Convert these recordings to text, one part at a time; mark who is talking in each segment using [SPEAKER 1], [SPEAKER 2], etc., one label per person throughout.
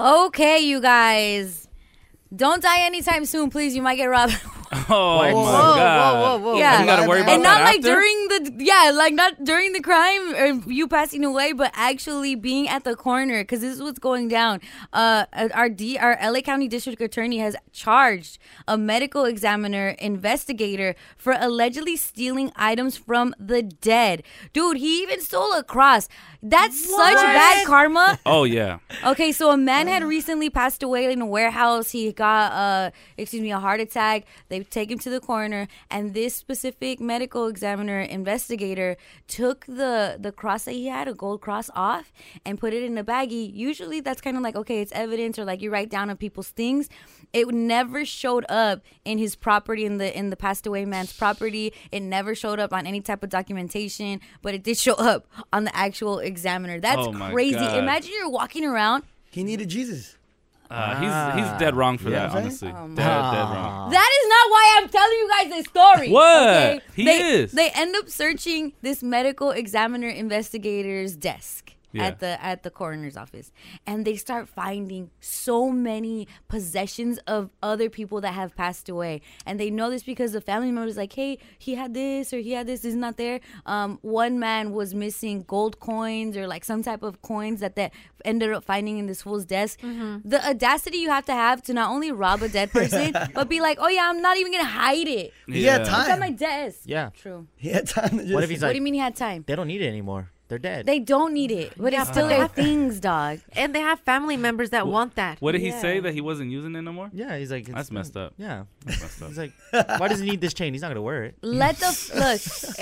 [SPEAKER 1] Okay, you guys. Don't die anytime soon, please. You might get robbed.
[SPEAKER 2] Oh my
[SPEAKER 3] whoa,
[SPEAKER 2] god.
[SPEAKER 3] whoa, whoa, whoa.
[SPEAKER 1] Yeah.
[SPEAKER 2] You gotta worry about
[SPEAKER 1] and not
[SPEAKER 2] that
[SPEAKER 1] like
[SPEAKER 2] after?
[SPEAKER 1] during the yeah, like not during the crime or you passing away, but actually being at the corner because this is what's going down. Uh, our D, our LA County District Attorney has charged a medical examiner investigator for allegedly stealing items from the dead. Dude, he even stole a cross. That's such bad karma.
[SPEAKER 2] Oh yeah.
[SPEAKER 1] Okay, so a man had recently passed away in a warehouse. He got uh excuse me, a heart attack. They take him to the coroner and this specific medical examiner investigator took the the cross that he had, a gold cross off and put it in a baggie. Usually that's kind of like okay, it's evidence or like you write down on people's things. It never showed up in his property in the in the passed away man's property. It never showed up on any type of documentation, but it did show up on the actual examiner. That's
[SPEAKER 2] Oh my
[SPEAKER 1] crazy.
[SPEAKER 2] God.
[SPEAKER 1] Imagine you're walking around
[SPEAKER 4] He needed Jesus.
[SPEAKER 2] Uh, he's he's dead wrong for
[SPEAKER 4] Yeah,
[SPEAKER 2] that,
[SPEAKER 4] right?
[SPEAKER 2] honestly. dead, dead wrong.
[SPEAKER 1] That is not why I'm telling you guys this story.
[SPEAKER 2] Uh-huh. What?
[SPEAKER 1] Okay?
[SPEAKER 2] He
[SPEAKER 1] they,
[SPEAKER 2] is.
[SPEAKER 1] They end up searching this medical examiner investigator's desk.
[SPEAKER 2] Yeah.
[SPEAKER 1] At the at the coroner's office, and they start finding so many possessions of other people that have passed away, and they know this because the family member is like, "Hey, he had this or he had this. Is not there." Um, one man was missing gold coins or like some type of coins that that ended up finding in this fool's desk. The audacity you have to have to not only rob a dead person, but be like, "Oh yeah, I'm not even gonna hide it.
[SPEAKER 4] He
[SPEAKER 2] Yeah.
[SPEAKER 4] had
[SPEAKER 1] It's at my
[SPEAKER 4] time.
[SPEAKER 1] desk."
[SPEAKER 3] Yeah.
[SPEAKER 1] True.
[SPEAKER 4] He had time. To just,
[SPEAKER 3] What if he's
[SPEAKER 1] what
[SPEAKER 3] like,
[SPEAKER 1] do you mean he had time?
[SPEAKER 3] they don't need it anymore? They're dead.
[SPEAKER 1] They don't need it, but it's still their things, dog.
[SPEAKER 5] And they have family members that want that.
[SPEAKER 2] What did he
[SPEAKER 1] Yeah.
[SPEAKER 2] say that he wasn't using it no more?
[SPEAKER 3] yeah, he's like,
[SPEAKER 2] That's
[SPEAKER 3] it's-
[SPEAKER 2] messed up.
[SPEAKER 3] Yeah.
[SPEAKER 2] messed up.
[SPEAKER 3] He's like, why does he need this chain? He's not going to wear it.
[SPEAKER 1] Let the look.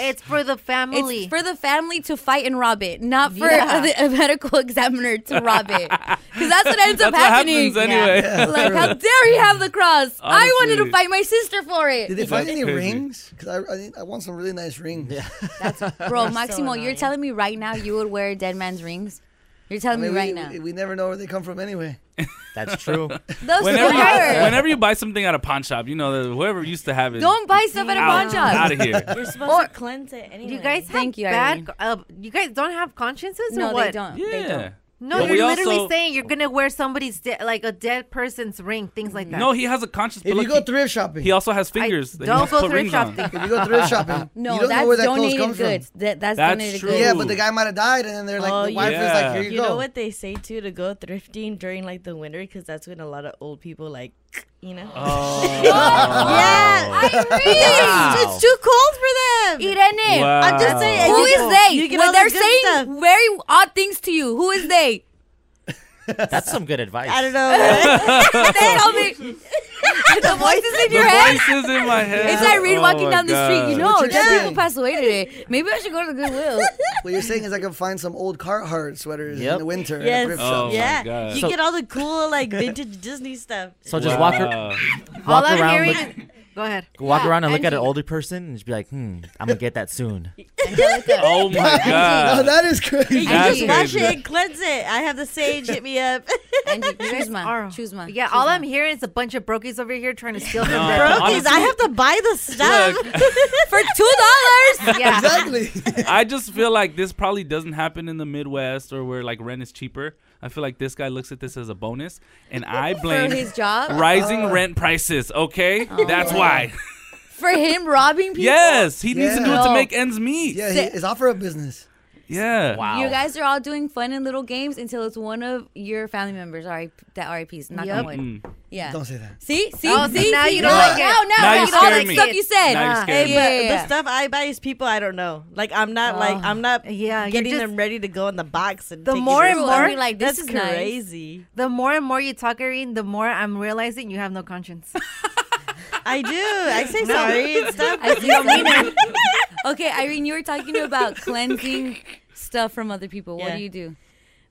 [SPEAKER 5] It's for the family.
[SPEAKER 1] It's for the family to fight and rob it, not for
[SPEAKER 5] Yeah.
[SPEAKER 1] the, a medical examiner to rob it, because that's what ends
[SPEAKER 2] That's
[SPEAKER 1] up
[SPEAKER 2] what
[SPEAKER 1] happening.
[SPEAKER 2] happens anyway.
[SPEAKER 1] Like, how dare you have the cross? I wanted to
[SPEAKER 2] Honestly.
[SPEAKER 1] fight my sister for it.
[SPEAKER 4] Did they find any
[SPEAKER 2] crazy.
[SPEAKER 4] rings? Because I, I, think- I want some really nice rings. Yeah.
[SPEAKER 1] Bro, Maximo, you're
[SPEAKER 5] annoying.
[SPEAKER 1] telling me right now you would wear a dead man's rings? You're telling me right
[SPEAKER 4] we,
[SPEAKER 1] now.
[SPEAKER 4] We, we never know where they come from anyway.
[SPEAKER 3] That's true.
[SPEAKER 1] Those
[SPEAKER 2] Whenever you,
[SPEAKER 1] were.
[SPEAKER 2] whenever you buy something at a pawn shop, you know that whoever used to have it.
[SPEAKER 1] Don't buy stuff at a pawn
[SPEAKER 2] out,
[SPEAKER 1] shop.
[SPEAKER 2] out of here.
[SPEAKER 6] You're supposed
[SPEAKER 1] Or-
[SPEAKER 6] to cleanse it anyway.
[SPEAKER 5] Do you guys have
[SPEAKER 1] Thank you, Irene.
[SPEAKER 5] bad. Uh, you guys don't have consciences
[SPEAKER 1] No,
[SPEAKER 5] or what?
[SPEAKER 1] they don't. They
[SPEAKER 2] Yeah.
[SPEAKER 1] don't.
[SPEAKER 5] No,
[SPEAKER 2] But we
[SPEAKER 5] you're literally
[SPEAKER 2] also-
[SPEAKER 5] saying you're gonna wear somebody's de- like a dead person's ring, things like that.
[SPEAKER 2] No, he has a conscience.
[SPEAKER 4] If
[SPEAKER 2] but
[SPEAKER 4] you
[SPEAKER 2] look,
[SPEAKER 4] go
[SPEAKER 2] he-
[SPEAKER 4] thrift shopping,
[SPEAKER 2] He also has fingers. that he
[SPEAKER 5] don't
[SPEAKER 2] wants to
[SPEAKER 5] go
[SPEAKER 2] put
[SPEAKER 5] thrift
[SPEAKER 2] rings on.
[SPEAKER 5] shopping.
[SPEAKER 4] if you go thrift shopping,
[SPEAKER 1] No,
[SPEAKER 4] you don't
[SPEAKER 1] that's
[SPEAKER 4] know where that clothes
[SPEAKER 1] donated
[SPEAKER 4] come from.
[SPEAKER 1] goods. That, that's,
[SPEAKER 2] That's
[SPEAKER 1] donated
[SPEAKER 2] true.
[SPEAKER 1] goods.
[SPEAKER 4] Yeah, but the guy might have died, and then they're like,
[SPEAKER 6] Oh,
[SPEAKER 4] the wife
[SPEAKER 2] yeah.
[SPEAKER 4] is like, here you,
[SPEAKER 6] You
[SPEAKER 4] go.
[SPEAKER 6] know what they say too to go thrifting during like the winter because that's when a lot of old people like, you know.
[SPEAKER 2] Oh.
[SPEAKER 1] Yeah, Irene.
[SPEAKER 3] Wow.
[SPEAKER 6] It's too cold for them.
[SPEAKER 1] Irene,
[SPEAKER 2] Wow.
[SPEAKER 6] I'm just saying.
[SPEAKER 1] who
[SPEAKER 6] you
[SPEAKER 1] is
[SPEAKER 6] know,
[SPEAKER 1] they?
[SPEAKER 6] You get
[SPEAKER 1] when
[SPEAKER 6] all
[SPEAKER 1] they're
[SPEAKER 6] the good
[SPEAKER 1] saying
[SPEAKER 6] stuff.
[SPEAKER 1] very odd things to you, who is they?
[SPEAKER 3] That's some good advice.
[SPEAKER 6] I don't know.
[SPEAKER 1] they don't be, the voices in
[SPEAKER 2] The
[SPEAKER 1] your head.
[SPEAKER 2] voice is in my head.
[SPEAKER 1] It's Irene
[SPEAKER 2] Oh
[SPEAKER 1] walking
[SPEAKER 2] my
[SPEAKER 1] down the street. You
[SPEAKER 2] God.
[SPEAKER 1] know,
[SPEAKER 4] What you
[SPEAKER 1] dead
[SPEAKER 4] saying?
[SPEAKER 1] people pass away today. Maybe I should go to the Goodwill.
[SPEAKER 4] What you're saying is I can find some old Carhartt sweaters in
[SPEAKER 3] Yep.
[SPEAKER 4] the winter at a
[SPEAKER 6] yes.
[SPEAKER 4] thrift
[SPEAKER 2] Oh
[SPEAKER 4] shop.
[SPEAKER 2] my
[SPEAKER 6] yeah.
[SPEAKER 2] God.
[SPEAKER 6] You
[SPEAKER 3] So-
[SPEAKER 6] get all the cool like vintage Disney stuff.
[SPEAKER 3] So just walk, her,
[SPEAKER 2] Wow.
[SPEAKER 5] All
[SPEAKER 3] walk
[SPEAKER 5] I'm
[SPEAKER 3] around,
[SPEAKER 5] hearing
[SPEAKER 3] look,
[SPEAKER 5] is, go ahead.
[SPEAKER 3] walk around and look at an
[SPEAKER 1] Angie.
[SPEAKER 3] older person and just be like, hmm, I'm gonna get that soon.
[SPEAKER 2] Oh my
[SPEAKER 4] No,
[SPEAKER 2] god.
[SPEAKER 4] that is crazy.
[SPEAKER 6] You
[SPEAKER 2] That's
[SPEAKER 6] just wash
[SPEAKER 2] crazy.
[SPEAKER 6] it and cleanse it. I have the sage. Hit me up.
[SPEAKER 1] Angie, choose
[SPEAKER 5] Are-
[SPEAKER 1] one. Choose one.
[SPEAKER 5] Yeah,
[SPEAKER 1] choose
[SPEAKER 5] all
[SPEAKER 1] one.
[SPEAKER 5] I'm hearing is a bunch of brokies over here trying to steal from
[SPEAKER 2] No,
[SPEAKER 5] them.
[SPEAKER 6] Brokies, I have to buy the stuff.
[SPEAKER 2] Look,
[SPEAKER 1] for two dollars.
[SPEAKER 5] Yeah.
[SPEAKER 4] Exactly.
[SPEAKER 2] I just feel like this probably doesn't happen in the Midwest or where like rent is cheaper. I feel like this guy looks at this as a bonus, and I blame
[SPEAKER 1] For his job, Oh.
[SPEAKER 2] rising rent prices. Okay, that's why.
[SPEAKER 1] for him robbing people.
[SPEAKER 2] yes, he needs to do it to
[SPEAKER 1] Yeah.
[SPEAKER 2] make ends meet.
[SPEAKER 4] yeah,
[SPEAKER 2] Yeah.
[SPEAKER 4] he, it's offer a business.
[SPEAKER 3] Wow.
[SPEAKER 1] You guys are all doing fun and little games until it's one of your family members. RIP, that RIPs. Knock
[SPEAKER 5] Yep.
[SPEAKER 1] on wood. Yeah.
[SPEAKER 4] Don't say that.
[SPEAKER 1] See, see,
[SPEAKER 5] Oh,
[SPEAKER 1] see,
[SPEAKER 5] see, now
[SPEAKER 1] see,
[SPEAKER 5] you don't
[SPEAKER 1] now-
[SPEAKER 5] like it.
[SPEAKER 1] Now, now,
[SPEAKER 2] Mm-hmm. Now you
[SPEAKER 1] you all
[SPEAKER 2] scared
[SPEAKER 1] that
[SPEAKER 2] me.
[SPEAKER 1] stuff you said.
[SPEAKER 2] Now you
[SPEAKER 1] Ah.
[SPEAKER 2] scared
[SPEAKER 6] Hey, but
[SPEAKER 2] me.
[SPEAKER 1] Yeah, yeah, yeah.
[SPEAKER 6] the stuff I buy is people I don't know. Like I'm not like I'm not
[SPEAKER 5] Yeah, you're
[SPEAKER 6] getting
[SPEAKER 5] just-
[SPEAKER 6] them ready to go in the box and
[SPEAKER 5] The
[SPEAKER 6] taking
[SPEAKER 5] more
[SPEAKER 6] their
[SPEAKER 5] and
[SPEAKER 6] stuff.
[SPEAKER 5] more,
[SPEAKER 1] I mean, like, this
[SPEAKER 6] that's
[SPEAKER 1] is nice.
[SPEAKER 6] crazy.
[SPEAKER 5] The more and more you talk, Irene, the more I'm realizing you have no conscience.
[SPEAKER 6] I do. I say sorry and stuff.
[SPEAKER 1] I see what you mean. okay, Irene, you were talking about cleansing stuff from other people. What
[SPEAKER 6] Yeah.
[SPEAKER 1] do you do?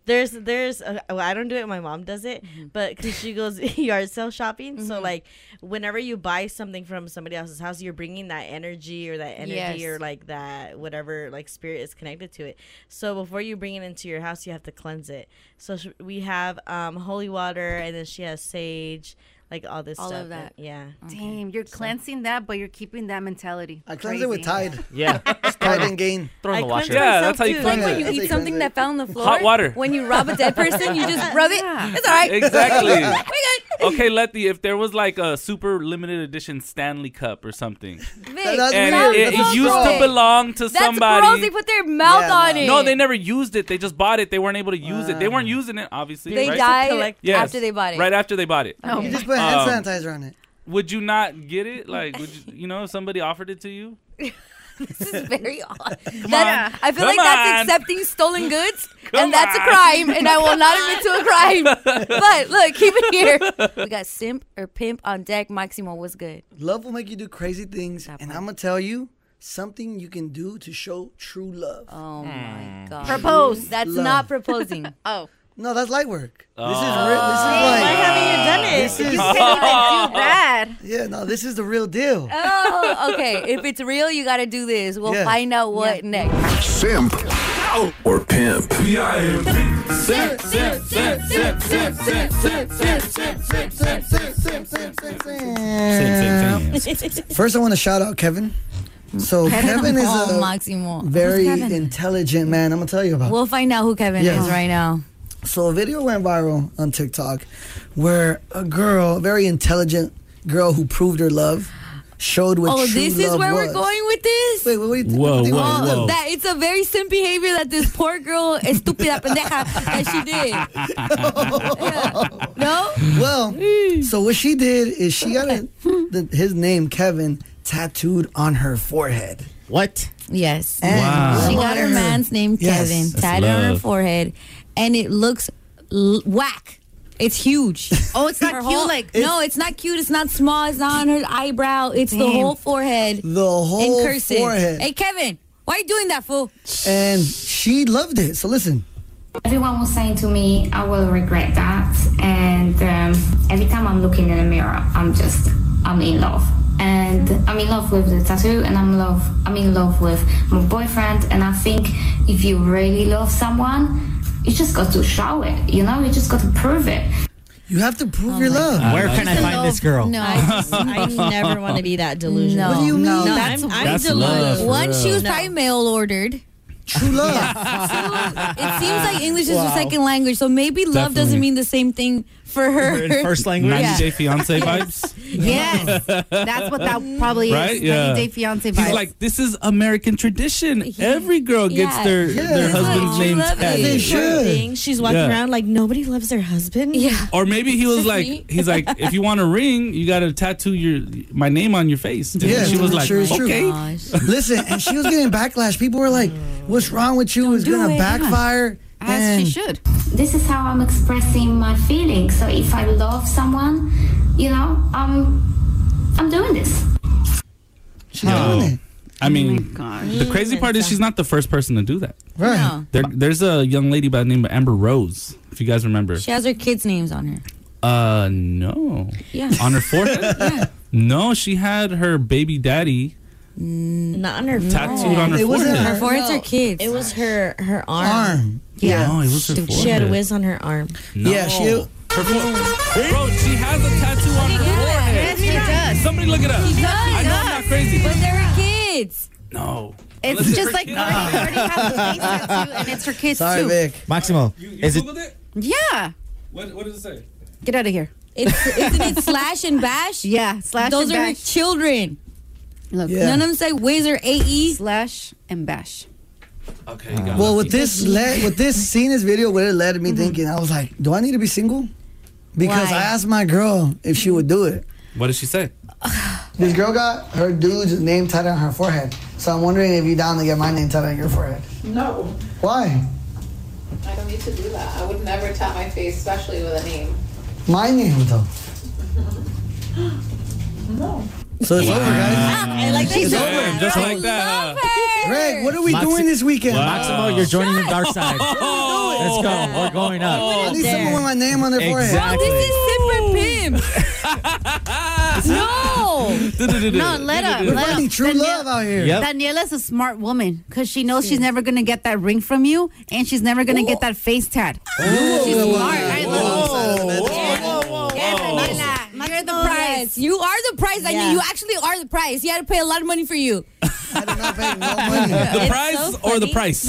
[SPEAKER 6] There's there's uh, well, I don't do it. My mom does it,
[SPEAKER 1] Mm-hmm.
[SPEAKER 6] but because she goes yard sale shopping, so like whenever you buy something from somebody else's house, you're bringing that energy or that energy
[SPEAKER 1] Yes.
[SPEAKER 6] or like that whatever like spirit is connected to it. So before you bring it into your house, you have to cleanse it. So sh- we have um, holy water, and then she has sage. like all this
[SPEAKER 1] All
[SPEAKER 6] stuff.
[SPEAKER 1] of that. Mm-hmm.
[SPEAKER 6] and- yeah.
[SPEAKER 7] Damn, you're cleansing that, but you're keeping that mentality.
[SPEAKER 4] I cleanse it with
[SPEAKER 7] Crazy.
[SPEAKER 4] Tide.
[SPEAKER 8] Yeah. Just
[SPEAKER 4] Tide
[SPEAKER 8] throw,
[SPEAKER 4] and gain.
[SPEAKER 8] throw in the
[SPEAKER 6] I
[SPEAKER 8] washer.
[SPEAKER 6] cleanse
[SPEAKER 2] Yeah,
[SPEAKER 6] myself
[SPEAKER 2] that's how you
[SPEAKER 6] too.
[SPEAKER 2] cleanse
[SPEAKER 1] Like when
[SPEAKER 4] Yeah,
[SPEAKER 1] you
[SPEAKER 4] that's how
[SPEAKER 1] eat
[SPEAKER 4] you
[SPEAKER 1] something
[SPEAKER 4] cleanse
[SPEAKER 1] that
[SPEAKER 4] it.
[SPEAKER 1] fell on the floor.
[SPEAKER 2] water.
[SPEAKER 1] When you rob a dead person, you just rub it.
[SPEAKER 7] Yeah.
[SPEAKER 1] It's all right.
[SPEAKER 2] Exactly.
[SPEAKER 1] We good.
[SPEAKER 2] okay, Letty, if there was like a super limited edition Stanley Cup or something,
[SPEAKER 1] Vic,
[SPEAKER 4] that's
[SPEAKER 2] and
[SPEAKER 1] stop
[SPEAKER 4] weird.
[SPEAKER 2] it, it,
[SPEAKER 4] That's
[SPEAKER 2] used
[SPEAKER 4] gross.
[SPEAKER 2] to belong to
[SPEAKER 1] That's gross. They
[SPEAKER 2] somebody.
[SPEAKER 1] put their mouth
[SPEAKER 4] Yeah,
[SPEAKER 1] on
[SPEAKER 4] no.
[SPEAKER 1] it.
[SPEAKER 2] No, they never used it. They just bought it. They weren't able to use it. They weren't
[SPEAKER 4] Uh.
[SPEAKER 2] using it, obviously.
[SPEAKER 1] They
[SPEAKER 2] right?
[SPEAKER 1] died
[SPEAKER 6] collect-
[SPEAKER 2] Yes,
[SPEAKER 1] after they bought it.
[SPEAKER 2] Right after they bought it.
[SPEAKER 7] Oh,
[SPEAKER 4] You
[SPEAKER 7] my-
[SPEAKER 4] just put hand
[SPEAKER 2] Um,
[SPEAKER 4] sanitizer on it.
[SPEAKER 2] Would you not get it? Like, would you, you know, if somebody offered it to you?
[SPEAKER 1] This is very odd. Come
[SPEAKER 2] on.
[SPEAKER 1] I feel
[SPEAKER 2] Come
[SPEAKER 1] like that's
[SPEAKER 2] on.
[SPEAKER 1] accepting stolen goods,
[SPEAKER 2] Come
[SPEAKER 1] and that's a
[SPEAKER 2] on.
[SPEAKER 1] crime, and I will not admit to a crime. but look, keep it here. We got simp or pimp on deck. Maximo was good.
[SPEAKER 4] Love will make you do crazy things,
[SPEAKER 1] That
[SPEAKER 4] and
[SPEAKER 1] part.
[SPEAKER 4] I'm gonna tell you something you can do to show true love.
[SPEAKER 1] Oh my god.
[SPEAKER 7] Hmm. Propose.
[SPEAKER 1] That's
[SPEAKER 4] Love.
[SPEAKER 1] not proposing.
[SPEAKER 7] Oh,
[SPEAKER 4] No, that's light work. This is
[SPEAKER 2] Oh.
[SPEAKER 4] real. This is
[SPEAKER 6] Why
[SPEAKER 4] like,
[SPEAKER 6] haven't you done it?
[SPEAKER 4] this is
[SPEAKER 7] you can't even do that.
[SPEAKER 4] yeah. No, this is the real deal.
[SPEAKER 1] oh, okay. If it's real, you got to do this. We'll
[SPEAKER 4] Yeah.
[SPEAKER 1] find out what next.
[SPEAKER 9] Simp or pimp.
[SPEAKER 4] First, I want to shout out Kevin. So Kevin is
[SPEAKER 1] oh,
[SPEAKER 4] a
[SPEAKER 1] Maximo.
[SPEAKER 4] very
[SPEAKER 1] Who's Kevin?
[SPEAKER 4] intelligent man. I'm gonna tell you about.
[SPEAKER 1] We'll find out who Kevin
[SPEAKER 4] Yeah.
[SPEAKER 1] is right now.
[SPEAKER 4] So a video went viral on TikTok where a girl, a very intelligent girl who proved her love, showed what
[SPEAKER 1] Oh,
[SPEAKER 4] true
[SPEAKER 1] this is
[SPEAKER 4] love
[SPEAKER 1] where we're
[SPEAKER 4] was.
[SPEAKER 1] going with this.
[SPEAKER 4] Wait, what do you think?
[SPEAKER 2] Whoa,
[SPEAKER 4] what do you think
[SPEAKER 2] whoa,
[SPEAKER 1] Oh,
[SPEAKER 4] about
[SPEAKER 2] whoa.
[SPEAKER 4] this?
[SPEAKER 1] that it's a very simp behavior that this poor girl, estúpida pendeja, that she did. Yeah. No,
[SPEAKER 4] Well, so what she did is she got a, the, his name Kevin tattooed on her forehead.
[SPEAKER 8] What?
[SPEAKER 1] yes,
[SPEAKER 4] And
[SPEAKER 2] Wow.
[SPEAKER 1] she got her man's name
[SPEAKER 4] Yes.
[SPEAKER 1] Kevin
[SPEAKER 4] That's
[SPEAKER 1] tatted on her
[SPEAKER 2] love.
[SPEAKER 1] forehead, and it looks l- whack. It's huge.
[SPEAKER 7] Oh, it's not
[SPEAKER 1] Her
[SPEAKER 7] cute.
[SPEAKER 1] whole-
[SPEAKER 7] like
[SPEAKER 1] no, it's not cute. It's not small. It's not on her eyebrow. It's the whole forehead
[SPEAKER 4] The
[SPEAKER 1] in
[SPEAKER 4] whole
[SPEAKER 1] cursive.
[SPEAKER 4] forehead.
[SPEAKER 1] Hey, Kevin, why are you doing that, fool?
[SPEAKER 4] And she loved it. So listen.
[SPEAKER 10] Everyone was saying to me, I will regret that. And um, every time I'm looking in the mirror, I'm just, I'm in love. And I'm in love with the tattoo, and I'm love, I'm in love with my boyfriend. And I think if you really love someone, you just got to show it. You know, you just got to prove it.
[SPEAKER 4] You have to prove
[SPEAKER 1] Oh
[SPEAKER 4] your love.
[SPEAKER 8] Where can I find this girl?
[SPEAKER 1] No,
[SPEAKER 6] I never want to be that delusional.
[SPEAKER 4] What do you
[SPEAKER 1] no,
[SPEAKER 7] Oh,
[SPEAKER 4] mean?
[SPEAKER 1] that's
[SPEAKER 6] I'm, I'm
[SPEAKER 2] That's love.
[SPEAKER 6] delusional.
[SPEAKER 1] one. She was
[SPEAKER 6] No.
[SPEAKER 1] probably mail ordered.
[SPEAKER 4] True love.
[SPEAKER 1] it seems like English is her second language, so maybe love doesn't
[SPEAKER 2] Definitely.
[SPEAKER 1] mean the same thing for her.
[SPEAKER 8] First language.
[SPEAKER 1] Yeah.
[SPEAKER 2] Day Fiance vibes.
[SPEAKER 7] yes, that's what that probably
[SPEAKER 2] Right?
[SPEAKER 7] is.
[SPEAKER 2] Yeah.
[SPEAKER 7] 90 Day Fiance vibes.
[SPEAKER 2] He's like, this is American tradition. Every girl gets
[SPEAKER 1] Yeah.
[SPEAKER 2] their
[SPEAKER 1] Yeah.
[SPEAKER 2] their
[SPEAKER 4] It's like,
[SPEAKER 2] husband's
[SPEAKER 1] you
[SPEAKER 2] name
[SPEAKER 1] love it.
[SPEAKER 4] They
[SPEAKER 2] tatted.
[SPEAKER 4] should.
[SPEAKER 6] Sure thing. She's walking
[SPEAKER 2] Yeah.
[SPEAKER 6] around like nobody loves their husband.
[SPEAKER 1] yeah.
[SPEAKER 2] Or maybe he was
[SPEAKER 1] Just
[SPEAKER 2] like,
[SPEAKER 1] me.
[SPEAKER 2] he's like, if you want a ring, you gotta tattoo your my name on your face. And
[SPEAKER 4] Yeah,
[SPEAKER 2] she was
[SPEAKER 4] it
[SPEAKER 2] like,
[SPEAKER 4] sure is true.
[SPEAKER 1] Oh
[SPEAKER 2] okay.
[SPEAKER 1] Gosh.
[SPEAKER 4] Listen, and she was getting backlash. People were like, "What's wrong with you? It's
[SPEAKER 1] do
[SPEAKER 4] gonna
[SPEAKER 1] it.
[SPEAKER 4] backfire."
[SPEAKER 7] as she
[SPEAKER 4] And
[SPEAKER 7] should.
[SPEAKER 10] This is how I'm expressing my feelings. So if I love someone, you know, I'm, I'm doing this.
[SPEAKER 4] She's doing it,
[SPEAKER 2] I mean, the crazy part is she's not the first person to do that.
[SPEAKER 4] right?
[SPEAKER 1] No.
[SPEAKER 2] There, there's a young lady by the name of Amber Rose, if you guys remember.
[SPEAKER 1] She has her kids' names on her.
[SPEAKER 2] Uh, no.
[SPEAKER 1] Yeah.
[SPEAKER 2] On her forehead? No, she had her baby daddy
[SPEAKER 6] Not on her
[SPEAKER 2] tattooed on her
[SPEAKER 4] It wasn't
[SPEAKER 2] forehead.
[SPEAKER 1] Her
[SPEAKER 4] No.
[SPEAKER 1] forehead's her kids.
[SPEAKER 6] It was her her arm.
[SPEAKER 4] Arm.
[SPEAKER 2] No, it was her
[SPEAKER 1] She had
[SPEAKER 2] forehead.
[SPEAKER 6] She had a whiz on her arm.
[SPEAKER 2] No.
[SPEAKER 4] Yeah, she-
[SPEAKER 2] Her fore- Bro, she has a tattoo on her
[SPEAKER 7] Yes,
[SPEAKER 2] forehead.
[SPEAKER 7] she does.
[SPEAKER 2] Somebody look it up. I know I'm not crazy.
[SPEAKER 1] But they're her kids.
[SPEAKER 2] No.
[SPEAKER 7] It's
[SPEAKER 2] Unless
[SPEAKER 7] just
[SPEAKER 2] her
[SPEAKER 7] like
[SPEAKER 2] kid- Ah.
[SPEAKER 7] no. already have the face tattoo, and it's her kids
[SPEAKER 4] Sorry,
[SPEAKER 7] too.
[SPEAKER 4] Vic.
[SPEAKER 8] Maximo,
[SPEAKER 2] You, you
[SPEAKER 8] is it?
[SPEAKER 2] Googled it?
[SPEAKER 7] Yeah,
[SPEAKER 2] What, what does it say?
[SPEAKER 7] get out of here.
[SPEAKER 1] It's, isn't it slash and bash?
[SPEAKER 7] Yeah, slash
[SPEAKER 1] Those
[SPEAKER 7] and
[SPEAKER 1] are her
[SPEAKER 7] bash.
[SPEAKER 1] children.
[SPEAKER 7] Look,
[SPEAKER 4] Yeah.
[SPEAKER 1] None of them say Wiz or E. AE.
[SPEAKER 7] slash and bash.
[SPEAKER 2] Okay, you got
[SPEAKER 4] Well,
[SPEAKER 2] lucky.
[SPEAKER 4] with this led, with this seeing this video, what it led me thinking, I was like, "Do I need to be single?" Because
[SPEAKER 1] Why?
[SPEAKER 4] I asked my girl if she would do it.
[SPEAKER 2] What does she say?
[SPEAKER 4] This girl got her dude's name tatted on her forehead, so I'm wondering if you down to get my name tatted on your forehead.
[SPEAKER 5] No,
[SPEAKER 4] Why?
[SPEAKER 5] I don't need to do that. I would never tap my face, especially with a name.
[SPEAKER 4] My name though. No. So it's over, guys.
[SPEAKER 6] I like she's
[SPEAKER 2] Damn, just like that. huh?
[SPEAKER 4] Greg, what are we
[SPEAKER 8] Maxi-
[SPEAKER 4] doing this weekend?
[SPEAKER 8] Maximo, you're joining the dark side. Let's go. We're going
[SPEAKER 4] I
[SPEAKER 8] up.
[SPEAKER 4] need someone with my name on their forehead.
[SPEAKER 1] This is Simper Pimp. no.
[SPEAKER 7] No, let her.
[SPEAKER 4] We're
[SPEAKER 7] Let her.
[SPEAKER 4] finding true love out here.
[SPEAKER 8] Yep.
[SPEAKER 7] Daniela's a smart woman because she knows she's never gonna get that ring from you, and she's never gonna get that face tat. She's smart. I love
[SPEAKER 2] Whoa, whoa, whoa.
[SPEAKER 7] Yes, Daniela, you're
[SPEAKER 1] price. Oh. You are the price. I
[SPEAKER 6] Yeah.
[SPEAKER 1] mean, you actually are the price. You had to pay a lot of money for you.
[SPEAKER 4] I did not pay no money.
[SPEAKER 2] The
[SPEAKER 1] It's
[SPEAKER 2] price
[SPEAKER 1] so
[SPEAKER 2] or the
[SPEAKER 1] funny.
[SPEAKER 2] price?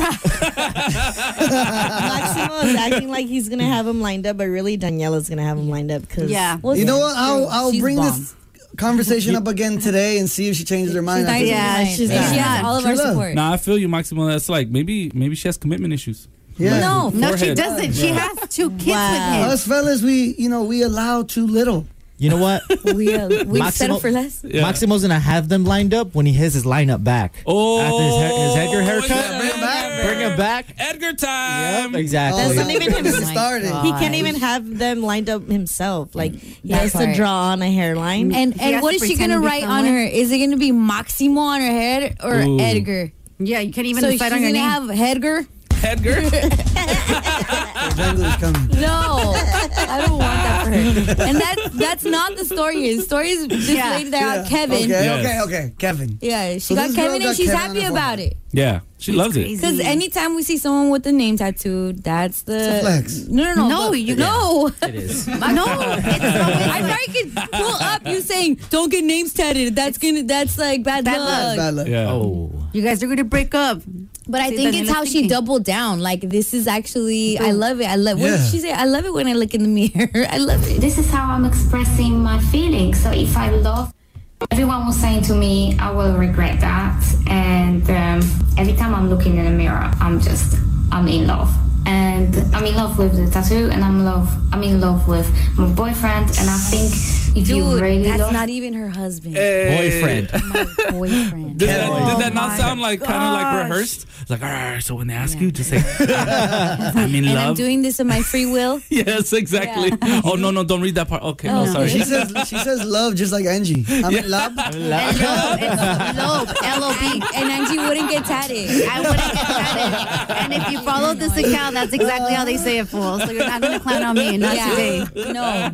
[SPEAKER 6] Maximo is acting like he's gonna have him lined up, but really Daniela's gonna have him lined up because
[SPEAKER 7] Yeah.
[SPEAKER 4] You know what? I'll I'll
[SPEAKER 1] She's
[SPEAKER 4] bring
[SPEAKER 1] bomb.
[SPEAKER 4] this conversation up again today and see if she changes her mind. after
[SPEAKER 7] yeah,
[SPEAKER 1] Nice.
[SPEAKER 7] she's
[SPEAKER 1] And She
[SPEAKER 7] not.
[SPEAKER 1] has all of
[SPEAKER 4] True
[SPEAKER 1] our
[SPEAKER 4] love.
[SPEAKER 1] support.
[SPEAKER 2] Nah, I feel you, Maximo. That's like maybe maybe she has commitment issues.
[SPEAKER 4] this. Yeah.
[SPEAKER 1] No.
[SPEAKER 7] No, she
[SPEAKER 2] Forehead.
[SPEAKER 7] doesn't. She has two kids
[SPEAKER 1] Wow.
[SPEAKER 7] with him.
[SPEAKER 4] Us fellas, we you know we allow too little.
[SPEAKER 9] You know what?
[SPEAKER 1] We uh, we
[SPEAKER 9] Maximo-
[SPEAKER 1] settle for less.
[SPEAKER 2] Yeah.
[SPEAKER 9] Maximo's gonna have them lined up when he has his lineup back.
[SPEAKER 2] Oh,
[SPEAKER 9] After his, hair- his headgear
[SPEAKER 2] yeah,
[SPEAKER 9] haircut,
[SPEAKER 2] bring it back.
[SPEAKER 9] bring him back.
[SPEAKER 2] Edgar time.
[SPEAKER 9] Yep, exactly.
[SPEAKER 6] That's
[SPEAKER 4] yeah.
[SPEAKER 6] not even him.
[SPEAKER 4] This is
[SPEAKER 1] Oh my
[SPEAKER 4] started.
[SPEAKER 1] God.
[SPEAKER 6] He can't even have them lined up himself. Like he
[SPEAKER 1] That
[SPEAKER 6] has to
[SPEAKER 1] part.
[SPEAKER 6] draw on a hairline.
[SPEAKER 1] And
[SPEAKER 7] has
[SPEAKER 1] and what
[SPEAKER 7] to
[SPEAKER 1] is she
[SPEAKER 7] pretend
[SPEAKER 1] gonna
[SPEAKER 7] to be
[SPEAKER 1] write on
[SPEAKER 7] someone.
[SPEAKER 1] her? Is it gonna be Maximo on her head or
[SPEAKER 2] Ooh.
[SPEAKER 1] Edgar?
[SPEAKER 7] Yeah, you can't even
[SPEAKER 1] so she's
[SPEAKER 7] decide on your
[SPEAKER 1] gonna
[SPEAKER 7] name.
[SPEAKER 1] have Edgar.
[SPEAKER 2] Edgar.
[SPEAKER 4] The jungle is coming.
[SPEAKER 1] No, I don't want that for her. And that that's not the story. Is The story is this
[SPEAKER 7] Yeah.
[SPEAKER 1] lady that got Kevin.
[SPEAKER 4] Okay,
[SPEAKER 2] Yes.
[SPEAKER 4] okay, okay. Kevin.
[SPEAKER 1] Yeah, she
[SPEAKER 4] So
[SPEAKER 1] got
[SPEAKER 4] this girl
[SPEAKER 1] Kevin,
[SPEAKER 4] got
[SPEAKER 1] and she's
[SPEAKER 4] Kevin on
[SPEAKER 1] happy
[SPEAKER 4] the
[SPEAKER 1] about
[SPEAKER 4] phone.
[SPEAKER 1] it.
[SPEAKER 2] yeah, she loves it.
[SPEAKER 1] Because anytime we see someone with a name tattooed, that's the
[SPEAKER 4] It's a flex.
[SPEAKER 1] No, no, no,
[SPEAKER 7] No,
[SPEAKER 1] but-
[SPEAKER 7] you-
[SPEAKER 1] no.
[SPEAKER 9] It is.
[SPEAKER 7] no, it's
[SPEAKER 1] I
[SPEAKER 7] always,
[SPEAKER 1] probably could pull up you saying, "Don't get names tattooed." That's gonna. That's like bad,
[SPEAKER 7] Bad
[SPEAKER 1] luck.
[SPEAKER 4] Bad luck.
[SPEAKER 2] Yeah.
[SPEAKER 9] Oh,
[SPEAKER 7] you guys are going to break up.
[SPEAKER 1] But I
[SPEAKER 7] See,
[SPEAKER 1] think
[SPEAKER 7] then
[SPEAKER 1] it's
[SPEAKER 7] you're
[SPEAKER 1] how she
[SPEAKER 7] thinking.
[SPEAKER 1] doubled down. Like this is actually, I love it. I love. What
[SPEAKER 4] Yeah.
[SPEAKER 1] did she say? I love it when I look in the mirror. I love it.
[SPEAKER 10] This is how I'm expressing my feelings. So if I love, everyone was saying to me, I will regret that. And um, every time I'm looking in the mirror, I'm just, I'm in love. And I'm in love with the tattoo, and I'm love. I'm in love with my boyfriend, and I think if you
[SPEAKER 1] Dude,
[SPEAKER 10] really
[SPEAKER 1] that's
[SPEAKER 10] love,
[SPEAKER 1] not even her husband.
[SPEAKER 9] boyfriend.
[SPEAKER 1] boyfriend.
[SPEAKER 2] Did that, did that
[SPEAKER 1] my
[SPEAKER 2] not sound like kind of like rehearsed? It's like, all right, so when they ask you, just say, I'm in
[SPEAKER 1] and I'm
[SPEAKER 2] love.
[SPEAKER 1] doing this of my free will.
[SPEAKER 2] yes, exactly. Oh, no, no, don't read that part. Okay,
[SPEAKER 4] Oh.
[SPEAKER 2] no, sorry.
[SPEAKER 4] She says she says love just like Angie. I'm in love.
[SPEAKER 7] Lobe, it's Lobe, L-O-B.
[SPEAKER 1] and Angie wouldn't get tatted.
[SPEAKER 7] I wouldn't get that. And if you follow this account, that's exactly how they say it, fool. So you're not going to clown on me, not today.
[SPEAKER 1] No.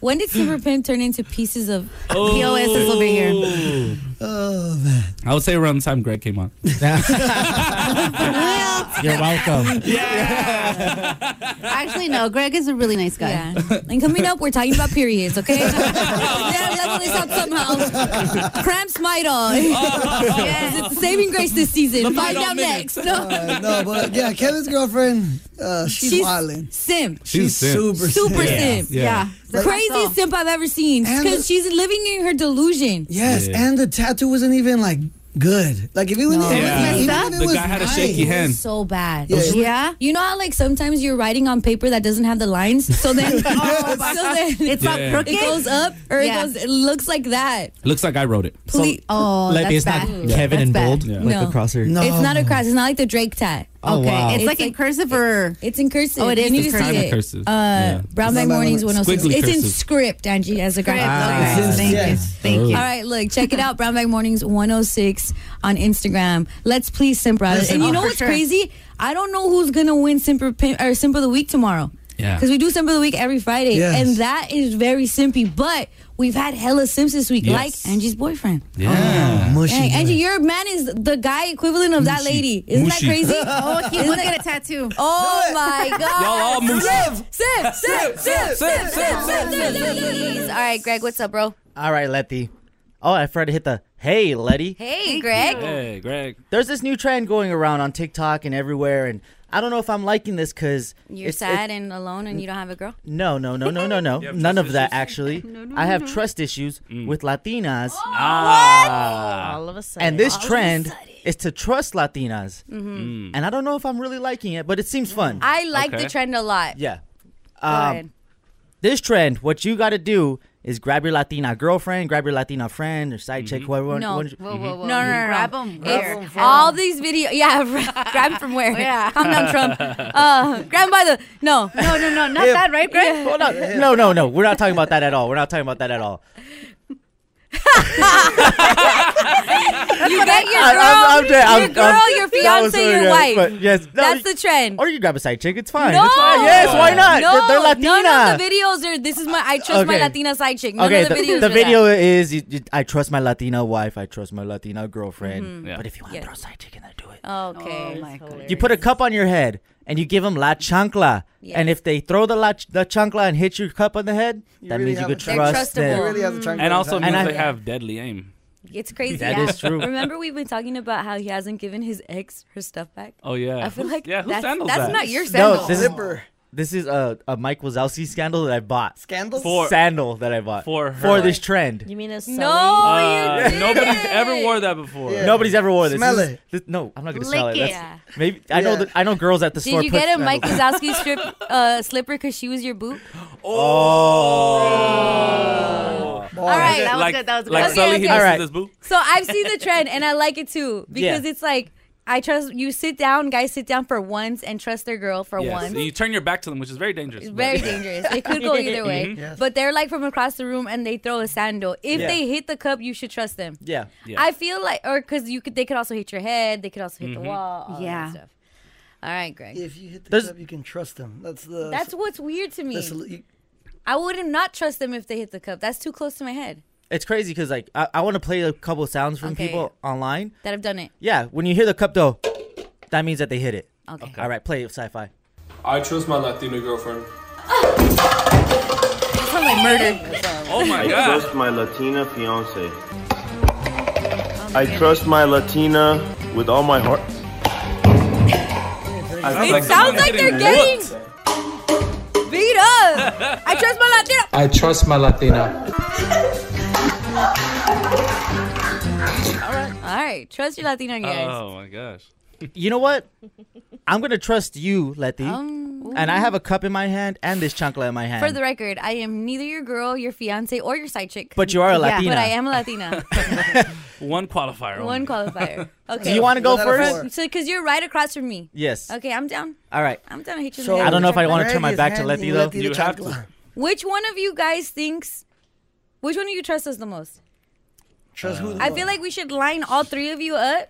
[SPEAKER 1] when did Super Pimp turn into pieces of
[SPEAKER 7] POS is over here.
[SPEAKER 4] Oh man.
[SPEAKER 2] I would say around the time Greg came on.
[SPEAKER 9] You're welcome.
[SPEAKER 7] Actually, no, Greg is a really nice guy.
[SPEAKER 1] Yeah. And coming up, we're talking about periods, okay? yeah, that's this out somehow. Cramps might all. yes, it's a saving grace this season. Find
[SPEAKER 2] Midol
[SPEAKER 1] out
[SPEAKER 2] minutes.
[SPEAKER 1] next. No.
[SPEAKER 4] Uh, no, but yeah, Kevin's girlfriend, uh, she's,
[SPEAKER 1] She's
[SPEAKER 4] wildin'.
[SPEAKER 1] simp.
[SPEAKER 4] She's super
[SPEAKER 1] Super
[SPEAKER 4] sick.
[SPEAKER 1] simp.
[SPEAKER 7] Yeah.
[SPEAKER 1] The craziest simp I've ever seen.
[SPEAKER 4] And
[SPEAKER 1] Because
[SPEAKER 4] the-
[SPEAKER 1] she's living in her delusion.
[SPEAKER 4] Yes,
[SPEAKER 2] Yeah.
[SPEAKER 4] and the tattoo wasn't even like good. Like if it was,
[SPEAKER 1] No.
[SPEAKER 4] even,
[SPEAKER 2] Yeah.
[SPEAKER 4] even
[SPEAKER 7] Messed
[SPEAKER 4] if it
[SPEAKER 2] The
[SPEAKER 4] was
[SPEAKER 2] guy had a
[SPEAKER 4] nice,
[SPEAKER 2] shaky hand.
[SPEAKER 1] So bad.
[SPEAKER 4] Yeah.
[SPEAKER 7] Yeah.
[SPEAKER 1] You know how like sometimes you're writing on paper that doesn't have the lines, so then, so then
[SPEAKER 7] It's not
[SPEAKER 2] Yeah.
[SPEAKER 7] crooked.
[SPEAKER 1] it goes up or
[SPEAKER 7] Yeah.
[SPEAKER 1] it goes. It looks like that.
[SPEAKER 2] Looks like I wrote it.
[SPEAKER 1] Please,
[SPEAKER 7] oh,
[SPEAKER 9] like
[SPEAKER 7] that's
[SPEAKER 9] it's
[SPEAKER 7] bad.
[SPEAKER 9] not Kevin
[SPEAKER 7] That's
[SPEAKER 9] and
[SPEAKER 7] bad.
[SPEAKER 9] Bold,
[SPEAKER 2] Yeah.
[SPEAKER 9] like
[SPEAKER 1] No.
[SPEAKER 9] the crosser.
[SPEAKER 4] No.
[SPEAKER 1] it's not a cross. It's not like the Drake tat.
[SPEAKER 9] Oh,
[SPEAKER 7] Okay,
[SPEAKER 9] wow.
[SPEAKER 7] it's, like
[SPEAKER 1] It's
[SPEAKER 7] in
[SPEAKER 1] like-
[SPEAKER 7] cursive or
[SPEAKER 1] It's in cursive.
[SPEAKER 7] Oh, it is
[SPEAKER 1] You need
[SPEAKER 7] in
[SPEAKER 1] to
[SPEAKER 7] cursive.
[SPEAKER 1] see it.
[SPEAKER 2] Cursive,
[SPEAKER 1] Uh,
[SPEAKER 2] yeah.
[SPEAKER 1] Brown bag
[SPEAKER 4] It's not
[SPEAKER 1] mornings
[SPEAKER 4] like-
[SPEAKER 1] 106.
[SPEAKER 2] Squiggly
[SPEAKER 1] it's in
[SPEAKER 2] cursive.
[SPEAKER 1] script, Angie, as a graphic
[SPEAKER 7] Ah,
[SPEAKER 1] design.
[SPEAKER 7] thank you.
[SPEAKER 4] yes.
[SPEAKER 7] Thank you.
[SPEAKER 1] All right, look, check it out. Brown Bag Mornings 106 on Instagram. Let's please simp out.
[SPEAKER 4] Listen,
[SPEAKER 1] And you
[SPEAKER 4] oh,
[SPEAKER 1] know
[SPEAKER 7] for
[SPEAKER 1] what's
[SPEAKER 7] sure.
[SPEAKER 1] crazy? I don't know who's gonna win simp Pin or simp of the week tomorrow.
[SPEAKER 2] Yeah.
[SPEAKER 1] Because we do simp of the week every Friday,
[SPEAKER 4] Yes.
[SPEAKER 1] and that is very simpy. But we've had hella simps this week,
[SPEAKER 2] Yes.
[SPEAKER 1] like Angie's boyfriend.
[SPEAKER 2] Yeah.
[SPEAKER 4] Oh, mushy.
[SPEAKER 1] Dang, Angie,
[SPEAKER 4] dude.
[SPEAKER 1] your man is the guy equivalent of that
[SPEAKER 2] Mushy.
[SPEAKER 1] lady. Isn't
[SPEAKER 2] Mushy.
[SPEAKER 1] that crazy?
[SPEAKER 7] Oh, he would get a tattoo.
[SPEAKER 1] Oh my god.
[SPEAKER 2] Y'all all moose.
[SPEAKER 1] Sip, sip, sip, sip, sip, sip, sip, please. All right, Greg, what's up, bro?
[SPEAKER 8] All right, Letty. Oh, I forgot to hit the hey, Letty.
[SPEAKER 1] Hey, Greg.
[SPEAKER 2] Hey, Greg.
[SPEAKER 8] There's this new trend going around on TikTok and everywhere, and I don't know if I'm liking this because
[SPEAKER 1] You're sad and alone and you don't have a girl?
[SPEAKER 8] no, no, no, no, no, no.
[SPEAKER 2] have
[SPEAKER 8] None
[SPEAKER 2] trust
[SPEAKER 8] of that
[SPEAKER 2] issues? Mm.
[SPEAKER 8] actually. I have trust issues with Latinas,
[SPEAKER 1] Oh,
[SPEAKER 2] Ah.
[SPEAKER 6] all of a sudden,
[SPEAKER 8] and this trend is to trust Latinas. And I don't know if I'm really liking it, but it seems fun.
[SPEAKER 1] Mm-hmm. I like
[SPEAKER 2] Mm. Okay.
[SPEAKER 1] the trend a lot.
[SPEAKER 8] yeah.
[SPEAKER 1] Go
[SPEAKER 8] Um,
[SPEAKER 1] ahead.
[SPEAKER 8] this trend, what you got to do is grab your Latina girlfriend, grab your Latina friend, or side
[SPEAKER 2] Mm-hmm.
[SPEAKER 8] chick, whoever.
[SPEAKER 1] No.
[SPEAKER 8] whoever-
[SPEAKER 7] Whoa, whoa, whoa.
[SPEAKER 1] No, no, no, no.
[SPEAKER 7] Grab him.
[SPEAKER 1] Here. All these videos. Yeah, grab him from where? Oh, Yeah. Calm down, Trump. Uh, grab him by the. No.
[SPEAKER 7] No, no, no, not that, right, Greg?
[SPEAKER 8] Hold on. No, no, no. We're not talking about that at all. We're not talking about that at all.
[SPEAKER 1] You get your girl,
[SPEAKER 8] I- I'm- I'm dead. I'm-
[SPEAKER 1] your, girl
[SPEAKER 8] I'm-
[SPEAKER 1] your
[SPEAKER 8] that was
[SPEAKER 1] fiance,
[SPEAKER 8] really
[SPEAKER 1] your
[SPEAKER 8] good,
[SPEAKER 1] wife.
[SPEAKER 8] but yes. No,
[SPEAKER 1] That's
[SPEAKER 8] you-
[SPEAKER 1] the trend.
[SPEAKER 8] Or you grab a side chick. It's fine.
[SPEAKER 1] No.
[SPEAKER 8] It's fine. Yes, why not?
[SPEAKER 1] No,
[SPEAKER 8] They're- They're Latina.
[SPEAKER 1] None of the videos are. This is my. I trust my
[SPEAKER 8] Okay.
[SPEAKER 1] Latina side chick. None
[SPEAKER 8] okay,
[SPEAKER 1] of the,
[SPEAKER 8] the,
[SPEAKER 1] videos.
[SPEAKER 8] the
[SPEAKER 1] are
[SPEAKER 8] video
[SPEAKER 1] That.
[SPEAKER 8] is you, you- I trust my Latina wife. I trust my Latina girlfriend.
[SPEAKER 2] Yeah.
[SPEAKER 8] But if you want
[SPEAKER 1] Mm-hmm. Yeah. Oh,
[SPEAKER 8] to throw a side chick in there, do it.
[SPEAKER 1] Okay.
[SPEAKER 8] You put a cup on your head and you give them la chancla. And if they throw the la ch- the chancla and hit your cup on the head, that
[SPEAKER 4] really
[SPEAKER 8] means you
[SPEAKER 4] have
[SPEAKER 8] could
[SPEAKER 4] a- They're
[SPEAKER 8] trust
[SPEAKER 4] trustable.
[SPEAKER 8] them.
[SPEAKER 4] You really have a chancla
[SPEAKER 2] And also
[SPEAKER 8] And
[SPEAKER 2] means
[SPEAKER 8] I-
[SPEAKER 2] they have deadly aim.
[SPEAKER 1] It's crazy.
[SPEAKER 8] That
[SPEAKER 1] yeah.
[SPEAKER 8] is true.
[SPEAKER 1] Remember, we've been talking about how he hasn't given his ex her stuff back.
[SPEAKER 8] Oh, yeah.
[SPEAKER 1] I feel like
[SPEAKER 2] Yeah, whose
[SPEAKER 1] that's,
[SPEAKER 2] sandal's
[SPEAKER 1] that's
[SPEAKER 2] that?
[SPEAKER 1] not your sandal.
[SPEAKER 8] No, this is, this is a, a Mike Wazowski scandal that I bought.
[SPEAKER 4] Scandal?
[SPEAKER 2] For-
[SPEAKER 8] sandal that I bought
[SPEAKER 2] for her.
[SPEAKER 8] for this trend.
[SPEAKER 6] You mean a sewing?
[SPEAKER 2] Uh, nobody's ever wore that before.
[SPEAKER 8] Nobody's ever wore this.
[SPEAKER 2] Smell
[SPEAKER 8] This is-
[SPEAKER 2] it.
[SPEAKER 8] this- no, I'm not gonna
[SPEAKER 1] Lick
[SPEAKER 8] smell it.
[SPEAKER 1] it.
[SPEAKER 8] That's-
[SPEAKER 1] Yeah.
[SPEAKER 8] Maybe I know.
[SPEAKER 1] Yeah.
[SPEAKER 8] The, I know girls at the store.
[SPEAKER 1] Did you
[SPEAKER 8] put
[SPEAKER 1] get a
[SPEAKER 8] sandals
[SPEAKER 1] Mike
[SPEAKER 8] on.
[SPEAKER 1] Wazowski strip uh, slipper because she was your boo?
[SPEAKER 8] Oh.
[SPEAKER 1] All right, that was
[SPEAKER 2] like,
[SPEAKER 1] good, that was good.
[SPEAKER 2] Like
[SPEAKER 1] Okay,
[SPEAKER 2] Sully,
[SPEAKER 1] okay.
[SPEAKER 2] he misses
[SPEAKER 1] All right.
[SPEAKER 2] his boo.
[SPEAKER 1] So I've seen the trend and I like it too because
[SPEAKER 2] Yeah.
[SPEAKER 1] it's like I trust you. Sit down, guys. Sit down for once and trust their girl for
[SPEAKER 2] Yes.
[SPEAKER 1] once.
[SPEAKER 2] And you turn your back to them, which is very dangerous.
[SPEAKER 1] It's
[SPEAKER 2] but-
[SPEAKER 1] very dangerous. It could go either way.
[SPEAKER 2] Mhm. Yes.
[SPEAKER 1] But they're like from across the room and they throw a sandal. If
[SPEAKER 2] Yeah.
[SPEAKER 1] they hit the cup, you should trust them.
[SPEAKER 8] Yeah.
[SPEAKER 1] I feel like, or because you could, they could also hit your head. They could also hit
[SPEAKER 4] Mhm.
[SPEAKER 8] Mm-hmm.
[SPEAKER 1] the wall. All yeah.
[SPEAKER 4] Yeah.
[SPEAKER 1] stuff. All right, Greg.
[SPEAKER 4] If you hit the
[SPEAKER 1] There's-
[SPEAKER 4] cup, you can trust them. That's the.
[SPEAKER 1] That's what's weird to me.
[SPEAKER 4] that's the- you-
[SPEAKER 1] I wouldn't not trust them if they hit the cup. That's too close to my head.
[SPEAKER 8] It's crazy because like I, I want to play a couple sounds from
[SPEAKER 1] Okay.
[SPEAKER 8] people online.
[SPEAKER 1] That have done it.
[SPEAKER 8] Yeah, when you hear the cup though, that means that they hit it.
[SPEAKER 1] Okay.
[SPEAKER 8] All right, play it, sci-fi.
[SPEAKER 11] I trust my Latina girlfriend.
[SPEAKER 1] That sounds like murder.
[SPEAKER 2] Oh my
[SPEAKER 12] I
[SPEAKER 2] God.
[SPEAKER 12] trust my Latina fiance. I trust my Latina with all my heart.
[SPEAKER 1] It sounds like they're getting beat up. I trust my Latina.
[SPEAKER 11] I trust my Latina.
[SPEAKER 1] All right, trust your Latino guys.
[SPEAKER 2] Oh my gosh.
[SPEAKER 8] You know what? I'm gonna trust you, Letty. Oh. and I have a cup in my hand and this chancla in my hand.
[SPEAKER 1] Um, For the record, I am neither your girl, your fiance, or your side chick.
[SPEAKER 8] But you are a
[SPEAKER 1] Yeah,
[SPEAKER 8] Latina.
[SPEAKER 1] but I am a Latina.
[SPEAKER 2] One qualifier.
[SPEAKER 1] One qualifier. Okay.
[SPEAKER 8] Do you wanna go One out of first? four.
[SPEAKER 1] So, because you're right across from me.
[SPEAKER 8] Yes.
[SPEAKER 1] Okay, I'm down.
[SPEAKER 8] All right.
[SPEAKER 1] I'm down to hit you. in
[SPEAKER 8] So-
[SPEAKER 1] the head
[SPEAKER 8] I don't know if I
[SPEAKER 1] with a
[SPEAKER 8] wanna
[SPEAKER 1] chancla.
[SPEAKER 8] turn my back to Letty though. You have to.
[SPEAKER 1] Which one of you guys thinks? Which one of you trusts us the most?
[SPEAKER 4] Trust who? the
[SPEAKER 1] I
[SPEAKER 4] most.
[SPEAKER 1] feel like we should line all three of you up,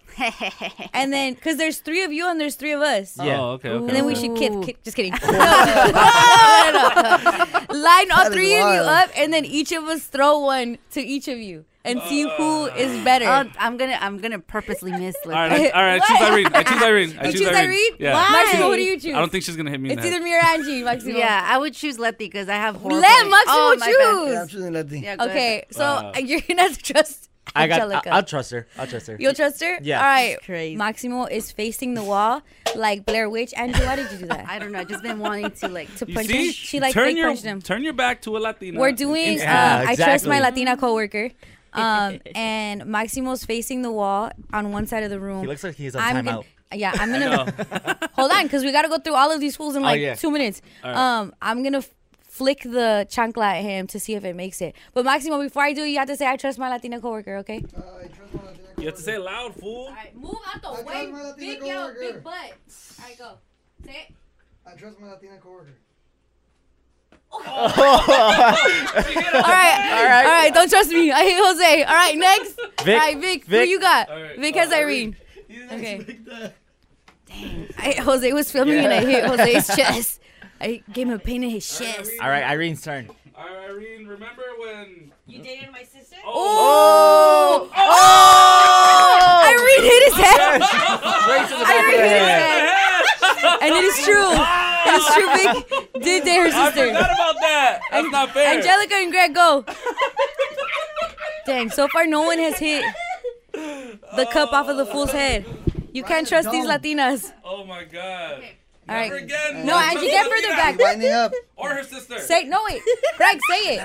[SPEAKER 1] and then because there's three of you and there's three of us.
[SPEAKER 2] Yeah. Oh, okay, okay,
[SPEAKER 1] And then we
[SPEAKER 2] okay.
[SPEAKER 1] should kid, kid. Just kidding. No, no, no, no, no. Line all
[SPEAKER 10] That is
[SPEAKER 1] three of you
[SPEAKER 10] wild.
[SPEAKER 1] up, and then each of us throw one to each of you, and see
[SPEAKER 8] Uh,
[SPEAKER 1] who is better.
[SPEAKER 10] Oh, I'm gonna I'm gonna purposely miss.
[SPEAKER 2] All right, I, all right. I choose Irene. I choose Irene. I
[SPEAKER 10] You
[SPEAKER 2] choose,
[SPEAKER 10] choose
[SPEAKER 2] Irene.
[SPEAKER 10] Irene?
[SPEAKER 2] Yeah.
[SPEAKER 10] Why? Maximo,
[SPEAKER 1] who do you choose?
[SPEAKER 2] I don't think she's gonna hit me. in
[SPEAKER 10] It's
[SPEAKER 2] the
[SPEAKER 10] either
[SPEAKER 2] head.
[SPEAKER 10] me
[SPEAKER 1] or Angie, Maximo.
[SPEAKER 10] Yeah, I would choose Letty because I have horrible.
[SPEAKER 1] Let Maximo
[SPEAKER 10] Oh, my bad.
[SPEAKER 1] choose.
[SPEAKER 4] Yeah, I'm choosing Letty.
[SPEAKER 10] Yeah, go ahead.
[SPEAKER 1] Okay, so
[SPEAKER 2] Uh,
[SPEAKER 1] uh,
[SPEAKER 8] Wow.
[SPEAKER 1] you're gonna have to trust
[SPEAKER 8] I got. I,
[SPEAKER 1] Angelica.
[SPEAKER 8] I'll trust her. I'll trust her.
[SPEAKER 1] You'll trust her?
[SPEAKER 8] Yeah.
[SPEAKER 1] All right. Maximo is facing the wall like Blair Witch. Andrew, why did you do that? I don't know. I've just been wanting to like to
[SPEAKER 2] You
[SPEAKER 1] punch
[SPEAKER 2] see?
[SPEAKER 1] him. She like
[SPEAKER 2] turn
[SPEAKER 1] fake
[SPEAKER 2] your
[SPEAKER 1] punched him.
[SPEAKER 2] turn your back to a Latina.
[SPEAKER 1] We're doing.
[SPEAKER 2] Yeah,
[SPEAKER 1] uh, I trust my
[SPEAKER 2] exactly.
[SPEAKER 1] Latina coworker. Um, and Maximo's facing the wall on one side of the room.
[SPEAKER 8] He looks like he's on
[SPEAKER 1] I'm
[SPEAKER 8] timeout.
[SPEAKER 1] Gonna, yeah, I'm gonna hold on because we gotta go through all of these fools in
[SPEAKER 8] Oh,
[SPEAKER 1] like
[SPEAKER 8] yeah.
[SPEAKER 1] two minutes.
[SPEAKER 8] All right.
[SPEAKER 1] Um, I'm gonna f- flick the chancla at him to see if it makes it. But Maximo, before I do, you have to say I trust my Latina coworker, okay?
[SPEAKER 2] You have to say it loud, fool.
[SPEAKER 1] Move out the way, big yo, big butt. All right, go. Say it.
[SPEAKER 4] I trust my Latina coworker.
[SPEAKER 1] all right, all right, all right. Don't trust me. I hate Jose. All right, next.
[SPEAKER 10] Vic,
[SPEAKER 1] all right, Vic, who
[SPEAKER 10] Vic.
[SPEAKER 1] you got?
[SPEAKER 10] All right,
[SPEAKER 1] Vic
[SPEAKER 10] uh,
[SPEAKER 1] has Irene. Okay. Dang, I, Jose was filming and I hit
[SPEAKER 8] Yeah.
[SPEAKER 1] Jose's chest. I gave him a pain in his chest.
[SPEAKER 8] All right, Irene's turn.
[SPEAKER 2] All right, Irene. Remember when you dated my sister?
[SPEAKER 1] Oh! Oh! Irene hit his head. Irene hit his head. And it is true. It is true. Vic did date her
[SPEAKER 2] I
[SPEAKER 1] sister.
[SPEAKER 2] forgot about that. That's not fair.
[SPEAKER 1] Angelica and Greg go. Dang, so far no one has hit the cup off of the fool's head. You can't trust these Latinas.
[SPEAKER 2] Oh my God.
[SPEAKER 1] All
[SPEAKER 2] Never
[SPEAKER 1] right.
[SPEAKER 2] again.
[SPEAKER 1] No, Angie, get further back.
[SPEAKER 4] Winding up.
[SPEAKER 2] Or her sister.
[SPEAKER 1] Say no wait, Greg, say it.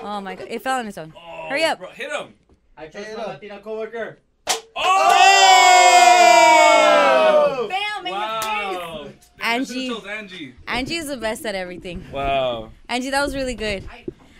[SPEAKER 1] Oh my god, it fell on its own. Oh, Hurry up.
[SPEAKER 2] Bro, hit him.
[SPEAKER 8] I trust my Latina coworker.
[SPEAKER 2] Oh!
[SPEAKER 1] Bam!
[SPEAKER 2] Wow.
[SPEAKER 1] Angie.
[SPEAKER 2] Angie.
[SPEAKER 1] Angie is the best at everything.
[SPEAKER 2] Wow.
[SPEAKER 1] Angie, that was really good.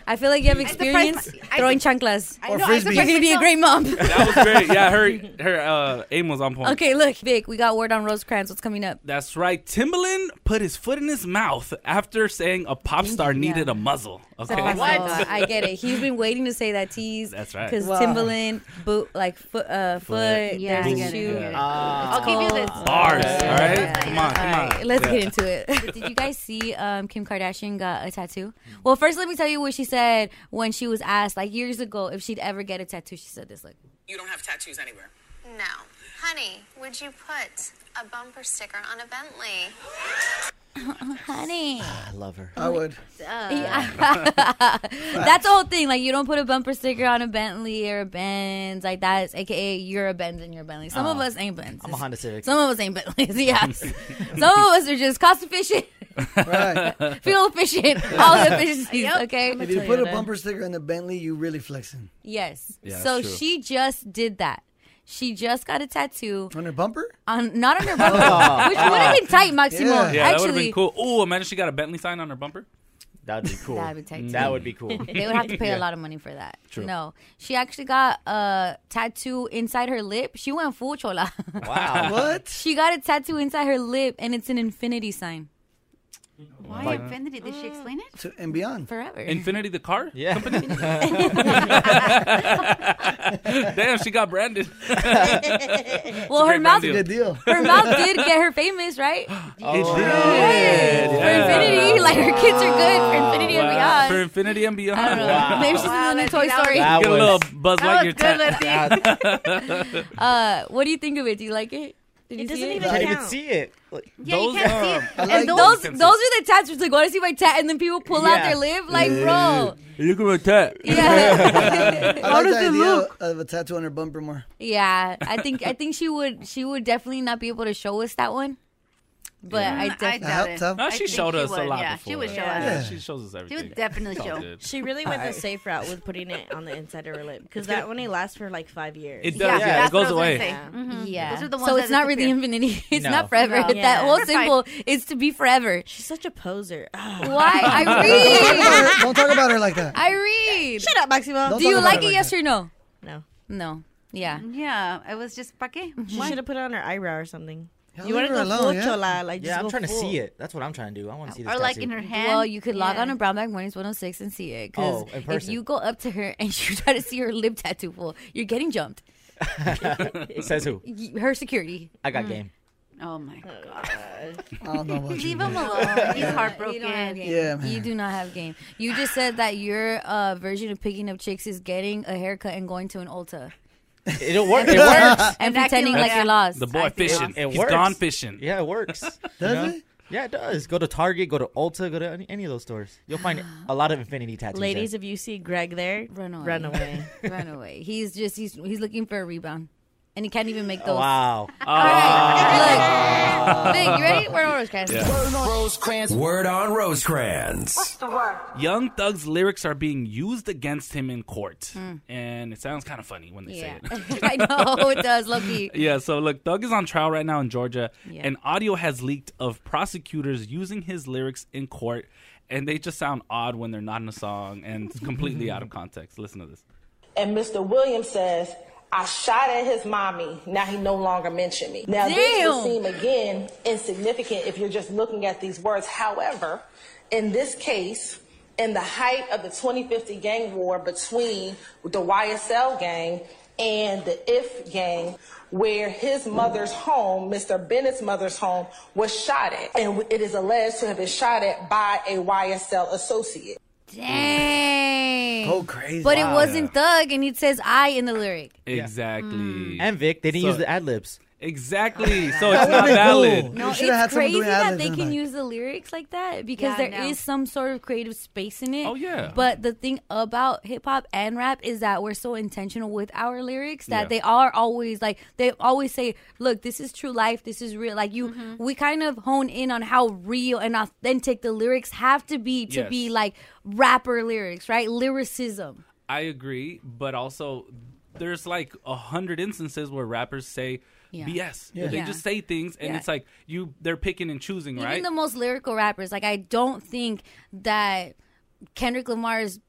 [SPEAKER 1] I feel like you have experience throwing chanclas.
[SPEAKER 10] I Or know, I frisbees.
[SPEAKER 1] You're gonna be a great mom.
[SPEAKER 2] That was great. Yeah, her her uh, aim was on point.
[SPEAKER 1] okay, look, Vic, we got word on Rosecrans. What's coming up?
[SPEAKER 2] That's right. Timbaland put his foot in his mouth after saying a pop star needed a muzzle. Okay.
[SPEAKER 1] Oh my God, I get it. He's been waiting to say that tease.
[SPEAKER 2] That's right.
[SPEAKER 1] Because
[SPEAKER 2] Wow.
[SPEAKER 1] Timbaland, boot, like foot, uh, foot,
[SPEAKER 10] Yeah, I
[SPEAKER 1] there's
[SPEAKER 10] get it, I
[SPEAKER 1] shoe.
[SPEAKER 10] get it.
[SPEAKER 1] It's
[SPEAKER 10] I'll give you
[SPEAKER 1] called-
[SPEAKER 10] this.
[SPEAKER 2] Ah. Bars.
[SPEAKER 1] Yeah.
[SPEAKER 2] All right.
[SPEAKER 1] Yeah.
[SPEAKER 2] Come on. Come
[SPEAKER 1] All
[SPEAKER 2] on.
[SPEAKER 1] right, let's
[SPEAKER 2] Yeah.
[SPEAKER 1] get into it. But did you guys see um, Kim Kardashian got a tattoo? Well, first, let me tell you what she said when she was asked, like years ago, if she'd ever get a tattoo. She said this, like,
[SPEAKER 13] You don't have tattoos anywhere. No. Honey, would you put a bumper sticker on a Bentley?
[SPEAKER 1] honey.
[SPEAKER 8] I love her.
[SPEAKER 4] I would.
[SPEAKER 1] Yeah. That's the whole thing. Like you don't put a bumper sticker on a Bentley or a Benz like that's AKA you're a Benz and you're a Bentley. Some of
[SPEAKER 8] Oh.
[SPEAKER 1] us ain't Benz.
[SPEAKER 8] I'm a Honda Civic.
[SPEAKER 1] Some of us ain't Bentleys. Yes. Some of us are just cost efficient, fuel efficient, all the efficiencies. Okay.
[SPEAKER 4] If you put a bumper sticker on the Bentley, you really flexing.
[SPEAKER 1] Yes.
[SPEAKER 4] Yeah,
[SPEAKER 1] so
[SPEAKER 4] that's true.
[SPEAKER 1] she just did that. She just got a tattoo
[SPEAKER 4] on her bumper.
[SPEAKER 1] On not on her bumper,
[SPEAKER 2] Oh.
[SPEAKER 1] which would have been tight, Maximo.
[SPEAKER 2] Yeah, that would have
[SPEAKER 1] Actually,
[SPEAKER 2] been cool. Ooh, imagine she got a Bentley sign on her bumper.
[SPEAKER 8] That'd be cool. Mm.
[SPEAKER 1] That'd be tight. too.
[SPEAKER 8] That would be cool.
[SPEAKER 1] they would have to pay
[SPEAKER 8] Yeah.
[SPEAKER 1] a lot of money for that.
[SPEAKER 8] True.
[SPEAKER 1] No, she actually got a tattoo inside her lip. She went full chola.
[SPEAKER 8] Wow.
[SPEAKER 4] what?
[SPEAKER 1] She got a tattoo inside her lip, and it's an infinity sign.
[SPEAKER 5] Why
[SPEAKER 2] Like-
[SPEAKER 5] infinity? Did she explain it?
[SPEAKER 4] To, and beyond.
[SPEAKER 1] Forever.
[SPEAKER 2] Infinity, the car
[SPEAKER 8] yeah.
[SPEAKER 2] company. Damn, she got branded.
[SPEAKER 1] well, her mouth, her mouth did get her famous, right?
[SPEAKER 2] Yes,
[SPEAKER 1] For infinity, like her kids are good for infinity and beyond.
[SPEAKER 2] For infinity and beyond.
[SPEAKER 1] I don't know. Maybe she's in the new Toy Story.
[SPEAKER 2] Get a little Buzz
[SPEAKER 1] That
[SPEAKER 2] Lightyear
[SPEAKER 1] was
[SPEAKER 2] tat.
[SPEAKER 1] good, Letty. uh, what do you think of it? Do you like it? Did you it
[SPEAKER 8] doesn't
[SPEAKER 1] see
[SPEAKER 8] even I didn't count. even see it. Like,
[SPEAKER 1] yeah,
[SPEAKER 8] those
[SPEAKER 1] you can't
[SPEAKER 8] are-
[SPEAKER 1] see it.
[SPEAKER 8] I
[SPEAKER 1] And
[SPEAKER 8] like
[SPEAKER 1] those,
[SPEAKER 8] those.
[SPEAKER 1] those are the tats. It's like, want to see my tat? And then people pull out their lip. Like, bro.
[SPEAKER 2] Look at my tat.
[SPEAKER 4] I like
[SPEAKER 1] How does
[SPEAKER 4] the
[SPEAKER 1] it
[SPEAKER 4] idea
[SPEAKER 1] look?
[SPEAKER 4] of a tattoo on her bumper more.
[SPEAKER 1] Yeah, I think I think she would she would definitely not be able to show us that one. But
[SPEAKER 5] Yeah.
[SPEAKER 1] I
[SPEAKER 5] Mm, I
[SPEAKER 1] definitely
[SPEAKER 5] doubt it.
[SPEAKER 2] No,
[SPEAKER 5] I
[SPEAKER 2] she
[SPEAKER 5] think
[SPEAKER 2] showed
[SPEAKER 5] she
[SPEAKER 2] us a
[SPEAKER 5] would,
[SPEAKER 2] lot
[SPEAKER 5] yeah.
[SPEAKER 2] before.
[SPEAKER 5] She would
[SPEAKER 2] that.
[SPEAKER 5] show
[SPEAKER 2] yeah.
[SPEAKER 5] us.
[SPEAKER 2] She shows us
[SPEAKER 5] would
[SPEAKER 2] everything.
[SPEAKER 5] definitely
[SPEAKER 2] It's all
[SPEAKER 5] show.
[SPEAKER 2] good.
[SPEAKER 6] She really went the
[SPEAKER 2] Alright.
[SPEAKER 6] safe route with putting it on the inside of her lip because
[SPEAKER 2] good.
[SPEAKER 6] that only lasts for like five years.
[SPEAKER 2] It does, Yeah, yeah, it that's what goes I was gonna away. say.
[SPEAKER 1] Yeah.
[SPEAKER 5] Those are the ones
[SPEAKER 1] Mm-hmm. so
[SPEAKER 5] that
[SPEAKER 1] it's not really
[SPEAKER 5] disappear.
[SPEAKER 1] infinity. It's
[SPEAKER 2] No.
[SPEAKER 1] not forever.
[SPEAKER 5] No.
[SPEAKER 1] That
[SPEAKER 5] Yeah.
[SPEAKER 1] whole
[SPEAKER 5] We're fine.
[SPEAKER 1] symbol is to be forever.
[SPEAKER 6] She's such a poser. Ah.
[SPEAKER 1] Why? I
[SPEAKER 4] Don't talk about her-
[SPEAKER 1] read.
[SPEAKER 4] Don't talk about her like that.
[SPEAKER 1] I read.
[SPEAKER 6] Shut up, Maximo.
[SPEAKER 4] Don't
[SPEAKER 1] Do you
[SPEAKER 4] talk about
[SPEAKER 1] like
[SPEAKER 4] it
[SPEAKER 1] it?
[SPEAKER 4] like
[SPEAKER 1] Yes or no?
[SPEAKER 6] No.
[SPEAKER 1] No. Yeah.
[SPEAKER 5] Yeah, it was just pa qué?
[SPEAKER 6] She
[SPEAKER 5] Why?
[SPEAKER 6] should have put it on her eyebrow or something.
[SPEAKER 5] Yeah,
[SPEAKER 6] you
[SPEAKER 5] leave
[SPEAKER 6] want to
[SPEAKER 5] her
[SPEAKER 6] go
[SPEAKER 5] alone,
[SPEAKER 6] full
[SPEAKER 5] yeah.
[SPEAKER 6] chola, like
[SPEAKER 8] Oh, yeah,
[SPEAKER 6] just
[SPEAKER 8] I'm
[SPEAKER 6] go
[SPEAKER 8] trying to
[SPEAKER 6] full.
[SPEAKER 8] see it. That's what I'm trying to do. I want to see this. tattoo.
[SPEAKER 1] Well, you could log on to Brownback Mornings 106 and see it. Because
[SPEAKER 8] Oh, in
[SPEAKER 1] if
[SPEAKER 8] person.
[SPEAKER 1] you go up to her and you try to see her lip tattoo full, you're getting jumped.
[SPEAKER 8] Says who?
[SPEAKER 1] Y- Her security.
[SPEAKER 8] I got game.
[SPEAKER 5] Oh my god.
[SPEAKER 4] I don't know about you.
[SPEAKER 5] Leave him alone. He's
[SPEAKER 1] You don't have
[SPEAKER 5] heartbroken.
[SPEAKER 1] game. You do not have game. You just said that your uh, version of picking up chicks is getting a haircut and going to an Ulta.
[SPEAKER 8] It'll work. It
[SPEAKER 1] And
[SPEAKER 8] works.
[SPEAKER 1] And pretending like you're lost.
[SPEAKER 2] The boy fishing.
[SPEAKER 8] It
[SPEAKER 2] He's
[SPEAKER 8] works.
[SPEAKER 2] gone fishing.
[SPEAKER 8] Yeah, it works. does
[SPEAKER 2] it?
[SPEAKER 8] Yeah, it does. Go to Target, go to Ulta, go to any, any of those stores. You'll find a lot of infinity tattoos. there.
[SPEAKER 6] Ladies, if you see Greg there,
[SPEAKER 1] run away.
[SPEAKER 6] Run away.
[SPEAKER 1] Run away. He's just he's he's looking for a rebound. And he can't even make those.
[SPEAKER 8] Wow.
[SPEAKER 2] Oh.
[SPEAKER 1] All right. Look. Big, you ready? We're on Rosecrans.
[SPEAKER 2] Yeah. Word
[SPEAKER 1] Rosecrans.
[SPEAKER 2] Word on Rosecrans.
[SPEAKER 1] the word?
[SPEAKER 2] Young Thug's lyrics are being used against him in court,
[SPEAKER 1] Mm.
[SPEAKER 2] and it sounds kind of funny when they
[SPEAKER 1] Yeah.
[SPEAKER 2] say it.
[SPEAKER 1] I know it does, Loki.
[SPEAKER 2] Yeah, so look, Thug is on trial right now in Georgia,
[SPEAKER 1] Yeah.
[SPEAKER 2] and audio has leaked of prosecutors using his lyrics in court, and they just sound odd when they're not in a song and it's completely out of context. Listen to this.
[SPEAKER 14] And Mr. Williams says, I shot at his mommy. Now he no longer mentioned me. Now this will
[SPEAKER 9] Damn.
[SPEAKER 14] seem again insignificant if you're just looking at these words. However, in this case, in the height of the 2050 gang war between the YSL gang and the IF gang, where his mother's home, Mr. Bennett's mother's home, was shot at. And it is alleged to have been shot at by a YSL associate.
[SPEAKER 1] Dang.
[SPEAKER 14] Go crazy.
[SPEAKER 1] But it
[SPEAKER 14] Wow.
[SPEAKER 1] wasn't Thug, and it says I in the lyric.
[SPEAKER 2] Exactly.
[SPEAKER 8] And Vic, they didn't
[SPEAKER 2] So-
[SPEAKER 8] use the ad libs.
[SPEAKER 2] Exactly. So
[SPEAKER 8] That would've
[SPEAKER 2] it's not
[SPEAKER 8] been cool.
[SPEAKER 2] valid.
[SPEAKER 1] No, it's
[SPEAKER 4] had someone
[SPEAKER 1] crazy
[SPEAKER 4] doing
[SPEAKER 1] that
[SPEAKER 4] ad-libs
[SPEAKER 1] they
[SPEAKER 4] in the
[SPEAKER 1] can
[SPEAKER 4] back.
[SPEAKER 1] use the lyrics like that because
[SPEAKER 4] Yeah,
[SPEAKER 1] there
[SPEAKER 4] I
[SPEAKER 1] is
[SPEAKER 4] know.
[SPEAKER 1] some sort of creative space in it.
[SPEAKER 2] Oh, yeah.
[SPEAKER 1] But the thing about hip hop and rap is that we're so intentional with our lyrics that
[SPEAKER 2] Yeah.
[SPEAKER 1] they are always like they always say, "Look, this is true life. This is real." Like you,
[SPEAKER 4] Mm-hmm.
[SPEAKER 1] we kind of hone in on how real and authentic the lyrics have to be to
[SPEAKER 2] Yes.
[SPEAKER 1] be like rapper lyrics, right? Lyricism.
[SPEAKER 2] I agree, but also there's like a hundred instances where rappers say
[SPEAKER 1] Yeah.
[SPEAKER 2] BS.
[SPEAKER 1] Yeah.
[SPEAKER 2] They
[SPEAKER 1] Yeah.
[SPEAKER 2] just say things, and
[SPEAKER 1] Yeah.
[SPEAKER 2] it's like you they're picking and choosing,
[SPEAKER 1] Even
[SPEAKER 2] right?
[SPEAKER 1] the most lyrical rappers, like I don't think that Kendrick Lamar's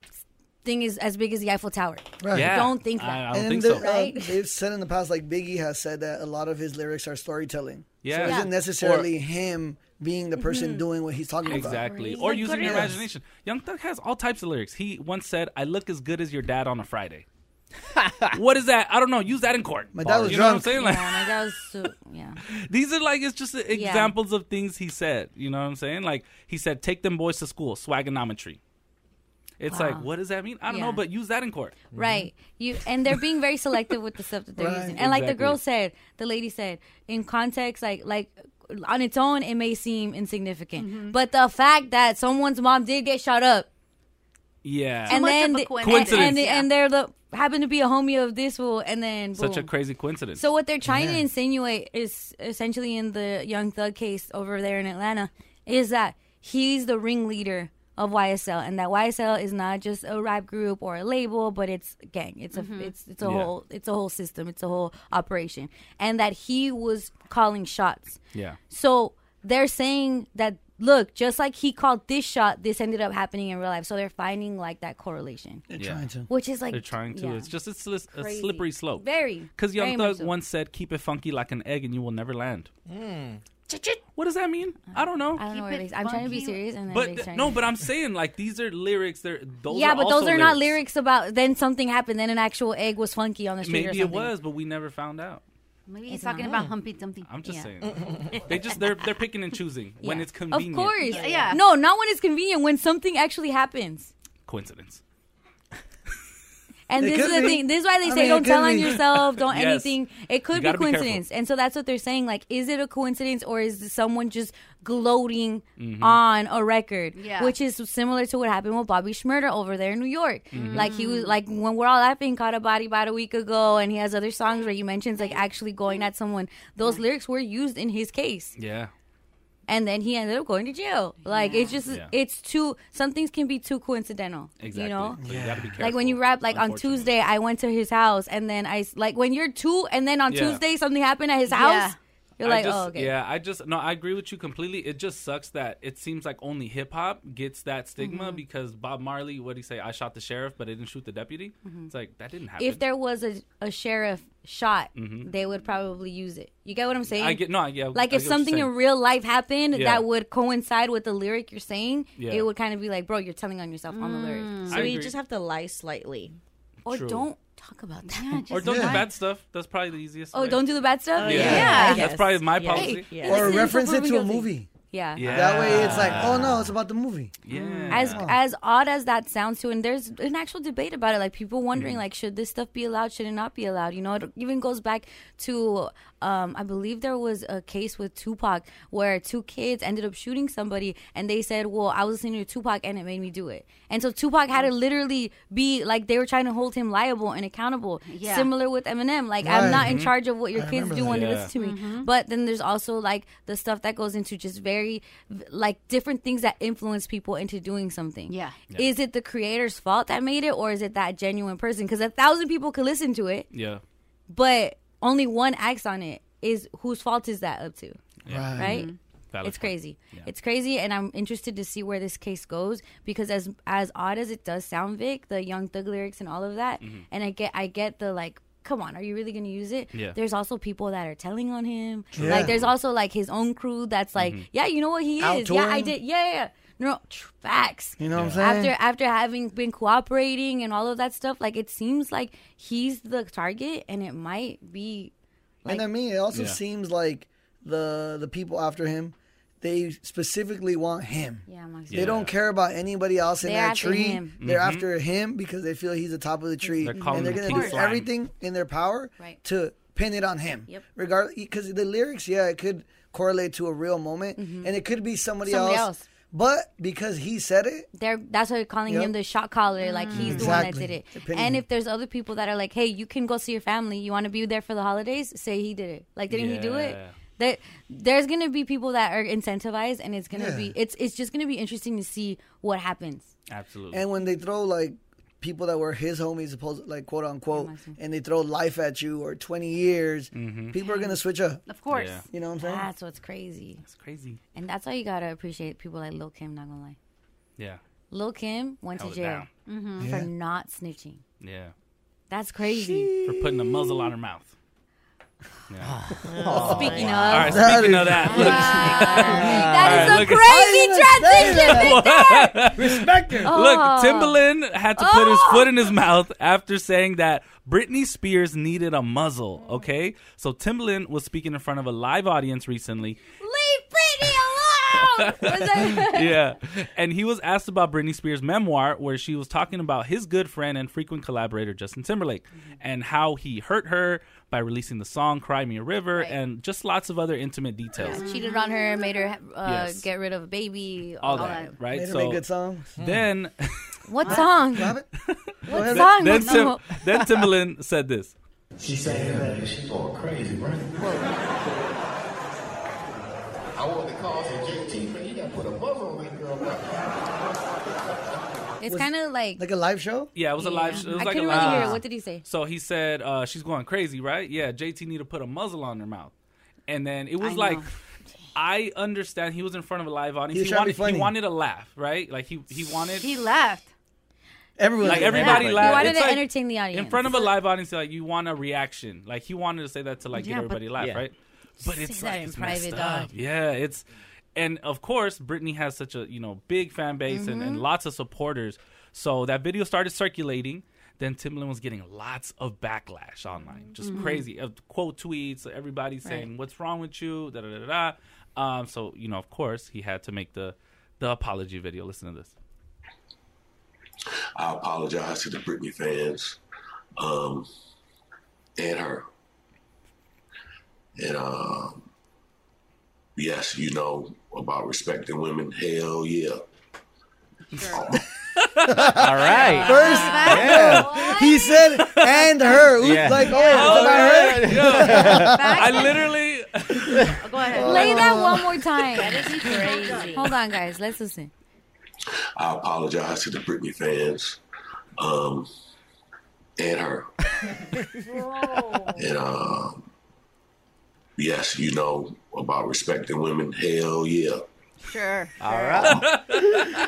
[SPEAKER 1] thing is as big as the Eiffel Tower. I don't think that.
[SPEAKER 4] And the- uh,
[SPEAKER 1] Right?
[SPEAKER 4] they've said in the past, like Biggie has said that a lot of his lyrics are storytelling.
[SPEAKER 2] Yeah.
[SPEAKER 4] So it
[SPEAKER 2] Yeah.
[SPEAKER 4] isn't necessarily
[SPEAKER 2] Or-
[SPEAKER 4] him being the person
[SPEAKER 1] Mm-hmm.
[SPEAKER 4] doing what he's talking about.
[SPEAKER 2] Exactly. Or using your imagination. Young Thug has all types of lyrics. He once said, I look as good as your dad on a Friday. what is that? I don't know. Use that in court.
[SPEAKER 4] My dad was
[SPEAKER 2] you know what I'm
[SPEAKER 4] drunk.
[SPEAKER 2] saying? Like,
[SPEAKER 1] yeah, like, that was so, yeah.
[SPEAKER 2] these are like, it's just
[SPEAKER 1] Yeah.
[SPEAKER 2] examples of things he said. You know what I'm saying? Like, he said, take them boys to school, swagonometry. It's
[SPEAKER 1] Wow.
[SPEAKER 2] like, what does that mean? I don't know,
[SPEAKER 1] Yeah.
[SPEAKER 2] but use that in court.
[SPEAKER 1] Right. You and they're being very selective with the stuff that they're
[SPEAKER 2] Right.
[SPEAKER 1] using. And like the
[SPEAKER 2] Exactly.
[SPEAKER 1] girl said, the lady said, in context, like like on its own, it may seem insignificant,
[SPEAKER 2] Mm-hmm.
[SPEAKER 1] but the fact that someone's mom did get shot up,
[SPEAKER 2] Yeah.
[SPEAKER 1] and then the-
[SPEAKER 2] coincidence.
[SPEAKER 1] and, and, and they're the happen to be a homie of this fool, and then
[SPEAKER 2] Such a
[SPEAKER 1] boom.
[SPEAKER 2] crazy coincidence.
[SPEAKER 1] So what they're trying to insinuate is essentially in the Young Thug case over there in Atlanta is that he's the ringleader of YSL and that YSL is not just a rap group or a label but it's a gang it's a
[SPEAKER 10] Mhm.
[SPEAKER 1] it's it's a
[SPEAKER 10] Yeah.
[SPEAKER 1] whole it's a whole system it's a whole operation and that he was calling shots
[SPEAKER 10] Yeah.
[SPEAKER 1] so they're saying that look just like he called this shot this ended up happening in real life so they're finding like that correlation
[SPEAKER 2] They're Yeah. trying to.
[SPEAKER 1] which is like
[SPEAKER 2] They're trying to.
[SPEAKER 1] yeah.
[SPEAKER 2] It's just a, sli- a
[SPEAKER 1] Crazy.
[SPEAKER 2] slippery slope.
[SPEAKER 1] Very,
[SPEAKER 2] Because Young
[SPEAKER 1] very much
[SPEAKER 2] Thug
[SPEAKER 1] so.
[SPEAKER 2] once said, "Keep it funky like an egg, and you will never land." Hmm. What does that mean? I don't know.
[SPEAKER 1] I don't know what it is. I'm trying to be serious, and then
[SPEAKER 2] But
[SPEAKER 1] Big's
[SPEAKER 2] th-
[SPEAKER 1] trying
[SPEAKER 2] no,
[SPEAKER 1] to-
[SPEAKER 2] but I'm saying like these are lyrics. They're those.
[SPEAKER 1] yeah,
[SPEAKER 2] are
[SPEAKER 1] but
[SPEAKER 2] also
[SPEAKER 1] those are not lyrics about then something happened, then an actual egg was funky on the street or
[SPEAKER 2] Maybe it
[SPEAKER 1] something.
[SPEAKER 2] was, but we never found out.
[SPEAKER 1] Maybe
[SPEAKER 5] he's talking about humping something.
[SPEAKER 2] I'm just saying. they just they're they're picking and choosing when it's
[SPEAKER 1] Of
[SPEAKER 2] convenient.
[SPEAKER 1] course. No, not when it's convenient, when something actually happens.
[SPEAKER 2] Coincidence.
[SPEAKER 1] And
[SPEAKER 2] It
[SPEAKER 1] this is
[SPEAKER 2] could
[SPEAKER 1] the
[SPEAKER 2] be.
[SPEAKER 1] thing. This is why they say
[SPEAKER 2] I mean, it
[SPEAKER 1] don't
[SPEAKER 2] could
[SPEAKER 1] tell on
[SPEAKER 2] be.
[SPEAKER 1] yourself, don't
[SPEAKER 2] Yes.
[SPEAKER 1] anything. It
[SPEAKER 2] You
[SPEAKER 1] could be
[SPEAKER 2] gotta be careful.
[SPEAKER 1] coincidence. and so that's what they're saying. Like, is it a coincidence or is this someone just gloating
[SPEAKER 10] Mhm.
[SPEAKER 2] Mm-hmm.
[SPEAKER 1] on a record?
[SPEAKER 10] Yeah.
[SPEAKER 1] Which is similar to what happened with Bobby Schmurder over there in New York.
[SPEAKER 2] Mm-hmm.
[SPEAKER 10] Mhm.
[SPEAKER 1] Like he was like when we're all laughing, caught a body about a week ago, and he has other songs where he mentions like actually going at someone. Those lyrics were used in his case.
[SPEAKER 2] Yeah.
[SPEAKER 1] and then he ended up going to jail. Like it's just
[SPEAKER 2] Yeah.
[SPEAKER 1] it's too some things can be too coincidental. You
[SPEAKER 2] Exactly.
[SPEAKER 1] know.
[SPEAKER 2] So you gotta be careful.
[SPEAKER 1] Like when you rap, like on
[SPEAKER 2] unfortunately.
[SPEAKER 1] Tuesday, I went to his house, and then I s- like when you're two, and then on
[SPEAKER 2] Yeah.
[SPEAKER 1] Tuesday something happened at his house.
[SPEAKER 10] Yeah.
[SPEAKER 1] You're
[SPEAKER 2] I
[SPEAKER 1] like,
[SPEAKER 2] just-
[SPEAKER 1] oh, okay.
[SPEAKER 2] Yeah, I just no, I agree with you completely. It just sucks that it seems like only hip hop gets that stigma
[SPEAKER 1] Mhm.
[SPEAKER 2] because Bob Marley, what would he say? I shot the sheriff, but I didn't shoot the deputy.
[SPEAKER 1] Mhm.
[SPEAKER 2] It's like that didn't happen.
[SPEAKER 1] If there was a, a sheriff shot,
[SPEAKER 2] Mhm.
[SPEAKER 1] they would probably use it. You get what I'm saying?
[SPEAKER 2] I get no, I-
[SPEAKER 1] like
[SPEAKER 2] yeah. I
[SPEAKER 1] if
[SPEAKER 2] get what you're
[SPEAKER 1] something in
[SPEAKER 2] saying.
[SPEAKER 1] real life happened
[SPEAKER 2] Yeah.
[SPEAKER 1] that would coincide with the lyric you're saying,
[SPEAKER 2] Yeah.
[SPEAKER 1] it would kind of be like, bro, you're telling on yourself on the lyric.
[SPEAKER 6] Mm. So
[SPEAKER 2] I
[SPEAKER 6] you
[SPEAKER 2] agree.
[SPEAKER 6] just have to lie slightly.
[SPEAKER 1] Or
[SPEAKER 2] True.
[SPEAKER 1] don't talk about that.
[SPEAKER 2] or don't do bad stuff. That's probably the easiest.
[SPEAKER 1] Oh,
[SPEAKER 2] way.
[SPEAKER 1] don't do the bad stuff?
[SPEAKER 2] Yeah,
[SPEAKER 1] Yeah. Yeah.
[SPEAKER 2] that's
[SPEAKER 1] Yes.
[SPEAKER 2] probably my
[SPEAKER 1] Yeah.
[SPEAKER 2] policy.
[SPEAKER 1] Hey,
[SPEAKER 4] Or reference it to a movie.
[SPEAKER 1] Yeah.
[SPEAKER 4] That way it's like, oh no, it's about the movie.
[SPEAKER 2] Yeah.
[SPEAKER 1] As as odd as that sounds too, and there's an actual debate about it. Like people wondering, like, should this stuff be allowed? Should it not be allowed? You know, it even goes back to, um, I believe there was a case with Tupac where two kids ended up shooting somebody, and they said, "Well, I was listening to Tupac, and it made me do it." And so Tupac had to literally be like they were trying to hold him liable and accountable.
[SPEAKER 10] Yeah.
[SPEAKER 1] Similar with Eminem, like
[SPEAKER 10] Right.
[SPEAKER 1] I'm not in
[SPEAKER 10] Mhm.
[SPEAKER 1] charge of what your
[SPEAKER 10] I
[SPEAKER 1] kids
[SPEAKER 10] remember
[SPEAKER 1] do
[SPEAKER 10] that.
[SPEAKER 1] when they
[SPEAKER 10] Yeah.
[SPEAKER 1] listen to me.
[SPEAKER 10] Mhm.
[SPEAKER 1] But then there's also like the stuff that goes into just very v- like different things that influence people into doing something. Yeah.
[SPEAKER 10] Yeah.
[SPEAKER 1] Is it the creator's fault that made it or is it that genuine person? Because a thousand people could listen to it,
[SPEAKER 2] Yeah.
[SPEAKER 1] but only one acts on it. Is whose fault is that up to?
[SPEAKER 2] Yeah.
[SPEAKER 1] Right?
[SPEAKER 10] Mm-hmm.
[SPEAKER 2] Mhm. Valid
[SPEAKER 1] It's
[SPEAKER 2] point.
[SPEAKER 1] crazy. It's crazy, and I'm interested to see where this case goes because as as odd as it does sound, Vic, the Young Thug lyrics and all of that,
[SPEAKER 10] Mhm.
[SPEAKER 1] and I get I get the like, come on, are you really gonna use it?
[SPEAKER 10] Yeah.
[SPEAKER 1] There's also people that are telling on him.
[SPEAKER 10] True.
[SPEAKER 1] Like
[SPEAKER 10] Yeah.
[SPEAKER 1] there's also like his own crew that's like,
[SPEAKER 10] Mhm.
[SPEAKER 1] yeah, you know what he is.
[SPEAKER 10] Out to
[SPEAKER 1] yeah, I
[SPEAKER 10] him.
[SPEAKER 1] did. Yeah, yeah. yeah. No tr- facts.
[SPEAKER 4] You know what I'm saying?
[SPEAKER 1] After after having been cooperating and all of that stuff, like it seems like he's the target, and it might be. Like,
[SPEAKER 4] and I mean, it also
[SPEAKER 1] Yeah.
[SPEAKER 4] seems like the the people after him, they specifically want him.
[SPEAKER 1] Yeah, I'm like,
[SPEAKER 4] They don't care about anybody else in
[SPEAKER 1] They're
[SPEAKER 4] that
[SPEAKER 1] after
[SPEAKER 4] tree.
[SPEAKER 1] him.
[SPEAKER 4] They're
[SPEAKER 1] Mhm.
[SPEAKER 4] after him because they feel he's the top of the tree,
[SPEAKER 2] They're calling
[SPEAKER 4] and they're
[SPEAKER 2] him
[SPEAKER 4] gonna
[SPEAKER 2] King
[SPEAKER 4] do
[SPEAKER 2] Slime.
[SPEAKER 4] everything in their power
[SPEAKER 1] Right.
[SPEAKER 4] to pin it on him. Yep. Regardless, because the lyrics, yeah, it could correlate to a real moment, and it could be somebody,
[SPEAKER 1] Mm-hmm. Somebody
[SPEAKER 4] else,
[SPEAKER 1] else.
[SPEAKER 4] But because he said it,
[SPEAKER 1] they're that's why they're calling
[SPEAKER 4] Yep.
[SPEAKER 1] him the shot caller. Like he's the one that
[SPEAKER 4] Exactly.
[SPEAKER 1] did it.
[SPEAKER 4] They're pinning
[SPEAKER 1] And
[SPEAKER 4] him.
[SPEAKER 1] if there's other people that are like, hey, you can go see your family. You want to be there for the holidays? Say he did it. Like, didn't he do it?
[SPEAKER 10] Yeah.
[SPEAKER 1] That there's gonna be people that are incentivized, and it's gonna
[SPEAKER 4] Yeah.
[SPEAKER 1] be it's it's just gonna be interesting to see what happens.
[SPEAKER 2] Absolutely.
[SPEAKER 4] And when they throw like people that were his homies, supposed like quote unquote, and they throw life at you or twenty years, people are gonna switch up.
[SPEAKER 1] Of course.
[SPEAKER 2] Yeah.
[SPEAKER 4] you know what I'm saying.
[SPEAKER 1] That's what's crazy. That's
[SPEAKER 2] crazy.
[SPEAKER 1] And that's why you gotta appreciate people like Lil Kim. Not gonna lie,
[SPEAKER 2] Yeah.
[SPEAKER 1] Lil Kim went
[SPEAKER 2] Held
[SPEAKER 1] to
[SPEAKER 2] it
[SPEAKER 1] jail Mm-hmm.
[SPEAKER 2] down.
[SPEAKER 1] for
[SPEAKER 2] Yeah.
[SPEAKER 1] not snitching.
[SPEAKER 2] Yeah.
[SPEAKER 1] That's crazy.
[SPEAKER 2] For putting a muzzle on her mouth. Yeah.
[SPEAKER 1] Speaking
[SPEAKER 2] All
[SPEAKER 1] of-
[SPEAKER 2] right,
[SPEAKER 1] That
[SPEAKER 2] speaking
[SPEAKER 1] is-
[SPEAKER 2] of that.
[SPEAKER 1] Wow.
[SPEAKER 2] look-
[SPEAKER 1] That is
[SPEAKER 2] All
[SPEAKER 1] a crazy transition.
[SPEAKER 2] right, look-
[SPEAKER 1] Victor.
[SPEAKER 4] Respect her.
[SPEAKER 2] Look,
[SPEAKER 1] Oh.
[SPEAKER 2] Timbaland had to put his foot in his mouth after saying that Britney Spears needed a muzzle, okay? So Timbaland was speaking in front of a live audience recently.
[SPEAKER 1] Leave Britney alone.
[SPEAKER 2] yeah. And he was asked about Britney Spears' memoir, where she was talking about his good friend and frequent collaborator, Justin Timberlake,
[SPEAKER 1] Mm-hmm.
[SPEAKER 2] and how he hurt her by releasing the song Cry Me a River and just lots of other intimate details.
[SPEAKER 1] cheated on her, made her uh,
[SPEAKER 2] Yes.
[SPEAKER 1] get rid of a baby,
[SPEAKER 2] All, that, right?
[SPEAKER 1] Made her
[SPEAKER 2] so Hmm.
[SPEAKER 1] make
[SPEAKER 4] good songs.
[SPEAKER 2] Then,
[SPEAKER 1] What song?
[SPEAKER 4] What
[SPEAKER 1] What song?
[SPEAKER 2] then,
[SPEAKER 1] No.
[SPEAKER 2] Tim, then Timbaland said this.
[SPEAKER 9] She saying that she's going crazy, right? I want to call for JT, but you got to put a buzzer on that girl.
[SPEAKER 1] It's kind of like
[SPEAKER 4] like a live show.
[SPEAKER 2] Yeah, it was a live. It was
[SPEAKER 1] I
[SPEAKER 2] like
[SPEAKER 1] couldn't really
[SPEAKER 2] a live
[SPEAKER 1] hear it. What did he say?
[SPEAKER 2] So he said uh, she's going crazy, right? Yeah, JT need to put a muzzle on her mouth, and then it was
[SPEAKER 1] I
[SPEAKER 2] like.
[SPEAKER 1] know.
[SPEAKER 2] I understand he was in front of a live audience.
[SPEAKER 4] was
[SPEAKER 2] He,
[SPEAKER 4] trying to be
[SPEAKER 2] wanted, he
[SPEAKER 4] funny.
[SPEAKER 2] wanted a laugh, right? Like he he wanted
[SPEAKER 1] He laughed.
[SPEAKER 4] Everyone,
[SPEAKER 2] like everybody
[SPEAKER 1] He
[SPEAKER 2] laughed.
[SPEAKER 1] wanted
[SPEAKER 2] It's
[SPEAKER 1] to
[SPEAKER 2] like,
[SPEAKER 1] entertain the audience.
[SPEAKER 2] in front of a live audience, like you want a reaction. Like he wanted to say that to like
[SPEAKER 1] Yeah,
[SPEAKER 2] get
[SPEAKER 1] but-
[SPEAKER 2] everybody to laugh,
[SPEAKER 1] Yeah.
[SPEAKER 2] right? But
[SPEAKER 1] Say
[SPEAKER 2] it's
[SPEAKER 1] that
[SPEAKER 2] like
[SPEAKER 1] in
[SPEAKER 2] it's messed
[SPEAKER 1] private,
[SPEAKER 2] up.
[SPEAKER 1] dog.
[SPEAKER 2] Yeah, it's and of course Britney has such a you know big fan base and, and
[SPEAKER 1] Mhm.
[SPEAKER 2] lots of supporters. So that video started circulating. Then Timbaland was getting lots of backlash online, just
[SPEAKER 1] Mhm.
[SPEAKER 2] crazy. Uh, quote tweets, everybody saying "What's wrong with you?" Da da da da. da. Um, so you know, of course, he had to make the the apology video. Listen to this.
[SPEAKER 9] I apologize to the Britney fans um, and her. And um, yes, you know about respecting women. Hell yeah.
[SPEAKER 8] All right.
[SPEAKER 4] First,
[SPEAKER 8] Yeah.
[SPEAKER 4] no, he said, and her. Oops,
[SPEAKER 8] Yeah.
[SPEAKER 4] like, oh,
[SPEAKER 8] Oh,
[SPEAKER 4] it's about her?
[SPEAKER 8] right. Yeah.
[SPEAKER 2] I literally.
[SPEAKER 1] Go
[SPEAKER 4] Oh,
[SPEAKER 1] ahead. Play that one more time.
[SPEAKER 6] That is crazy.
[SPEAKER 1] Hold on, guys. Let's listen.
[SPEAKER 9] I apologize to the Britney fans um, and her. And um, yes, you know about respecting women. Hell yeah. Um,
[SPEAKER 1] Sure.
[SPEAKER 9] All right.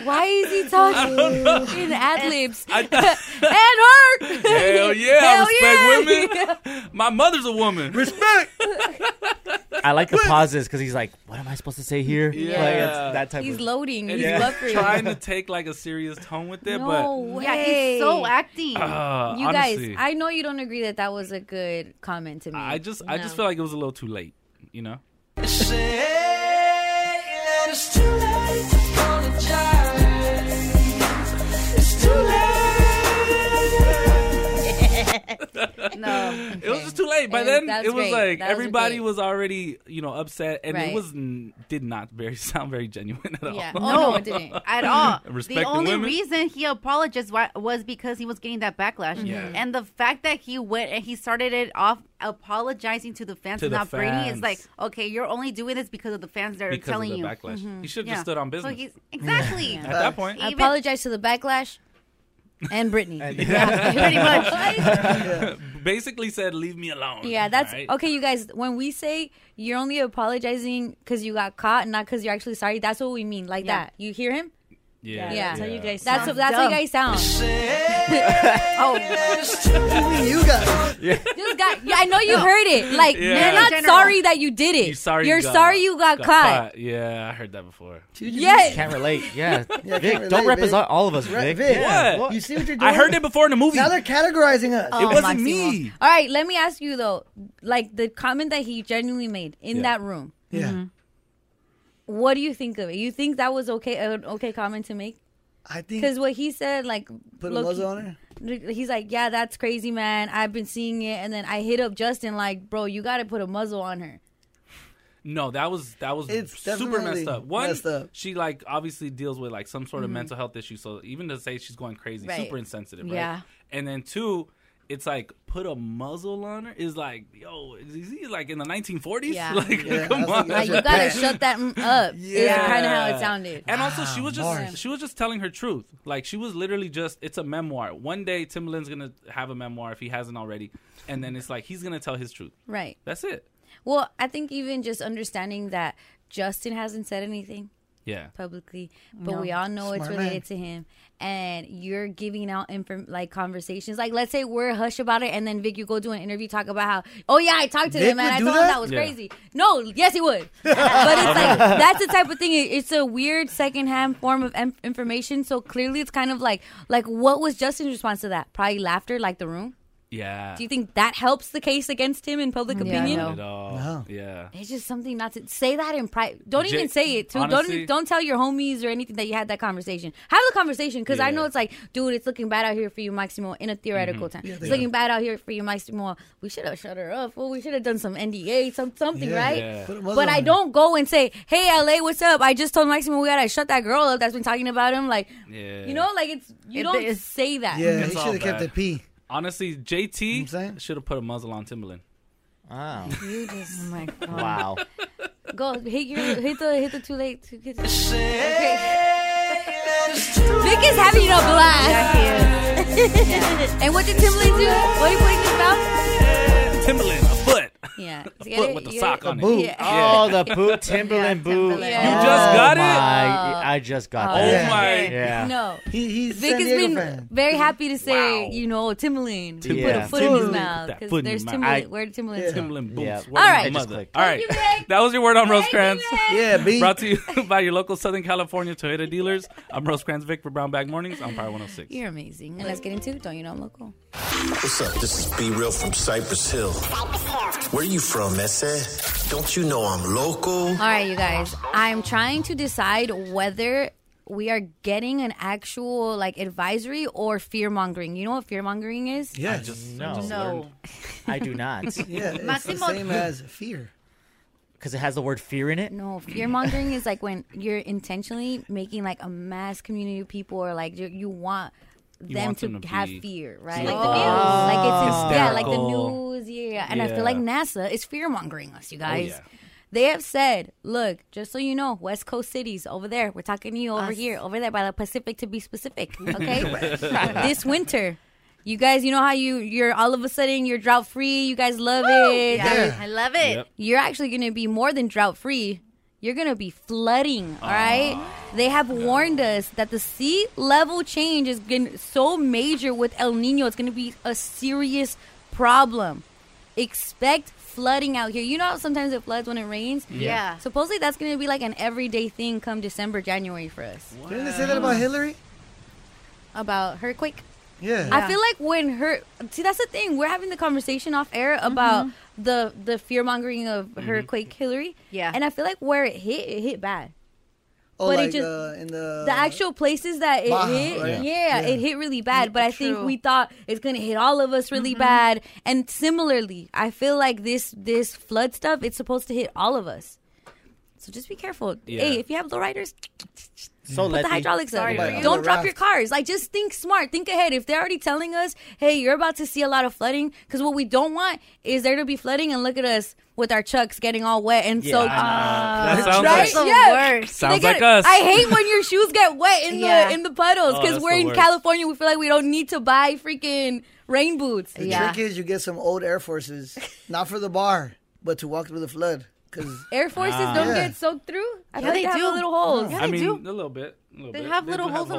[SPEAKER 1] Why is he talking in ad libs? and work.
[SPEAKER 2] Hell yeah,
[SPEAKER 1] Hell
[SPEAKER 2] respect
[SPEAKER 1] yeah.
[SPEAKER 2] women. My mother's a woman.
[SPEAKER 4] Respect.
[SPEAKER 8] I like the pauses because he's like, "What am I supposed to say here?"
[SPEAKER 2] Yeah.
[SPEAKER 8] Like, it's that type
[SPEAKER 1] He's
[SPEAKER 8] of.
[SPEAKER 1] loading.
[SPEAKER 2] And
[SPEAKER 1] He's
[SPEAKER 2] he's
[SPEAKER 1] buffering.
[SPEAKER 2] trying to take like a serious tone with it,
[SPEAKER 1] No way.
[SPEAKER 5] Yeah, he's so acting.
[SPEAKER 2] Uh,
[SPEAKER 1] you
[SPEAKER 2] honestly.
[SPEAKER 1] guys, I know you don't agree that that was a good comment to me.
[SPEAKER 2] but I just I just feel like it was a little too late, you know.
[SPEAKER 15] It's too late to apologize. It's too late.
[SPEAKER 1] no.
[SPEAKER 2] It was just too late. By
[SPEAKER 15] It-
[SPEAKER 2] then,
[SPEAKER 15] that's
[SPEAKER 2] it was
[SPEAKER 15] great.
[SPEAKER 2] like
[SPEAKER 15] That was
[SPEAKER 2] everybody
[SPEAKER 15] great.
[SPEAKER 2] was, already, you know, upset, and
[SPEAKER 5] Right.
[SPEAKER 2] it was n- did not very sound very genuine at
[SPEAKER 5] Yeah. Oh,
[SPEAKER 2] all.
[SPEAKER 5] No, it didn't. at all.
[SPEAKER 2] Respect
[SPEAKER 5] the only
[SPEAKER 2] women.
[SPEAKER 5] reason he apologized wa- was because he was getting that backlash, Mm-hmm.
[SPEAKER 2] Yeah.
[SPEAKER 5] and the fact that he went and he started it off apologizing to the fans
[SPEAKER 2] To
[SPEAKER 5] and
[SPEAKER 2] the
[SPEAKER 5] not Brady is
[SPEAKER 2] fans.
[SPEAKER 5] like, okay, you're only doing this because of the fans that are
[SPEAKER 2] Because of
[SPEAKER 5] telling
[SPEAKER 2] the
[SPEAKER 5] you. Mm-hmm.
[SPEAKER 2] backlash. He should've just stood on business.
[SPEAKER 5] So he's, exactly.
[SPEAKER 2] At that point,
[SPEAKER 1] I apologize to the backlash and Brittany.
[SPEAKER 5] pretty much.
[SPEAKER 2] basically said, "Leave me alone."
[SPEAKER 1] Yeah, that's
[SPEAKER 2] Oh, right?
[SPEAKER 1] okay, you guys. When we say you're only apologizing because you got caught, not because you're actually sorry, that's what we mean, like that. You hear him?
[SPEAKER 2] Yeah,
[SPEAKER 1] yeah.
[SPEAKER 6] That's how you guys
[SPEAKER 1] That's
[SPEAKER 6] sound.
[SPEAKER 1] what, that's how you guys sound. oh,
[SPEAKER 4] you guys.
[SPEAKER 1] Just got, yeah, I know you heard it. Like
[SPEAKER 2] Yeah.
[SPEAKER 1] you're not
[SPEAKER 2] General.
[SPEAKER 1] sorry that you did it.
[SPEAKER 2] You sorry
[SPEAKER 1] you're
[SPEAKER 2] you got-
[SPEAKER 1] sorry you got, caught.
[SPEAKER 2] Yeah, I heard that before.
[SPEAKER 1] Yeah.
[SPEAKER 8] Can't relate. Yeah.
[SPEAKER 4] Yeah, I
[SPEAKER 8] Vic,
[SPEAKER 4] can't
[SPEAKER 8] don't
[SPEAKER 4] relate,
[SPEAKER 8] represent
[SPEAKER 4] Vic.
[SPEAKER 8] all of us,
[SPEAKER 4] Re-
[SPEAKER 8] Vic.
[SPEAKER 4] Vic,
[SPEAKER 8] Yeah.
[SPEAKER 4] you see what you're doing?
[SPEAKER 8] I heard it
[SPEAKER 2] before in the movie.
[SPEAKER 4] Now they're categorizing us.
[SPEAKER 1] Oh,
[SPEAKER 2] wasn't
[SPEAKER 1] Maximo.
[SPEAKER 2] me.
[SPEAKER 1] All right, let me ask you though, like the comment that he genuinely made in
[SPEAKER 4] Yeah.
[SPEAKER 1] that room.
[SPEAKER 4] Yeah.
[SPEAKER 1] What do you think of it? You think that was okay? An okay comment to make?
[SPEAKER 4] I think
[SPEAKER 1] because what he said, like,
[SPEAKER 4] Put a
[SPEAKER 1] low-key-
[SPEAKER 4] muzzle on her?
[SPEAKER 1] He's like, yeah, that's crazy, man. I've been seeing it, and then I hit up Justin, like, bro, you got to put a muzzle on her.
[SPEAKER 2] No, that was that was
[SPEAKER 4] It's
[SPEAKER 2] super
[SPEAKER 4] definitely
[SPEAKER 2] messed up. One,
[SPEAKER 4] messed up. Mm-hmm.
[SPEAKER 2] she like obviously deals with like some sort of
[SPEAKER 1] Mhm.
[SPEAKER 2] mental health issue, so even to say she's going crazy,
[SPEAKER 1] Right.
[SPEAKER 2] super insensitive, right?
[SPEAKER 1] Yeah.
[SPEAKER 2] And then two, it's like put a muzzle on her is like, yo, is he like in the 1940s?
[SPEAKER 1] Yeah.
[SPEAKER 2] Like,
[SPEAKER 1] Yeah,
[SPEAKER 2] come on,
[SPEAKER 1] Like, you got to shut that mm up. Is kind of how it sounded.
[SPEAKER 2] And also, she
[SPEAKER 4] Ah,
[SPEAKER 2] was just
[SPEAKER 1] Mars.
[SPEAKER 2] she was just telling her truth. Like she was literally just it's a memoir. One day Timbaland's gonna have a memoir if he hasn't already, and then it's like he's gonna tell his truth.
[SPEAKER 1] Right.
[SPEAKER 2] That's it.
[SPEAKER 1] Well, I think even just understanding that Justin hasn't said anything.
[SPEAKER 2] Yeah.
[SPEAKER 1] publicly, but
[SPEAKER 5] No.
[SPEAKER 1] we all know it's
[SPEAKER 5] Smart
[SPEAKER 1] related
[SPEAKER 5] man.
[SPEAKER 1] to him. And you're giving out inform- like conversations. Like let's say we're hush about it, and then Vic, you go do an interview, talk about how, oh yeah, I talked to
[SPEAKER 10] Vic
[SPEAKER 1] him and
[SPEAKER 10] would
[SPEAKER 1] I
[SPEAKER 10] do
[SPEAKER 1] told him
[SPEAKER 10] that?
[SPEAKER 1] that was
[SPEAKER 10] Yeah.
[SPEAKER 1] crazy. No, yes, he would. but it's like that's the type of thing. it- It's a weird secondhand form of em- information. So clearly, it's kind of like like what was Justin's response to that? Probably laughter, like the room.
[SPEAKER 2] Yeah.
[SPEAKER 1] Do you think that helps the case against him in public opinion?
[SPEAKER 2] Not at all. Yeah.
[SPEAKER 1] It's just something not to say that in private. Don't
[SPEAKER 2] J-
[SPEAKER 1] even say it. Too. don't
[SPEAKER 2] honestly-
[SPEAKER 1] even, don't tell your homies or anything that you had that conversation. Have the conversation because I know
[SPEAKER 2] Yeah. Mm-hmm.
[SPEAKER 1] it's like, dude, it's looking bad out here for you, Maximo, in a theoretical
[SPEAKER 10] Mhm.
[SPEAKER 1] time.
[SPEAKER 10] Yeah,
[SPEAKER 1] it's
[SPEAKER 10] they-
[SPEAKER 1] looking bad out here for you, Maximo. We should have shut her up. Well, we should have done some NDA, some something,
[SPEAKER 10] Yeah.
[SPEAKER 1] right?
[SPEAKER 10] Yeah. Put a muzzle
[SPEAKER 1] But
[SPEAKER 10] on
[SPEAKER 1] I
[SPEAKER 10] her.
[SPEAKER 1] don't go and say, hey, LA, what's up? I just told Maximo we gotta shut that girl up that's been talking about him. Like,
[SPEAKER 2] Yeah.
[SPEAKER 1] you know, like it's you
[SPEAKER 10] It-
[SPEAKER 1] don't
[SPEAKER 10] it's-
[SPEAKER 1] say that.
[SPEAKER 4] Yeah,
[SPEAKER 2] It's
[SPEAKER 4] he
[SPEAKER 2] all
[SPEAKER 4] should have kept
[SPEAKER 2] bad.
[SPEAKER 4] it P.
[SPEAKER 2] Honestly, JT should have put a muzzle on Timberland.
[SPEAKER 8] Wow.
[SPEAKER 1] You just, oh my God.
[SPEAKER 2] Wow.
[SPEAKER 1] Go hit your hit the hit the too late. Too, hit the, okay. Vic is having a blast. and what did Timberlake do? What did he play his mouth?
[SPEAKER 2] Timberland, a foot.
[SPEAKER 1] Yeah.
[SPEAKER 2] A
[SPEAKER 1] You get
[SPEAKER 2] foot
[SPEAKER 1] it?
[SPEAKER 2] with the
[SPEAKER 1] You
[SPEAKER 2] sock
[SPEAKER 1] get it?
[SPEAKER 2] on it.
[SPEAKER 8] Boot.
[SPEAKER 1] Yeah.
[SPEAKER 8] Oh, the boot. Timberland boot.
[SPEAKER 1] Timberland.
[SPEAKER 2] You just
[SPEAKER 8] Oh
[SPEAKER 2] got it?
[SPEAKER 8] my- I just got
[SPEAKER 2] Oh
[SPEAKER 8] that.
[SPEAKER 2] my-
[SPEAKER 8] Yeah.
[SPEAKER 1] No.
[SPEAKER 4] He, he's
[SPEAKER 1] Vic
[SPEAKER 4] San
[SPEAKER 1] has
[SPEAKER 4] Diego
[SPEAKER 1] been
[SPEAKER 4] fan.
[SPEAKER 1] very happy to say, you know, Timberland. Put
[SPEAKER 2] Yeah.
[SPEAKER 1] a foot in his
[SPEAKER 2] Timberland.
[SPEAKER 1] mouth.
[SPEAKER 2] That
[SPEAKER 1] Because
[SPEAKER 2] foot in
[SPEAKER 1] there's
[SPEAKER 2] your
[SPEAKER 1] Timberland.
[SPEAKER 2] mouth.
[SPEAKER 1] Where did Timberland
[SPEAKER 2] Timberland boots.
[SPEAKER 8] Yeah.
[SPEAKER 2] Where
[SPEAKER 1] All
[SPEAKER 2] the
[SPEAKER 1] right. It just
[SPEAKER 2] mother-
[SPEAKER 8] clicked.
[SPEAKER 2] All right. that was your word on Rosecrans.
[SPEAKER 4] Yeah, B.
[SPEAKER 2] Brought to you by your local Southern California Toyota dealers. I'm Rosecrans Vic for Brown Bag Mornings on Power 106.
[SPEAKER 1] You're amazing. And let's get into it. Don't you know I'm local?
[SPEAKER 16] What's up? This is Be Real from Cypress Hill. Where you from, Messe? Don't you know I'm local?
[SPEAKER 1] All right, you guys. I'm trying to decide whether we are getting an actual like advisory or fear mongering. You know what fear mongering is?
[SPEAKER 8] Yeah, just no.
[SPEAKER 1] No.
[SPEAKER 8] I do not.
[SPEAKER 4] Yeah, it's
[SPEAKER 1] Maximo-
[SPEAKER 4] the same as fear.
[SPEAKER 8] Because it has the word fear in it.
[SPEAKER 1] No, fear mongering is like when you're intentionally making like a mass community of people or like you, you want
[SPEAKER 10] You
[SPEAKER 1] them
[SPEAKER 10] want
[SPEAKER 1] to,
[SPEAKER 10] them to
[SPEAKER 1] have
[SPEAKER 10] be-
[SPEAKER 1] fear, right?
[SPEAKER 10] Like the
[SPEAKER 1] Like the
[SPEAKER 10] news.
[SPEAKER 1] news. Like it's
[SPEAKER 10] Oh.
[SPEAKER 1] yeah, like the
[SPEAKER 10] Hysterical.
[SPEAKER 1] news. Yeah. And I
[SPEAKER 10] Yeah.
[SPEAKER 1] feel like NASA is fear mongering us, you
[SPEAKER 10] Oh,
[SPEAKER 1] guys.
[SPEAKER 10] yeah.
[SPEAKER 1] They have said, look, just so you know, West Coast cities over there, we're talking to you over here, over there by the Pacific to be specific, okay? this winter. You guys, you know how you you're all of a sudden you're drought free. You guys love it.
[SPEAKER 5] Yeah. I love it. Yep.
[SPEAKER 1] You're actually going to be more than drought free. You're going to be flooding, all right?
[SPEAKER 4] Ah.
[SPEAKER 1] They have warned us that the sea level change is getting so major with El Nino, it's going to be a serious problem. Expect flooding out here. You know how sometimes it floods when it rains?
[SPEAKER 4] Yeah. Yeah.
[SPEAKER 1] Supposedly that's going to be like an everyday thing come December, January for us.
[SPEAKER 4] Didn't they say that about Hillary?
[SPEAKER 1] About earthquake?
[SPEAKER 4] Yeah.
[SPEAKER 1] I feel like when her see that's the thing we're having the conversation off air
[SPEAKER 4] Mm-hmm.
[SPEAKER 1] about the the fear mongering of her quake Hillary. Yeah, and I feel like where it hit, it hit bad.
[SPEAKER 4] Oh,
[SPEAKER 1] but
[SPEAKER 4] like,
[SPEAKER 1] it just
[SPEAKER 4] uh, in the,
[SPEAKER 1] the actual places that it
[SPEAKER 4] Baja,
[SPEAKER 1] hit,
[SPEAKER 4] right?
[SPEAKER 1] yeah,
[SPEAKER 4] Yeah.
[SPEAKER 1] it hit really bad. But I think
[SPEAKER 10] true.
[SPEAKER 1] we thought it's gonna hit all of us really bad. And similarly, I feel like this this flood stuff it's supposed to hit all of us. So just be careful.
[SPEAKER 8] Yeah.
[SPEAKER 1] Hey, if you have lowriders,
[SPEAKER 8] So
[SPEAKER 1] put
[SPEAKER 8] let
[SPEAKER 1] the hydraulics up.
[SPEAKER 8] Sorry for you.
[SPEAKER 1] Don't drop
[SPEAKER 8] Raft.
[SPEAKER 1] your cars. Like, just think smart. Think ahead. If they're already telling us, hey, you're about to see a lot of flooding, because what we don't want is there to be flooding and look at us with our chucks getting all wet and
[SPEAKER 2] Yeah,
[SPEAKER 1] so.
[SPEAKER 2] I know.
[SPEAKER 5] uh,
[SPEAKER 2] That sounds
[SPEAKER 1] right?
[SPEAKER 2] like-
[SPEAKER 1] yeah.
[SPEAKER 2] Worst. Sounds
[SPEAKER 1] They get-
[SPEAKER 2] like us.
[SPEAKER 1] I hate when your shoes get wet in
[SPEAKER 10] Yeah.
[SPEAKER 1] the in the puddles
[SPEAKER 4] Oh,
[SPEAKER 1] because
[SPEAKER 4] that's
[SPEAKER 1] we're
[SPEAKER 4] the
[SPEAKER 1] in
[SPEAKER 4] worst.
[SPEAKER 1] California. We feel like we don't need to buy freaking rain boots.
[SPEAKER 4] The trick is you get some old Air Forces, not for the bar, but to walk through the flood. Cause
[SPEAKER 1] Air Forces don't
[SPEAKER 4] Yeah.
[SPEAKER 1] get soaked through. I
[SPEAKER 4] Ah. Yeah,
[SPEAKER 1] feel like
[SPEAKER 4] they
[SPEAKER 1] they have
[SPEAKER 4] do.
[SPEAKER 1] little holes.
[SPEAKER 2] I mean, a little bit. a little bit. do have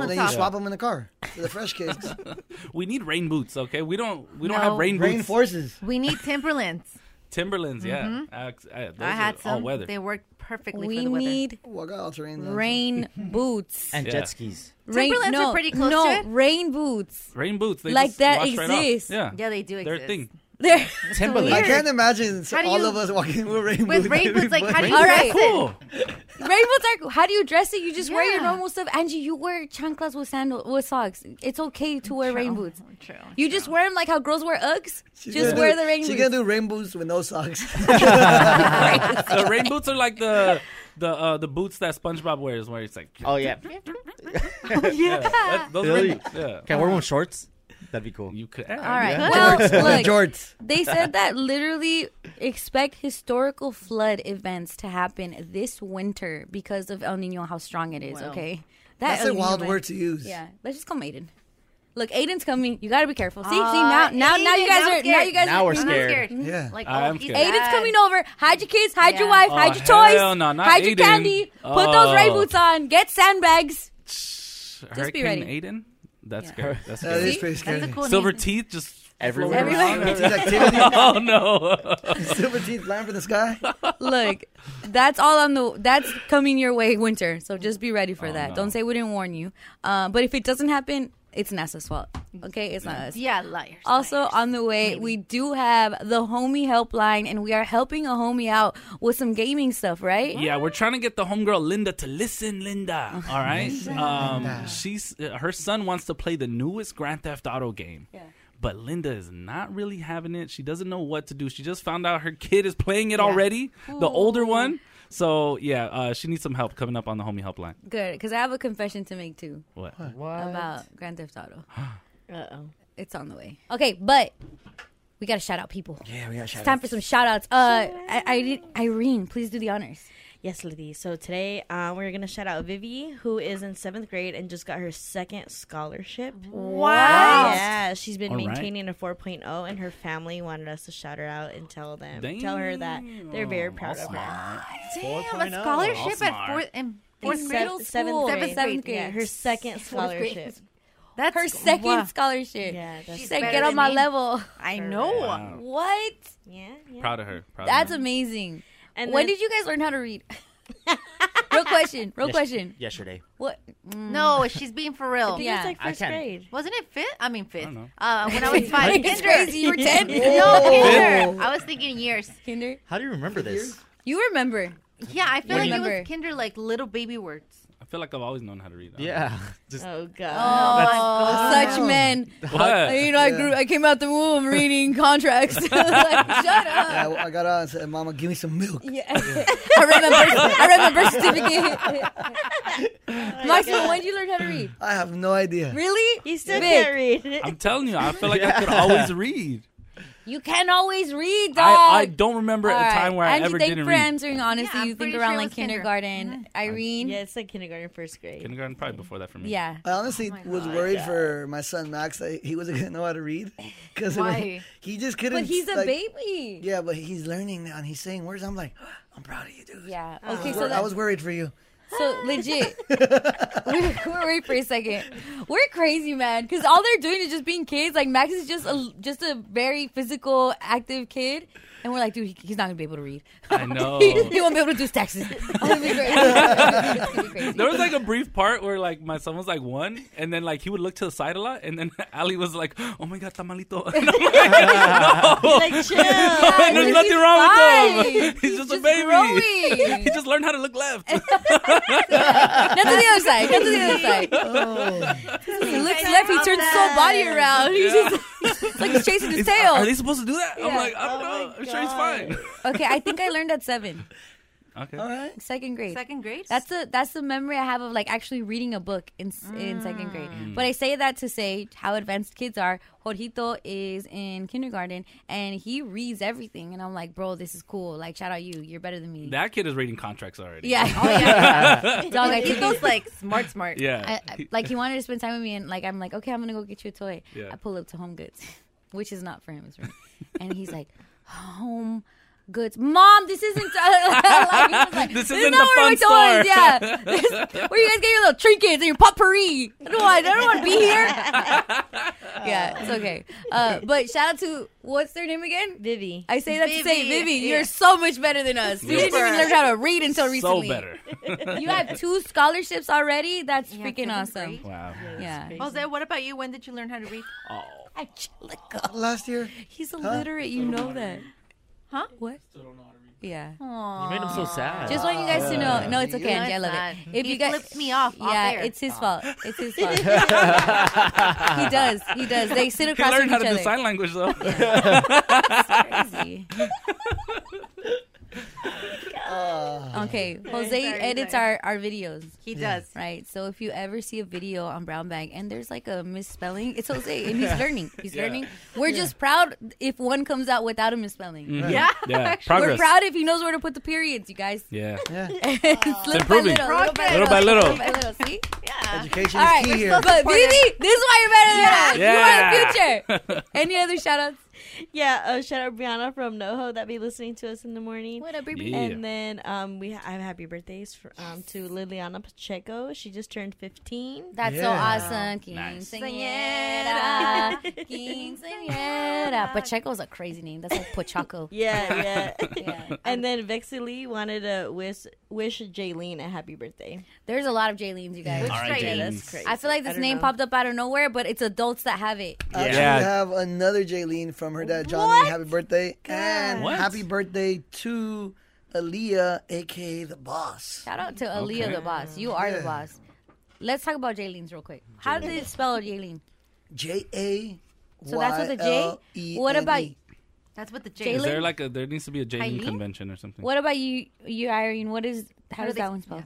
[SPEAKER 4] Then you swap them in the car for the fresh kids.
[SPEAKER 2] We need rain boots, okay? We don't. We don't
[SPEAKER 5] No.
[SPEAKER 2] have rain boots.
[SPEAKER 5] Rain
[SPEAKER 4] forces.
[SPEAKER 5] We need Timberlands.
[SPEAKER 2] Timberlands, yeah.
[SPEAKER 5] Mhm.
[SPEAKER 2] Ax- I, those
[SPEAKER 5] I
[SPEAKER 2] are
[SPEAKER 5] had
[SPEAKER 2] all
[SPEAKER 5] some.
[SPEAKER 2] weather.
[SPEAKER 5] They work perfectly
[SPEAKER 1] We
[SPEAKER 5] for the weather.
[SPEAKER 1] need rain boots
[SPEAKER 8] And
[SPEAKER 2] Yeah.
[SPEAKER 8] jet skis.
[SPEAKER 5] Timberlands are pretty close
[SPEAKER 1] no,
[SPEAKER 5] to it.
[SPEAKER 1] rain boots.
[SPEAKER 2] Rain boots. They
[SPEAKER 1] Like
[SPEAKER 2] just
[SPEAKER 1] that
[SPEAKER 2] wash right off.
[SPEAKER 1] exists.
[SPEAKER 2] Yeah.
[SPEAKER 5] Yeah, they do
[SPEAKER 2] They're
[SPEAKER 5] exist.
[SPEAKER 2] a thing.
[SPEAKER 1] They're
[SPEAKER 2] Timberlands.
[SPEAKER 4] I can't imagine
[SPEAKER 5] How do
[SPEAKER 4] all
[SPEAKER 5] you-
[SPEAKER 4] of us walking with rain
[SPEAKER 5] With
[SPEAKER 4] boots.
[SPEAKER 5] rain boots, like, how do you
[SPEAKER 1] All
[SPEAKER 5] dress
[SPEAKER 1] right.
[SPEAKER 5] it?
[SPEAKER 2] Cool.
[SPEAKER 1] rain boots are. How do you dress it? You just wear your normal stuff. Angie, you wear chanclas with sandal with socks. It's okay to wear rain boots. True. You just wear them like how girls wear Uggs. just wear the rain
[SPEAKER 4] She's
[SPEAKER 1] boots.
[SPEAKER 4] gonna do rain boots with no socks.
[SPEAKER 2] the rain boots are like the the uh, the boots that SpongeBob wears, where it's like.
[SPEAKER 8] Oh yeah.
[SPEAKER 2] yeah. that- those
[SPEAKER 8] Really?
[SPEAKER 2] rain boots. Yeah.
[SPEAKER 8] Can I wear one shorts? That'd be cool. You
[SPEAKER 2] could.
[SPEAKER 1] All right. Well, look, they said that literally expect historical flood events to happen this winter because of El Nino, how strong it is.
[SPEAKER 4] Wow.
[SPEAKER 1] Okay,
[SPEAKER 4] That's
[SPEAKER 1] El
[SPEAKER 4] a
[SPEAKER 1] Niño
[SPEAKER 4] wild
[SPEAKER 1] event-
[SPEAKER 4] word to use.
[SPEAKER 1] Yeah, let's just call him Aiden. Look, Aiden's coming. You gotta be careful. See, see now,
[SPEAKER 10] Aw,
[SPEAKER 1] now, now you
[SPEAKER 10] Aiden,
[SPEAKER 1] guys
[SPEAKER 10] now I'm
[SPEAKER 1] are now you guys
[SPEAKER 10] scared.
[SPEAKER 1] are
[SPEAKER 10] Now we're
[SPEAKER 1] Mhm.
[SPEAKER 10] scared.
[SPEAKER 1] Mhm.
[SPEAKER 10] Yeah. Like,
[SPEAKER 2] I oh, am he's scared.
[SPEAKER 1] Aiden's coming over. Hide your kids. Hide your wife. Hide
[SPEAKER 2] Oh,
[SPEAKER 1] your toys.
[SPEAKER 2] hell no, not
[SPEAKER 1] hide your
[SPEAKER 2] Aiden.
[SPEAKER 1] candy. Put those rain
[SPEAKER 2] Oh.
[SPEAKER 1] boots on. Get sandbags.
[SPEAKER 2] Hurricane
[SPEAKER 1] be ready.
[SPEAKER 2] Aiden. That's scary. That's
[SPEAKER 4] That
[SPEAKER 2] scary.
[SPEAKER 4] is pretty That's scary. a cool
[SPEAKER 2] Silver
[SPEAKER 4] name.
[SPEAKER 2] teeth just
[SPEAKER 4] Everywhere.
[SPEAKER 2] floating around.
[SPEAKER 4] Everywhere.
[SPEAKER 2] oh no.
[SPEAKER 4] Silver teeth, land for the sky.
[SPEAKER 1] Look, that's all on the. That's coming your way, winter. So just be ready for that.
[SPEAKER 4] no.
[SPEAKER 1] Don't say we didn't warn you. Uh, but if it doesn't happen, It's NASA's fault. Okay, it's not us.
[SPEAKER 10] Yeah, liars.
[SPEAKER 1] Also on the way, we do have the homie helpline, and we are helping a homie out with some gaming stuff, right?
[SPEAKER 2] Yeah, we're trying to get the homegirl Linda to listen, Linda. All right, um, she's uh, her son wants to play the newest Grand Theft Auto game. Yeah. But Linda is not really having it. She doesn't know what to do. She just found out her kid is playing it already, the older one. So yeah, uh, she needs some help coming up on the homie helpline.
[SPEAKER 1] Good, because I have a confession to make too.
[SPEAKER 2] What?
[SPEAKER 1] About Grand Theft Auto.
[SPEAKER 6] uh oh.
[SPEAKER 1] It's on the way. Okay, but we got to shout out people.
[SPEAKER 8] Yeah, we got
[SPEAKER 1] It's time for some shout outs. Uh, I, I did, Irene, please do the honors.
[SPEAKER 6] Yes, lady. So today uh, we're gonna shout out Vivi, who is in seventh grade and just got her second scholarship.
[SPEAKER 1] Wow.
[SPEAKER 6] Yeah, she's been
[SPEAKER 1] All right.
[SPEAKER 6] maintaining a 4.0, and her family wanted us to shout her out and tell them,
[SPEAKER 15] Damn.
[SPEAKER 6] tell her that they're very proud of her.
[SPEAKER 10] Damn,
[SPEAKER 6] Oh,
[SPEAKER 1] oh.
[SPEAKER 10] a scholarship at fourth and fourth
[SPEAKER 6] Sev-
[SPEAKER 10] middle school.
[SPEAKER 6] seventh grade.
[SPEAKER 1] Seventh
[SPEAKER 6] Yeah,
[SPEAKER 1] grade.
[SPEAKER 6] her second
[SPEAKER 1] Fourth grade.
[SPEAKER 6] scholarship.
[SPEAKER 1] That's her second
[SPEAKER 10] wow.
[SPEAKER 1] scholarship.
[SPEAKER 6] Yeah, that's
[SPEAKER 1] she
[SPEAKER 6] She's
[SPEAKER 1] said,
[SPEAKER 6] better
[SPEAKER 1] "Get on
[SPEAKER 6] than
[SPEAKER 1] my
[SPEAKER 6] me."
[SPEAKER 1] level."
[SPEAKER 10] I know.
[SPEAKER 2] Wow.
[SPEAKER 1] What?
[SPEAKER 6] Yeah,
[SPEAKER 2] Proud of her. Proud
[SPEAKER 1] That's
[SPEAKER 2] of her.
[SPEAKER 1] amazing.
[SPEAKER 6] And
[SPEAKER 1] when
[SPEAKER 6] then-
[SPEAKER 1] did you guys learn how to read? real question. Real
[SPEAKER 8] Yes-
[SPEAKER 1] question.
[SPEAKER 8] Yesterday.
[SPEAKER 1] What?
[SPEAKER 10] No, she's being for real.
[SPEAKER 1] I think it was, Yeah. like,
[SPEAKER 8] I first can- grade.
[SPEAKER 10] mm. Wasn't it fifth? I mean fifth.
[SPEAKER 8] know.
[SPEAKER 10] Uh, when I was
[SPEAKER 1] What?
[SPEAKER 10] five,
[SPEAKER 1] It's
[SPEAKER 10] kinder.
[SPEAKER 1] crazy, you were 10?
[SPEAKER 10] no,
[SPEAKER 8] Whoa.
[SPEAKER 10] kinder. I was thinking years.
[SPEAKER 1] Kinder.
[SPEAKER 8] How do you remember this?
[SPEAKER 1] You remember?
[SPEAKER 10] Yeah, I feel
[SPEAKER 2] What
[SPEAKER 10] like
[SPEAKER 2] do you
[SPEAKER 10] it was
[SPEAKER 2] remember?
[SPEAKER 10] kinder, like little baby words.
[SPEAKER 2] I feel like I've always known how to read.
[SPEAKER 8] Yeah. Just
[SPEAKER 6] oh
[SPEAKER 1] Oh,
[SPEAKER 10] That's-
[SPEAKER 1] such men.
[SPEAKER 2] What?
[SPEAKER 1] You know, I grew. I came out the womb reading contracts. like, shut up.
[SPEAKER 4] Yeah, I, I got on and said, Mama, give me some milk.
[SPEAKER 1] I read my birth, I read my birth certificate. Maximo, when did you learn how to read?
[SPEAKER 4] I have no idea.
[SPEAKER 1] Really?
[SPEAKER 6] You still
[SPEAKER 1] Vic,
[SPEAKER 6] can't read.
[SPEAKER 2] I'm telling you, I feel like I could always read.
[SPEAKER 1] You can always read, dog.
[SPEAKER 2] I, I don't remember a time where I
[SPEAKER 1] Angie,
[SPEAKER 2] ever
[SPEAKER 1] thank
[SPEAKER 2] didn't
[SPEAKER 1] for
[SPEAKER 2] read.
[SPEAKER 1] answering honestly.
[SPEAKER 10] Yeah, I'm
[SPEAKER 1] you think
[SPEAKER 10] pretty
[SPEAKER 1] around
[SPEAKER 10] sure it
[SPEAKER 1] like
[SPEAKER 10] was kinder.
[SPEAKER 1] kindergarten. Irene?
[SPEAKER 6] Yeah, it's like kindergarten, first grade.
[SPEAKER 2] Kindergarten, probably before that for me.
[SPEAKER 1] Yeah.
[SPEAKER 4] I
[SPEAKER 1] Oh
[SPEAKER 4] honestly was worried for my son Max that he wasn't gonna know how to read because
[SPEAKER 1] Why?
[SPEAKER 4] he just couldn't.
[SPEAKER 1] But he's a
[SPEAKER 4] like-
[SPEAKER 1] baby.
[SPEAKER 4] Yeah, but he's learning now and he's saying words. I'm like, I'm proud of you, dude.
[SPEAKER 1] Yeah.
[SPEAKER 4] I was
[SPEAKER 1] Okay,
[SPEAKER 4] wor-
[SPEAKER 1] so
[SPEAKER 4] I
[SPEAKER 1] that,
[SPEAKER 4] was worried for you.
[SPEAKER 1] so legit. we're, we're worried for a second. We're crazy, man, because all they're doing is just being kids. Like Max is just a just a very physical, active kid, and we're like, dude, he, he's not gonna be able to read.
[SPEAKER 2] I know.
[SPEAKER 1] he, he won't be able to do his taxes. Oh,
[SPEAKER 2] There was like a brief part where like my son was like one, and then like he would look to the side a lot, and then Ali was like, "Oh my god, tamalito!" And I'm like, no,
[SPEAKER 6] like, chill.
[SPEAKER 2] No, there's
[SPEAKER 15] he's
[SPEAKER 2] nothing wrong with him.
[SPEAKER 15] fine.
[SPEAKER 2] He's, just, a baby. he just learned how to look left.
[SPEAKER 1] Not to the other side. Not to the other side. Oh. He looks left. He turns his whole body around. He's
[SPEAKER 2] Yeah.
[SPEAKER 1] just it's like he's chasing his
[SPEAKER 2] Is-
[SPEAKER 1] tail.
[SPEAKER 2] Are they supposed to do that? I'm
[SPEAKER 1] Yeah.
[SPEAKER 2] like, I don't know. I'm sure he's fine.
[SPEAKER 1] okay, I think I learned at seven.
[SPEAKER 2] Okay.
[SPEAKER 1] Oh, Second grade.
[SPEAKER 10] Second grade?
[SPEAKER 1] That's the that's the memory I have of like actually reading a book in s in second grade.
[SPEAKER 2] Mm.
[SPEAKER 1] But I say that to say how advanced kids are. Jorgito is in kindergarten and he reads everything, and I'm like, bro, this is cool. Like, shout out you, you're better than me.
[SPEAKER 2] That kid is reading contracts already.
[SPEAKER 1] Yeah. Oh, yeah. Dog, I think
[SPEAKER 10] Jorgito's, like, smart, smart.
[SPEAKER 2] Yeah.
[SPEAKER 1] I- I- like he wanted to spend time with me, and like I'm like, okay, I'm gonna go get you a toy.
[SPEAKER 2] Yeah.
[SPEAKER 1] I pull up to Home Goods, which is not for him, it's for me. and he's like, Home Goods, Mom, this isn't. like, he was like,
[SPEAKER 15] This
[SPEAKER 1] this,
[SPEAKER 15] isn't
[SPEAKER 1] is not
[SPEAKER 15] the
[SPEAKER 1] where
[SPEAKER 15] fun
[SPEAKER 1] my toys.
[SPEAKER 15] store."
[SPEAKER 1] Yeah, This- where you guys get your little trinkets and your potpourri. I don't want. I don't want to be here. yeah, it's okay. Uh, but shout out to what's their name again?
[SPEAKER 6] Vivi.
[SPEAKER 1] I say that to say,
[SPEAKER 10] Vivi,
[SPEAKER 1] Vivi,
[SPEAKER 10] yeah.
[SPEAKER 1] you're so much better than us. We didn't
[SPEAKER 10] Super.
[SPEAKER 1] even learn how to read until
[SPEAKER 2] So
[SPEAKER 1] recently.
[SPEAKER 2] better.
[SPEAKER 1] you have two scholarships already. That's freaking
[SPEAKER 10] seventh
[SPEAKER 1] awesome.
[SPEAKER 10] grade.
[SPEAKER 2] Wow.
[SPEAKER 1] Yeah.
[SPEAKER 10] Jose, what about you? When did you learn how to read?
[SPEAKER 2] Oh.
[SPEAKER 1] Angelica.
[SPEAKER 4] Last year.
[SPEAKER 1] He's illiterate. You know that. Huh? What? Yeah.
[SPEAKER 8] You made him so sad.
[SPEAKER 1] Just want you guys to know. No, it's okay,
[SPEAKER 10] No,
[SPEAKER 1] Angie. I
[SPEAKER 10] it's
[SPEAKER 1] love
[SPEAKER 10] not.
[SPEAKER 1] it. If
[SPEAKER 10] He
[SPEAKER 1] you guys
[SPEAKER 10] flipped me off off
[SPEAKER 1] yeah,
[SPEAKER 10] air.
[SPEAKER 1] it's his fault. It's his fault. he does. He does. They sit
[SPEAKER 2] He
[SPEAKER 1] across from
[SPEAKER 2] learned
[SPEAKER 1] each
[SPEAKER 2] how
[SPEAKER 1] other.
[SPEAKER 2] to do sign language though.
[SPEAKER 1] crazy.
[SPEAKER 4] Ah. Uh-huh.
[SPEAKER 1] okay, Jose
[SPEAKER 10] sorry,
[SPEAKER 1] edits
[SPEAKER 10] sorry.
[SPEAKER 1] our, our videos.
[SPEAKER 10] He Yeah. does.
[SPEAKER 1] Right. So if you ever see a video on Brown Bag and there's like a misspelling, it's Jose and he's learning. He's
[SPEAKER 10] Yeah.
[SPEAKER 1] learning. We're just proud if one comes out without a misspelling.
[SPEAKER 2] Mhm. Yeah. Yeah.
[SPEAKER 1] We're
[SPEAKER 2] Progress.
[SPEAKER 1] proud if he knows where to put the periods, you guys.
[SPEAKER 2] Yeah.
[SPEAKER 4] Yeah.
[SPEAKER 1] it's little by
[SPEAKER 2] improving.
[SPEAKER 1] little, little by
[SPEAKER 2] Little by little.
[SPEAKER 1] by little. See?
[SPEAKER 4] Education
[SPEAKER 1] All
[SPEAKER 4] is
[SPEAKER 1] right.
[SPEAKER 4] key here.
[SPEAKER 1] But Vivi, this is why you're better than us. You are the future.
[SPEAKER 2] future.
[SPEAKER 1] Any other shout outs?
[SPEAKER 6] yeah, uh, shout out Brianna from NoHo that be listening to us in the morning.
[SPEAKER 10] What up,
[SPEAKER 2] Bri? Yeah.
[SPEAKER 6] And then um, we ha- I have happy birthdays for, um, to Liliana Pacheco. She just turned 15.
[SPEAKER 1] That's so Yeah. awesome. Nice. Quinceañera, Quinceañera. Pacheco's a crazy name. That's like Pachaco.
[SPEAKER 6] Yeah, yeah. And then Vexy Lee wanted to wish, wish Jaylene a happy birthday.
[SPEAKER 1] There's a lot of Jaylene's, you guys.
[SPEAKER 6] Which All right, crazy.
[SPEAKER 1] Yeah,
[SPEAKER 6] Jaylene's.
[SPEAKER 1] I feel like
[SPEAKER 6] I
[SPEAKER 1] this
[SPEAKER 6] don't
[SPEAKER 1] name
[SPEAKER 6] know.
[SPEAKER 1] popped up out of nowhere, but it's adults that have it.
[SPEAKER 4] Actually,
[SPEAKER 2] Yeah.
[SPEAKER 4] we have another Jaylene from her dad, Johnny. Happy birthday. And
[SPEAKER 1] What?
[SPEAKER 4] happy birthday to Aaliyah, a.k.a. The Boss.
[SPEAKER 1] Shout out to Aaliyah,
[SPEAKER 4] Okay.
[SPEAKER 1] the boss. You are the
[SPEAKER 4] Yeah.
[SPEAKER 1] boss. Let's talk about Jaylene's real quick. How did it spell Jaylene?
[SPEAKER 4] J A. E
[SPEAKER 1] So that's with a J. What about
[SPEAKER 10] That's what the
[SPEAKER 1] J.
[SPEAKER 2] Is there like a there needs to be a Jaylene
[SPEAKER 1] Jaylene?
[SPEAKER 2] convention or something?
[SPEAKER 1] What about you, you Irene? What is how
[SPEAKER 6] How
[SPEAKER 1] does
[SPEAKER 6] do they-
[SPEAKER 1] that one spell?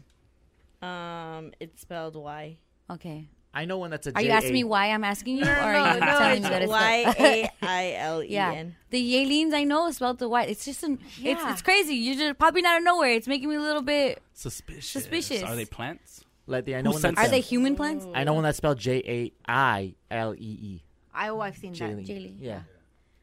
[SPEAKER 6] Um, It's spelled Y.
[SPEAKER 1] Okay.
[SPEAKER 8] I know one that's a
[SPEAKER 1] Are you
[SPEAKER 8] JA.
[SPEAKER 1] asking me why I'm asking you, or are
[SPEAKER 6] no,
[SPEAKER 1] you
[SPEAKER 6] no,
[SPEAKER 1] telling
[SPEAKER 6] it's
[SPEAKER 1] me that it's
[SPEAKER 6] Y A I L E
[SPEAKER 1] Yeah,
[SPEAKER 6] N.
[SPEAKER 1] the Yaleens I know is spelled the white. It's just an, it's
[SPEAKER 6] Yeah.
[SPEAKER 1] it's crazy. You're just popping out of nowhere. It's making me a little bit
[SPEAKER 2] Suspicious.
[SPEAKER 1] Suspicious.
[SPEAKER 2] Are they plants?
[SPEAKER 8] Like the, I know
[SPEAKER 2] Who
[SPEAKER 8] one
[SPEAKER 2] sent
[SPEAKER 8] that's
[SPEAKER 1] Are they human plants?
[SPEAKER 8] I know one that's spelled J A I L E E.
[SPEAKER 10] I, oh, I've seen
[SPEAKER 8] Jaylene.
[SPEAKER 10] that.
[SPEAKER 1] E
[SPEAKER 10] Jaylene.
[SPEAKER 8] Yeah.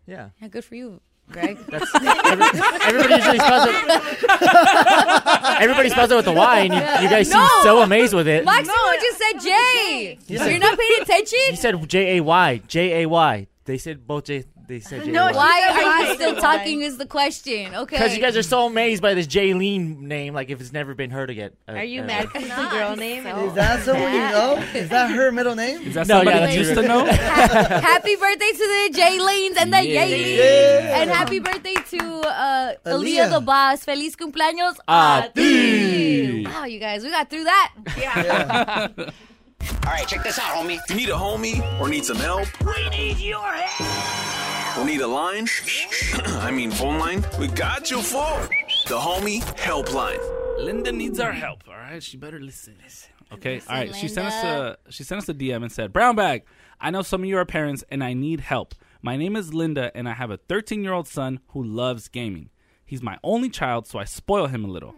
[SPEAKER 8] Yeah.
[SPEAKER 1] Yeah, good for you, Greg.
[SPEAKER 8] That's- every- everybody usually spells it- everybody spells it with a Y, and you- you guys seem so amazed with it.
[SPEAKER 1] Maximo just said J.
[SPEAKER 8] Yes, I-
[SPEAKER 1] You're not paying
[SPEAKER 8] You
[SPEAKER 1] attention.
[SPEAKER 8] said J A Y J A Y. They said both J. They said J A
[SPEAKER 1] No,
[SPEAKER 8] Y.
[SPEAKER 1] why are you
[SPEAKER 10] Why?
[SPEAKER 1] still talking? Is the question okay?
[SPEAKER 8] Because you guys are so amazed by this Jaylene name, like if it's never been heard again. Uh,
[SPEAKER 6] Are you
[SPEAKER 8] ever.
[SPEAKER 6] mad because the girl name?
[SPEAKER 4] Is that someone you know? Is that her middle name?
[SPEAKER 8] Is
[SPEAKER 2] that somebody you used to know?
[SPEAKER 1] happy birthday to the Jayleens and the
[SPEAKER 2] Yeah.
[SPEAKER 1] Yaleens,
[SPEAKER 2] Yeah.
[SPEAKER 1] and happy birthday to uh, Aaliyah
[SPEAKER 2] Aaliyah.
[SPEAKER 1] the boss. Feliz cumpleaños
[SPEAKER 8] Ah,
[SPEAKER 1] ti. Wow, you guys, we got through that.
[SPEAKER 17] All right, check this out, homie. If you need a homie or need some help, we need your help. Or need a line? I mean, phone line. We got you for the homie helpline.
[SPEAKER 2] Linda needs our help. All right, she better listen. Okay,
[SPEAKER 17] Listen,
[SPEAKER 2] all right. She sent us a
[SPEAKER 17] Linda.
[SPEAKER 2] she sent us a DM and said, "Brown bag, I know some of you are parents and I need help. My name is Linda and I have a 13-year-old son who loves gaming. He's my only child, so I spoil him a little.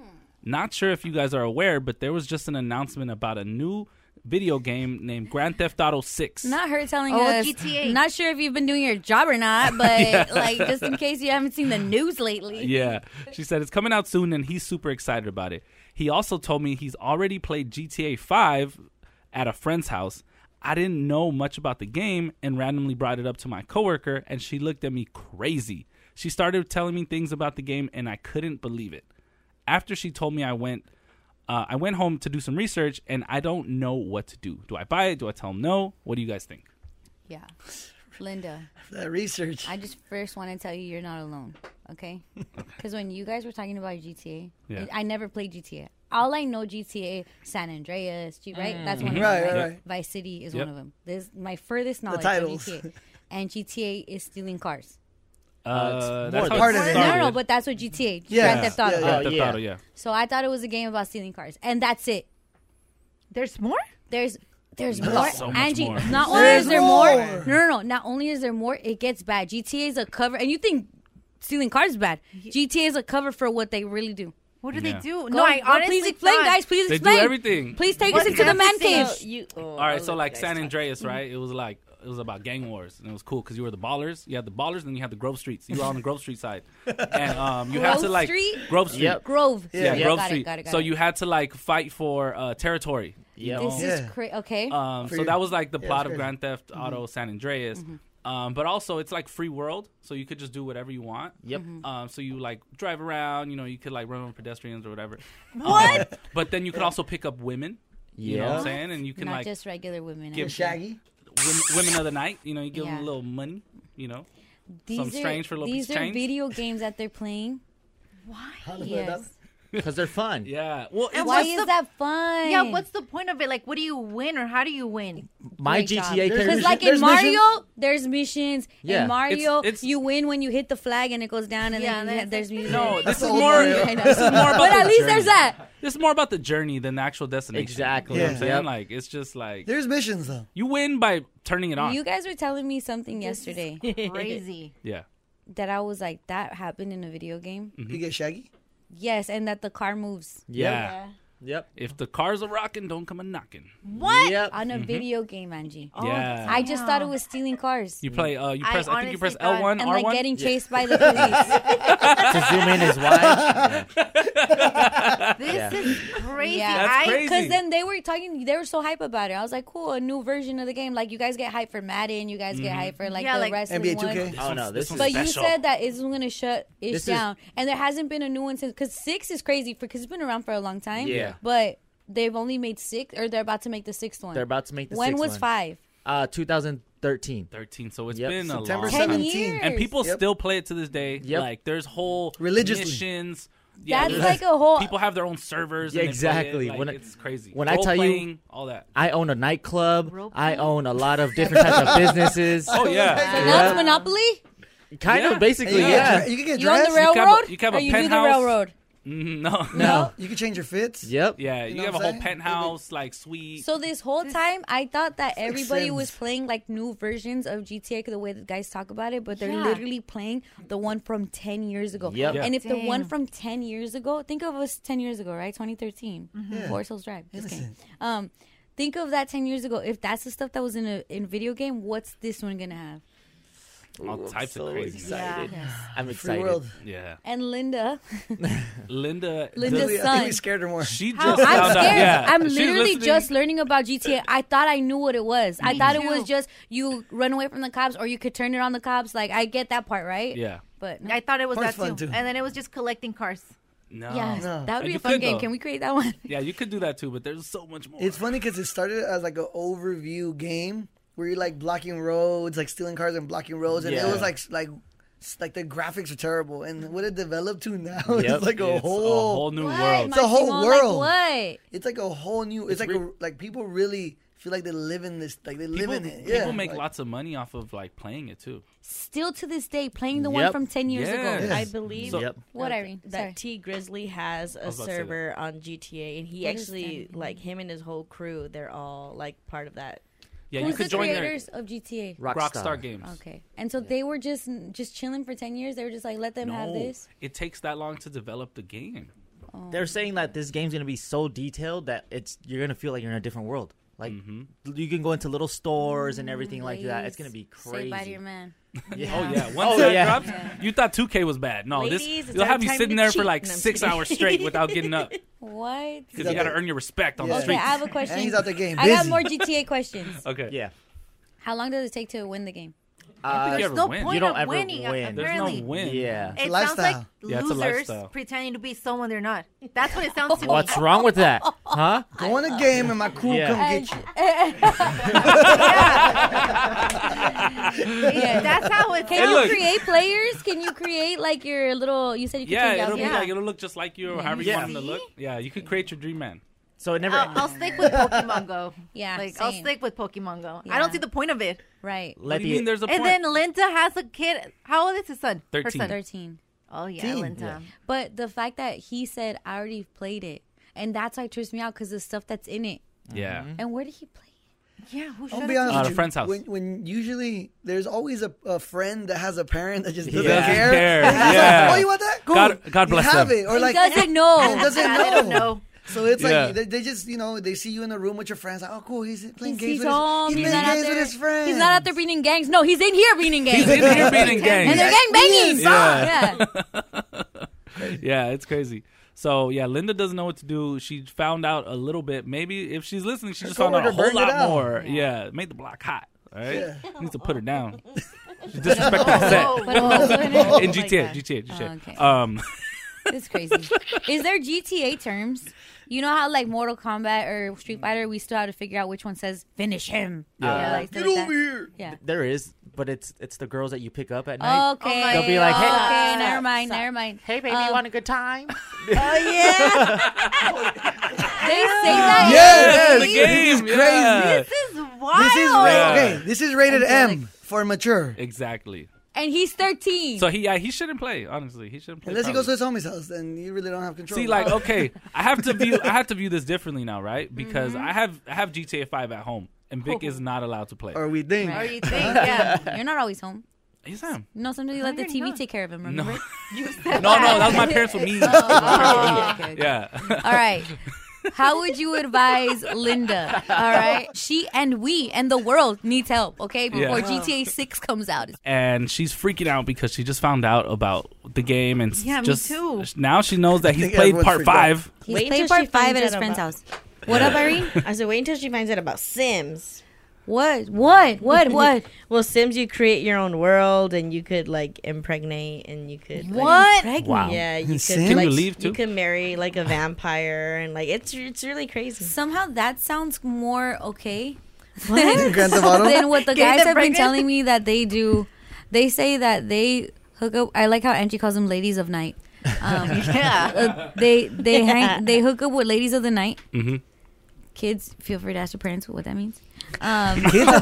[SPEAKER 2] Not sure if you guys are aware, but there was just an announcement about a new video game named Grand Theft Auto 6.
[SPEAKER 1] Not her telling
[SPEAKER 10] Oh,
[SPEAKER 1] us.
[SPEAKER 10] GTA.
[SPEAKER 1] Not sure if you've been doing your job or not, but
[SPEAKER 2] Yeah.
[SPEAKER 1] like just in case you haven't seen the news lately.
[SPEAKER 2] yeah. She said it's coming out soon and he's super excited about it. He also told me he's already played GTA 5 at a friend's house. I didn't know much about the game and randomly brought it up to my coworker and she looked at me crazy. She started telling me things about the game and I couldn't believe it. After she told me I went uh, I went home to do some research and I don't know what to do. Do I buy it? Do I tell him no? What do you guys think?
[SPEAKER 1] Yeah. Linda.
[SPEAKER 4] That research.
[SPEAKER 1] I just first want to tell you you're not alone, okay? Because when you guys were talking about GTA,
[SPEAKER 10] Yeah.
[SPEAKER 1] I never played GTA. All I know GTA, San Andreas, G- right? That's one
[SPEAKER 10] Mhm.
[SPEAKER 1] of them.
[SPEAKER 10] Right,
[SPEAKER 1] Right,
[SPEAKER 10] right, right.
[SPEAKER 1] Vice City is
[SPEAKER 10] Yep.
[SPEAKER 1] one of them. This my furthest knowledge
[SPEAKER 4] titles.
[SPEAKER 1] of GTA, and GTA is stealing cars.
[SPEAKER 2] Uh,
[SPEAKER 4] it's
[SPEAKER 2] that's
[SPEAKER 4] more
[SPEAKER 2] how
[SPEAKER 4] part
[SPEAKER 2] it
[SPEAKER 4] of it.
[SPEAKER 2] started.
[SPEAKER 1] No, no, but that's what GTA,
[SPEAKER 2] Yeah.
[SPEAKER 1] Grand Theft Auto.
[SPEAKER 2] Yeah, yeah. Grand Theft Auto, yeah.
[SPEAKER 1] So I thought it was a game about stealing cars, and that's it.
[SPEAKER 10] There's more.
[SPEAKER 1] There's there's
[SPEAKER 10] There's
[SPEAKER 1] more.
[SPEAKER 10] so much
[SPEAKER 1] Angie,
[SPEAKER 10] more.
[SPEAKER 1] not only
[SPEAKER 10] There's
[SPEAKER 1] is there more.
[SPEAKER 10] more.
[SPEAKER 1] No, no, no. Not only is there more, it gets bad. GTA is a cover, and you think stealing cars is bad. GTA is a cover for what they really do.
[SPEAKER 10] What
[SPEAKER 2] do they Yeah. do?
[SPEAKER 1] Go-
[SPEAKER 10] No, I
[SPEAKER 1] go- please
[SPEAKER 10] honestly
[SPEAKER 1] explain,
[SPEAKER 10] thought-
[SPEAKER 1] guys. Please
[SPEAKER 2] They do
[SPEAKER 1] explain
[SPEAKER 2] everything.
[SPEAKER 1] Please take us
[SPEAKER 10] What
[SPEAKER 1] into the man cave.
[SPEAKER 10] episode
[SPEAKER 2] All right, so like San Andreas,
[SPEAKER 1] Mm-hmm.
[SPEAKER 2] right? It was like it was about gang wars, and it was cool because you were the ballers. You had the ballers, and you had the Grove Streets. You were on the Grove Street side, and um, you had
[SPEAKER 1] Grove
[SPEAKER 2] to like
[SPEAKER 1] Street?
[SPEAKER 2] Grove Street,
[SPEAKER 1] Yep. Grove
[SPEAKER 2] yeah,
[SPEAKER 1] Street.
[SPEAKER 2] Grove
[SPEAKER 1] Got it,
[SPEAKER 2] Street.
[SPEAKER 1] got it, got
[SPEAKER 2] so
[SPEAKER 1] it.
[SPEAKER 2] you had to like fight for uh, territory. Yeah,
[SPEAKER 1] This is crazy. Okay.
[SPEAKER 2] um, so that was like the
[SPEAKER 1] Yeah,
[SPEAKER 2] plot
[SPEAKER 1] it's
[SPEAKER 2] of
[SPEAKER 1] crazy.
[SPEAKER 2] Grand Theft Auto
[SPEAKER 1] Mhm.
[SPEAKER 2] San Andreas.
[SPEAKER 1] Mhm.
[SPEAKER 2] Um, but also, it's like free world, so you could just do whatever you want.
[SPEAKER 8] Yep.
[SPEAKER 1] Mm-hmm.
[SPEAKER 8] Mhm.
[SPEAKER 2] Um, so you like drive around, you know, you could like run over pedestrians or whatever.
[SPEAKER 1] What?
[SPEAKER 2] Um, but then you could also pick up women. You know what
[SPEAKER 8] Yeah.
[SPEAKER 2] I'm saying? And you can
[SPEAKER 1] Not
[SPEAKER 2] like
[SPEAKER 1] just regular women.
[SPEAKER 2] give
[SPEAKER 1] actually.
[SPEAKER 2] Shaggy? women, women of the night. You know, you give
[SPEAKER 1] Yeah.
[SPEAKER 2] them a little money. You know,
[SPEAKER 1] These
[SPEAKER 2] some
[SPEAKER 1] are,
[SPEAKER 2] strange for a little
[SPEAKER 1] These
[SPEAKER 2] piece of
[SPEAKER 1] are
[SPEAKER 2] change.
[SPEAKER 1] video games that they're playing. Why? Yes.
[SPEAKER 8] Because they're fun.
[SPEAKER 2] Yeah. Well,
[SPEAKER 10] And
[SPEAKER 1] Why
[SPEAKER 10] what's
[SPEAKER 1] is
[SPEAKER 10] the-
[SPEAKER 1] that fun?
[SPEAKER 10] Yeah, what's the point of it? Like, what do you win or how do you win?
[SPEAKER 8] My Great job. GTA
[SPEAKER 1] Because
[SPEAKER 8] character-
[SPEAKER 1] like in
[SPEAKER 8] There's
[SPEAKER 1] Mario,
[SPEAKER 10] missions.
[SPEAKER 1] there's missions.
[SPEAKER 8] Yeah.
[SPEAKER 1] In
[SPEAKER 8] It's-
[SPEAKER 1] Mario, you win when you hit the flag and it goes down, and then you- there's music.
[SPEAKER 2] No, this is
[SPEAKER 1] old
[SPEAKER 2] more.
[SPEAKER 1] Mario. I know.
[SPEAKER 2] This is more about
[SPEAKER 1] But
[SPEAKER 2] the
[SPEAKER 1] at least
[SPEAKER 2] journey.
[SPEAKER 1] there's that.
[SPEAKER 2] This is more about the journey than the actual destination.
[SPEAKER 8] Exactly.
[SPEAKER 2] You know what I'm
[SPEAKER 8] Yeah.
[SPEAKER 2] saying?
[SPEAKER 8] Yep.
[SPEAKER 2] Like it's just like
[SPEAKER 4] There's missions though.
[SPEAKER 2] you win by turning it on.
[SPEAKER 1] You guys were telling me something yesterday.
[SPEAKER 10] crazy.
[SPEAKER 2] yeah. Mm-hmm.
[SPEAKER 1] That I was like, that happened in a video game.
[SPEAKER 4] You get Shaggy?
[SPEAKER 1] Yes, and that the car moves.
[SPEAKER 2] Yeah. Yep. If the cars are rocking, don't come a knocking.
[SPEAKER 1] What? On a
[SPEAKER 2] Mhm.
[SPEAKER 1] video game, Angie.
[SPEAKER 2] Yeah.
[SPEAKER 1] I just thought it was stealing cars.
[SPEAKER 2] You play. Uh, you
[SPEAKER 1] I
[SPEAKER 2] press. I,
[SPEAKER 1] honestly
[SPEAKER 2] think you press
[SPEAKER 1] thought-
[SPEAKER 2] L one,
[SPEAKER 1] And
[SPEAKER 2] R
[SPEAKER 1] like
[SPEAKER 2] one.
[SPEAKER 1] getting chased by the police.
[SPEAKER 8] to zoom in is wide.
[SPEAKER 1] this
[SPEAKER 8] Yeah.
[SPEAKER 1] is crazy.
[SPEAKER 2] Yeah. That's crazy.
[SPEAKER 1] Because then they were talking, they were so hype about it. I was like, cool, a new version of the game. Like, you guys get hype for Madden, you guys get
[SPEAKER 8] Mhm.
[SPEAKER 1] hype for like
[SPEAKER 8] Yeah,
[SPEAKER 1] the
[SPEAKER 8] like-
[SPEAKER 1] wrestling
[SPEAKER 8] NBA
[SPEAKER 1] one.
[SPEAKER 8] 2K? Oh, no, this one's
[SPEAKER 1] But you
[SPEAKER 8] special.
[SPEAKER 1] said that it's going to shut
[SPEAKER 8] This
[SPEAKER 1] it
[SPEAKER 8] is-
[SPEAKER 1] down. and there hasn't been a new one since, because six is crazy because it's been around for a long time.
[SPEAKER 8] Yeah.
[SPEAKER 1] But they've only made six, or they're about to make the sixth one.
[SPEAKER 8] They're about to make the
[SPEAKER 1] When
[SPEAKER 8] sixth
[SPEAKER 1] was
[SPEAKER 8] one.
[SPEAKER 1] five?
[SPEAKER 8] Uh, 2013.
[SPEAKER 2] 13. So it's
[SPEAKER 8] Yep.
[SPEAKER 2] been a
[SPEAKER 8] September
[SPEAKER 2] long
[SPEAKER 8] 10
[SPEAKER 1] years.
[SPEAKER 2] and people
[SPEAKER 1] Yep.
[SPEAKER 2] still play it to this day.
[SPEAKER 8] Yep.
[SPEAKER 2] Like there's whole
[SPEAKER 8] Religiously.
[SPEAKER 2] missions.
[SPEAKER 1] That's
[SPEAKER 2] there's-
[SPEAKER 1] like a whole-
[SPEAKER 2] People have their own servers.
[SPEAKER 8] Yeah,
[SPEAKER 2] and they play it.
[SPEAKER 8] exactly.
[SPEAKER 2] Like,
[SPEAKER 8] when
[SPEAKER 2] it's crazy.
[SPEAKER 8] When I tell you,
[SPEAKER 2] Role-playing, all that.
[SPEAKER 8] I own a nightclub. I own a lot of different types of businesses.
[SPEAKER 2] Oh, yeah. So
[SPEAKER 1] Now it's Monopoly?
[SPEAKER 8] Kind
[SPEAKER 2] Yeah.
[SPEAKER 8] of, basically,
[SPEAKER 2] Yeah.
[SPEAKER 8] yeah.
[SPEAKER 1] You on the
[SPEAKER 2] You can have a-
[SPEAKER 1] railroad?
[SPEAKER 2] you can have
[SPEAKER 1] or
[SPEAKER 2] a
[SPEAKER 1] you do
[SPEAKER 2] penthouse.
[SPEAKER 1] the railroad?
[SPEAKER 2] Mhm, No,
[SPEAKER 8] No.
[SPEAKER 4] You can change your fits.
[SPEAKER 8] Yep.
[SPEAKER 2] Yeah, you,
[SPEAKER 4] know
[SPEAKER 2] have a
[SPEAKER 4] what I'm saying?
[SPEAKER 2] whole penthouse, like suite.
[SPEAKER 1] So this whole time, I thought that
[SPEAKER 4] like
[SPEAKER 1] everybody
[SPEAKER 4] Sims.
[SPEAKER 1] was playing like new versions of GTA the way that guys talk about it, but they're
[SPEAKER 10] Yeah.
[SPEAKER 1] literally playing the one from ten years ago.
[SPEAKER 10] Yep. Yeah.
[SPEAKER 1] And if the one
[SPEAKER 10] Damn.
[SPEAKER 1] from ten years ago, think of us ten years ago, right? Twenty thirteen,
[SPEAKER 10] Mm-hmm. Yeah.
[SPEAKER 1] Four Souls Drive. Just kidding. Um, think of that ten years ago. If that's the stuff that was in a in video game, what's this one gonna have?
[SPEAKER 2] all
[SPEAKER 8] Ooh, I'm
[SPEAKER 2] types
[SPEAKER 8] so
[SPEAKER 2] of crazy.
[SPEAKER 8] excited.
[SPEAKER 1] Yeah. Yes.
[SPEAKER 8] I'm
[SPEAKER 2] Free
[SPEAKER 8] excited.
[SPEAKER 2] world. Yeah.
[SPEAKER 1] And Linda,
[SPEAKER 2] Linda.
[SPEAKER 1] Linda's
[SPEAKER 2] Linda-
[SPEAKER 1] son.
[SPEAKER 4] scared her more.
[SPEAKER 2] She
[SPEAKER 1] How-
[SPEAKER 2] just
[SPEAKER 1] I'm
[SPEAKER 2] found out.
[SPEAKER 1] scared.
[SPEAKER 2] Yeah.
[SPEAKER 1] I'm
[SPEAKER 2] She's
[SPEAKER 1] literally
[SPEAKER 2] listening.
[SPEAKER 1] just learning about GTA. I thought I knew what it was. I
[SPEAKER 2] Me
[SPEAKER 1] thought it
[SPEAKER 2] too.
[SPEAKER 1] was just you run away from the cops or you could turn it on the cops. Like I get that part, right?
[SPEAKER 2] Yeah.
[SPEAKER 1] But
[SPEAKER 10] I thought it was
[SPEAKER 2] Part's
[SPEAKER 10] that
[SPEAKER 2] fun,
[SPEAKER 10] too.
[SPEAKER 2] too.
[SPEAKER 10] And then it was just collecting cars.
[SPEAKER 2] No.
[SPEAKER 1] Yes, No. that would
[SPEAKER 2] And
[SPEAKER 1] be
[SPEAKER 2] you
[SPEAKER 1] a fun
[SPEAKER 2] could,
[SPEAKER 1] game.
[SPEAKER 2] though.
[SPEAKER 1] Can we create that one?
[SPEAKER 2] Yeah, you could do that too, but there's so much more.
[SPEAKER 4] It's funny because it started as like an overview game where you're like blocking roads, like stealing cars and blocking roads, and
[SPEAKER 2] Yeah.
[SPEAKER 4] it was like s- like s- like the graphics are terrible. And what it developed to now
[SPEAKER 2] Yep.
[SPEAKER 4] is oh, like a
[SPEAKER 2] It's a
[SPEAKER 4] whole
[SPEAKER 2] whole new What, world.
[SPEAKER 4] It's a whole
[SPEAKER 1] Maximo? Like
[SPEAKER 4] world.
[SPEAKER 1] what?
[SPEAKER 4] It's like a whole new. It's,
[SPEAKER 2] It's
[SPEAKER 4] like
[SPEAKER 2] re-
[SPEAKER 4] a, like people really feel like they live in this. Like they live
[SPEAKER 2] People,
[SPEAKER 4] in it.
[SPEAKER 2] people
[SPEAKER 4] yeah.
[SPEAKER 2] make
[SPEAKER 4] like,
[SPEAKER 2] lots of money off of like playing it too.
[SPEAKER 1] Still to this day, playing the one
[SPEAKER 2] Yep.
[SPEAKER 1] from ten years
[SPEAKER 2] Yes.
[SPEAKER 1] ago.
[SPEAKER 2] Yes.
[SPEAKER 6] I believe
[SPEAKER 2] So- Yep.
[SPEAKER 1] What,
[SPEAKER 6] that-
[SPEAKER 1] Irene?
[SPEAKER 6] That
[SPEAKER 1] Sorry.
[SPEAKER 6] T Grizzly has
[SPEAKER 1] I
[SPEAKER 6] a
[SPEAKER 1] was about to say
[SPEAKER 6] server on GTA, and he
[SPEAKER 1] What is
[SPEAKER 6] actually
[SPEAKER 1] that?
[SPEAKER 6] like him and his whole crew. They're all like part of that.
[SPEAKER 2] Yeah,
[SPEAKER 1] Who's
[SPEAKER 2] you could
[SPEAKER 1] the
[SPEAKER 2] join their
[SPEAKER 1] creators of GTA?
[SPEAKER 2] Rockstar. Rockstar Games.
[SPEAKER 1] Okay, and so they were just just chilling for ten years. They were just like, let them have
[SPEAKER 2] No,
[SPEAKER 1] this.
[SPEAKER 2] it takes that long to develop the game.
[SPEAKER 8] They're saying that this game's gonna be so detailed that it's you're gonna feel like you're in a different world. Like
[SPEAKER 2] Mm-hmm.
[SPEAKER 8] you can go into little stores and everything like that. It's gonna be
[SPEAKER 1] Say
[SPEAKER 8] crazy.
[SPEAKER 1] bye to your man.
[SPEAKER 2] Oh yeah, once
[SPEAKER 8] Oh,
[SPEAKER 2] that
[SPEAKER 8] yeah.
[SPEAKER 2] drops, you thought 2K was bad. No,
[SPEAKER 1] Ladies,
[SPEAKER 2] this
[SPEAKER 1] it's
[SPEAKER 2] you'll
[SPEAKER 1] our
[SPEAKER 2] have you
[SPEAKER 1] time
[SPEAKER 2] sitting
[SPEAKER 1] to
[SPEAKER 2] there for
[SPEAKER 1] cheat.
[SPEAKER 2] like
[SPEAKER 1] No, I'm
[SPEAKER 2] six
[SPEAKER 1] kidding.
[SPEAKER 2] hours straight without getting up
[SPEAKER 1] What?
[SPEAKER 2] because you got to earn your respect on the
[SPEAKER 1] Okay,
[SPEAKER 2] street.
[SPEAKER 1] I have a question.
[SPEAKER 4] he's out the game,
[SPEAKER 1] I got
[SPEAKER 4] busy.
[SPEAKER 1] more GTA questions.
[SPEAKER 2] Okay.
[SPEAKER 8] Yeah.
[SPEAKER 1] How long does it take to win the game?
[SPEAKER 8] Uh,
[SPEAKER 10] There's no point
[SPEAKER 8] You don't
[SPEAKER 10] of
[SPEAKER 8] ever
[SPEAKER 10] winning,
[SPEAKER 8] win.
[SPEAKER 10] apparently.
[SPEAKER 8] Yeah.
[SPEAKER 10] It sounds like
[SPEAKER 8] Yeah, it's a
[SPEAKER 10] losers
[SPEAKER 8] lifestyle.
[SPEAKER 10] pretending to be someone they're not. That's what it sounds to me.
[SPEAKER 8] What's wrong with that? Huh?
[SPEAKER 4] Go on a game and my crew
[SPEAKER 8] Yeah.
[SPEAKER 4] come get you.
[SPEAKER 1] Yeah.
[SPEAKER 10] That's how it
[SPEAKER 1] Can
[SPEAKER 2] Hey,
[SPEAKER 1] you
[SPEAKER 2] look.
[SPEAKER 1] create players? Can you create like your little? You said you could change
[SPEAKER 2] Yeah, it'll
[SPEAKER 1] outfits.
[SPEAKER 2] be like it'll look just like you or however you
[SPEAKER 8] Yeah.
[SPEAKER 2] want him to look. Yeah, you could create your dream man.
[SPEAKER 8] So it never.
[SPEAKER 1] Uh,
[SPEAKER 10] I'll, I'll stick with Pokemon Go.
[SPEAKER 1] Yeah,
[SPEAKER 10] like I'll
[SPEAKER 1] same.
[SPEAKER 10] stick with Pokemon Go. I don't see the point of it.
[SPEAKER 1] Right.
[SPEAKER 8] Let the-
[SPEAKER 10] and then Linda has a kid. How old is his son? Her
[SPEAKER 8] 13.
[SPEAKER 10] son.
[SPEAKER 1] 13.
[SPEAKER 10] Oh yeah,
[SPEAKER 1] Teen.
[SPEAKER 10] Linda.
[SPEAKER 1] But the fact that he said I already played it, and that's why it trips me out because the stuff that's in it.
[SPEAKER 8] Mm-hmm.
[SPEAKER 2] Yeah.
[SPEAKER 1] And where did he play?
[SPEAKER 10] Yeah, who
[SPEAKER 4] I'll be honest
[SPEAKER 2] At a
[SPEAKER 4] with you,
[SPEAKER 2] friend's house.
[SPEAKER 4] When, when usually there's always a, a friend that has a parent that just doesn't
[SPEAKER 2] Yeah.
[SPEAKER 4] care.
[SPEAKER 2] Care,
[SPEAKER 4] And he's like,
[SPEAKER 2] yeah.
[SPEAKER 4] oh, you want that? Cool.
[SPEAKER 2] God- God bless
[SPEAKER 4] you have
[SPEAKER 2] them.
[SPEAKER 4] It. Or
[SPEAKER 1] He
[SPEAKER 4] like
[SPEAKER 1] doesn't know.
[SPEAKER 4] and doesn't
[SPEAKER 1] Yeah,
[SPEAKER 4] know.
[SPEAKER 1] they don't know.
[SPEAKER 4] So it's
[SPEAKER 2] Yeah.
[SPEAKER 4] like they, they just you know they see you in a room with your friends. Like, oh, cool. He's playing
[SPEAKER 1] He's,
[SPEAKER 4] games.
[SPEAKER 1] he's
[SPEAKER 4] with
[SPEAKER 1] home.
[SPEAKER 4] His,
[SPEAKER 1] He's,
[SPEAKER 4] he's playing
[SPEAKER 1] not out
[SPEAKER 4] games
[SPEAKER 1] there.
[SPEAKER 4] with his friends.
[SPEAKER 1] He's not out there being in gangs. No, he's in here being in gangs.
[SPEAKER 2] He's in here being in gangs.
[SPEAKER 1] And they're gang banging.
[SPEAKER 2] Yeah.
[SPEAKER 1] yeah.
[SPEAKER 2] yeah, it's crazy. So yeah, Linda doesn't know what to do. She found out a little bit. Maybe if she's listening, she
[SPEAKER 4] Her
[SPEAKER 2] just found out a
[SPEAKER 4] coworker
[SPEAKER 2] whole
[SPEAKER 4] burned it
[SPEAKER 2] lot
[SPEAKER 4] out.
[SPEAKER 2] more. Yeah. made the block hot. All right,
[SPEAKER 4] Yeah.
[SPEAKER 2] needs to put her down. She disrespected the set
[SPEAKER 1] Put a hole in her.
[SPEAKER 2] in
[SPEAKER 1] Oh my
[SPEAKER 2] GTA,
[SPEAKER 1] God.
[SPEAKER 2] GTA,
[SPEAKER 1] Oh,
[SPEAKER 2] GTA.
[SPEAKER 1] okay.
[SPEAKER 2] Um,
[SPEAKER 1] It's crazy. Is there GTA terms? You know how like Mortal Kombat or Street Fighter, we still have to figure out which one says finish him.
[SPEAKER 8] Yeah.
[SPEAKER 1] Yeah, like,
[SPEAKER 8] Get
[SPEAKER 1] stuff like
[SPEAKER 8] over
[SPEAKER 1] that. Yeah.
[SPEAKER 8] There is, but it's it's the girls that you pick up at night.
[SPEAKER 1] Okay.
[SPEAKER 8] They'll be like, hey,
[SPEAKER 1] okay, never mind, never mind. Hey, baby, you want
[SPEAKER 10] a good time?
[SPEAKER 1] oh yeah. they say that.
[SPEAKER 4] Yes,
[SPEAKER 1] in the
[SPEAKER 4] yes,
[SPEAKER 1] game?
[SPEAKER 4] this is crazy.
[SPEAKER 2] yeah.
[SPEAKER 4] This
[SPEAKER 10] is
[SPEAKER 4] This is
[SPEAKER 1] wild.
[SPEAKER 4] ra-
[SPEAKER 2] Yeah.
[SPEAKER 4] okay. This is rated M for mature.
[SPEAKER 2] exactly.
[SPEAKER 1] And he's thirteen.
[SPEAKER 2] So he yeah, he shouldn't play. Honestly, he shouldn't play.
[SPEAKER 4] Unless he
[SPEAKER 2] probably.
[SPEAKER 4] goes to his homie's house, then you really don't have control.
[SPEAKER 2] See, like, okay, I have to view I have to view this differently now, right? Because I have I have GTA Five at home, and Vic is not allowed to play.
[SPEAKER 4] Or we think.
[SPEAKER 1] Or you think? Yeah. You're not always home.
[SPEAKER 2] Yes, I am.
[SPEAKER 1] No, sometimes you let the TV take care of him. Remember?
[SPEAKER 2] Oh, No, no, that was my parents with me. That was my parents with me.
[SPEAKER 1] Oh, okay, okay.
[SPEAKER 2] Yeah.
[SPEAKER 1] All right. How would you advise Linda? All right, she and we and the world needs help. Okay, before
[SPEAKER 2] Yeah.
[SPEAKER 1] GTA Six comes out,
[SPEAKER 2] and she's freaking out because she just found out about the game and s-
[SPEAKER 1] Yeah, me
[SPEAKER 2] just
[SPEAKER 1] too.
[SPEAKER 2] now she knows that he's
[SPEAKER 6] think
[SPEAKER 2] played
[SPEAKER 6] everyone's
[SPEAKER 2] part
[SPEAKER 6] freaked out.
[SPEAKER 2] five.
[SPEAKER 1] he's
[SPEAKER 6] Wait
[SPEAKER 1] played
[SPEAKER 6] till
[SPEAKER 1] part
[SPEAKER 6] she
[SPEAKER 1] five
[SPEAKER 6] finds
[SPEAKER 1] at his
[SPEAKER 6] out
[SPEAKER 1] friend's
[SPEAKER 6] about-
[SPEAKER 1] house. What up, Irene?
[SPEAKER 6] I said, wait until she finds out about Sims.
[SPEAKER 1] What? What? What? What?
[SPEAKER 6] well, Sims, you create your own world and you could like impregnate and you could like-
[SPEAKER 1] What? Impregnate? Wow.
[SPEAKER 6] Yeah, you
[SPEAKER 1] In
[SPEAKER 6] could
[SPEAKER 1] Sims? Can
[SPEAKER 6] like,
[SPEAKER 1] you leave, too?
[SPEAKER 6] could marry like a vampire and like it's it's really crazy.
[SPEAKER 1] Somehow that sounds more okay.
[SPEAKER 6] What? Grand Theft Auto?
[SPEAKER 1] than what the
[SPEAKER 6] Getting
[SPEAKER 1] guys
[SPEAKER 6] them
[SPEAKER 1] have been
[SPEAKER 6] pregnant?
[SPEAKER 1] telling me that they do. They say that they hook up. I like how Angie calls them ladies of night. Um,
[SPEAKER 5] Yeah.
[SPEAKER 1] uh, they they
[SPEAKER 5] Yeah.
[SPEAKER 1] hang, they hook up with ladies of the night.
[SPEAKER 2] Mhm.
[SPEAKER 1] Kids, feel free to ask your parents what that means. Um,
[SPEAKER 4] Kids are, hey, kids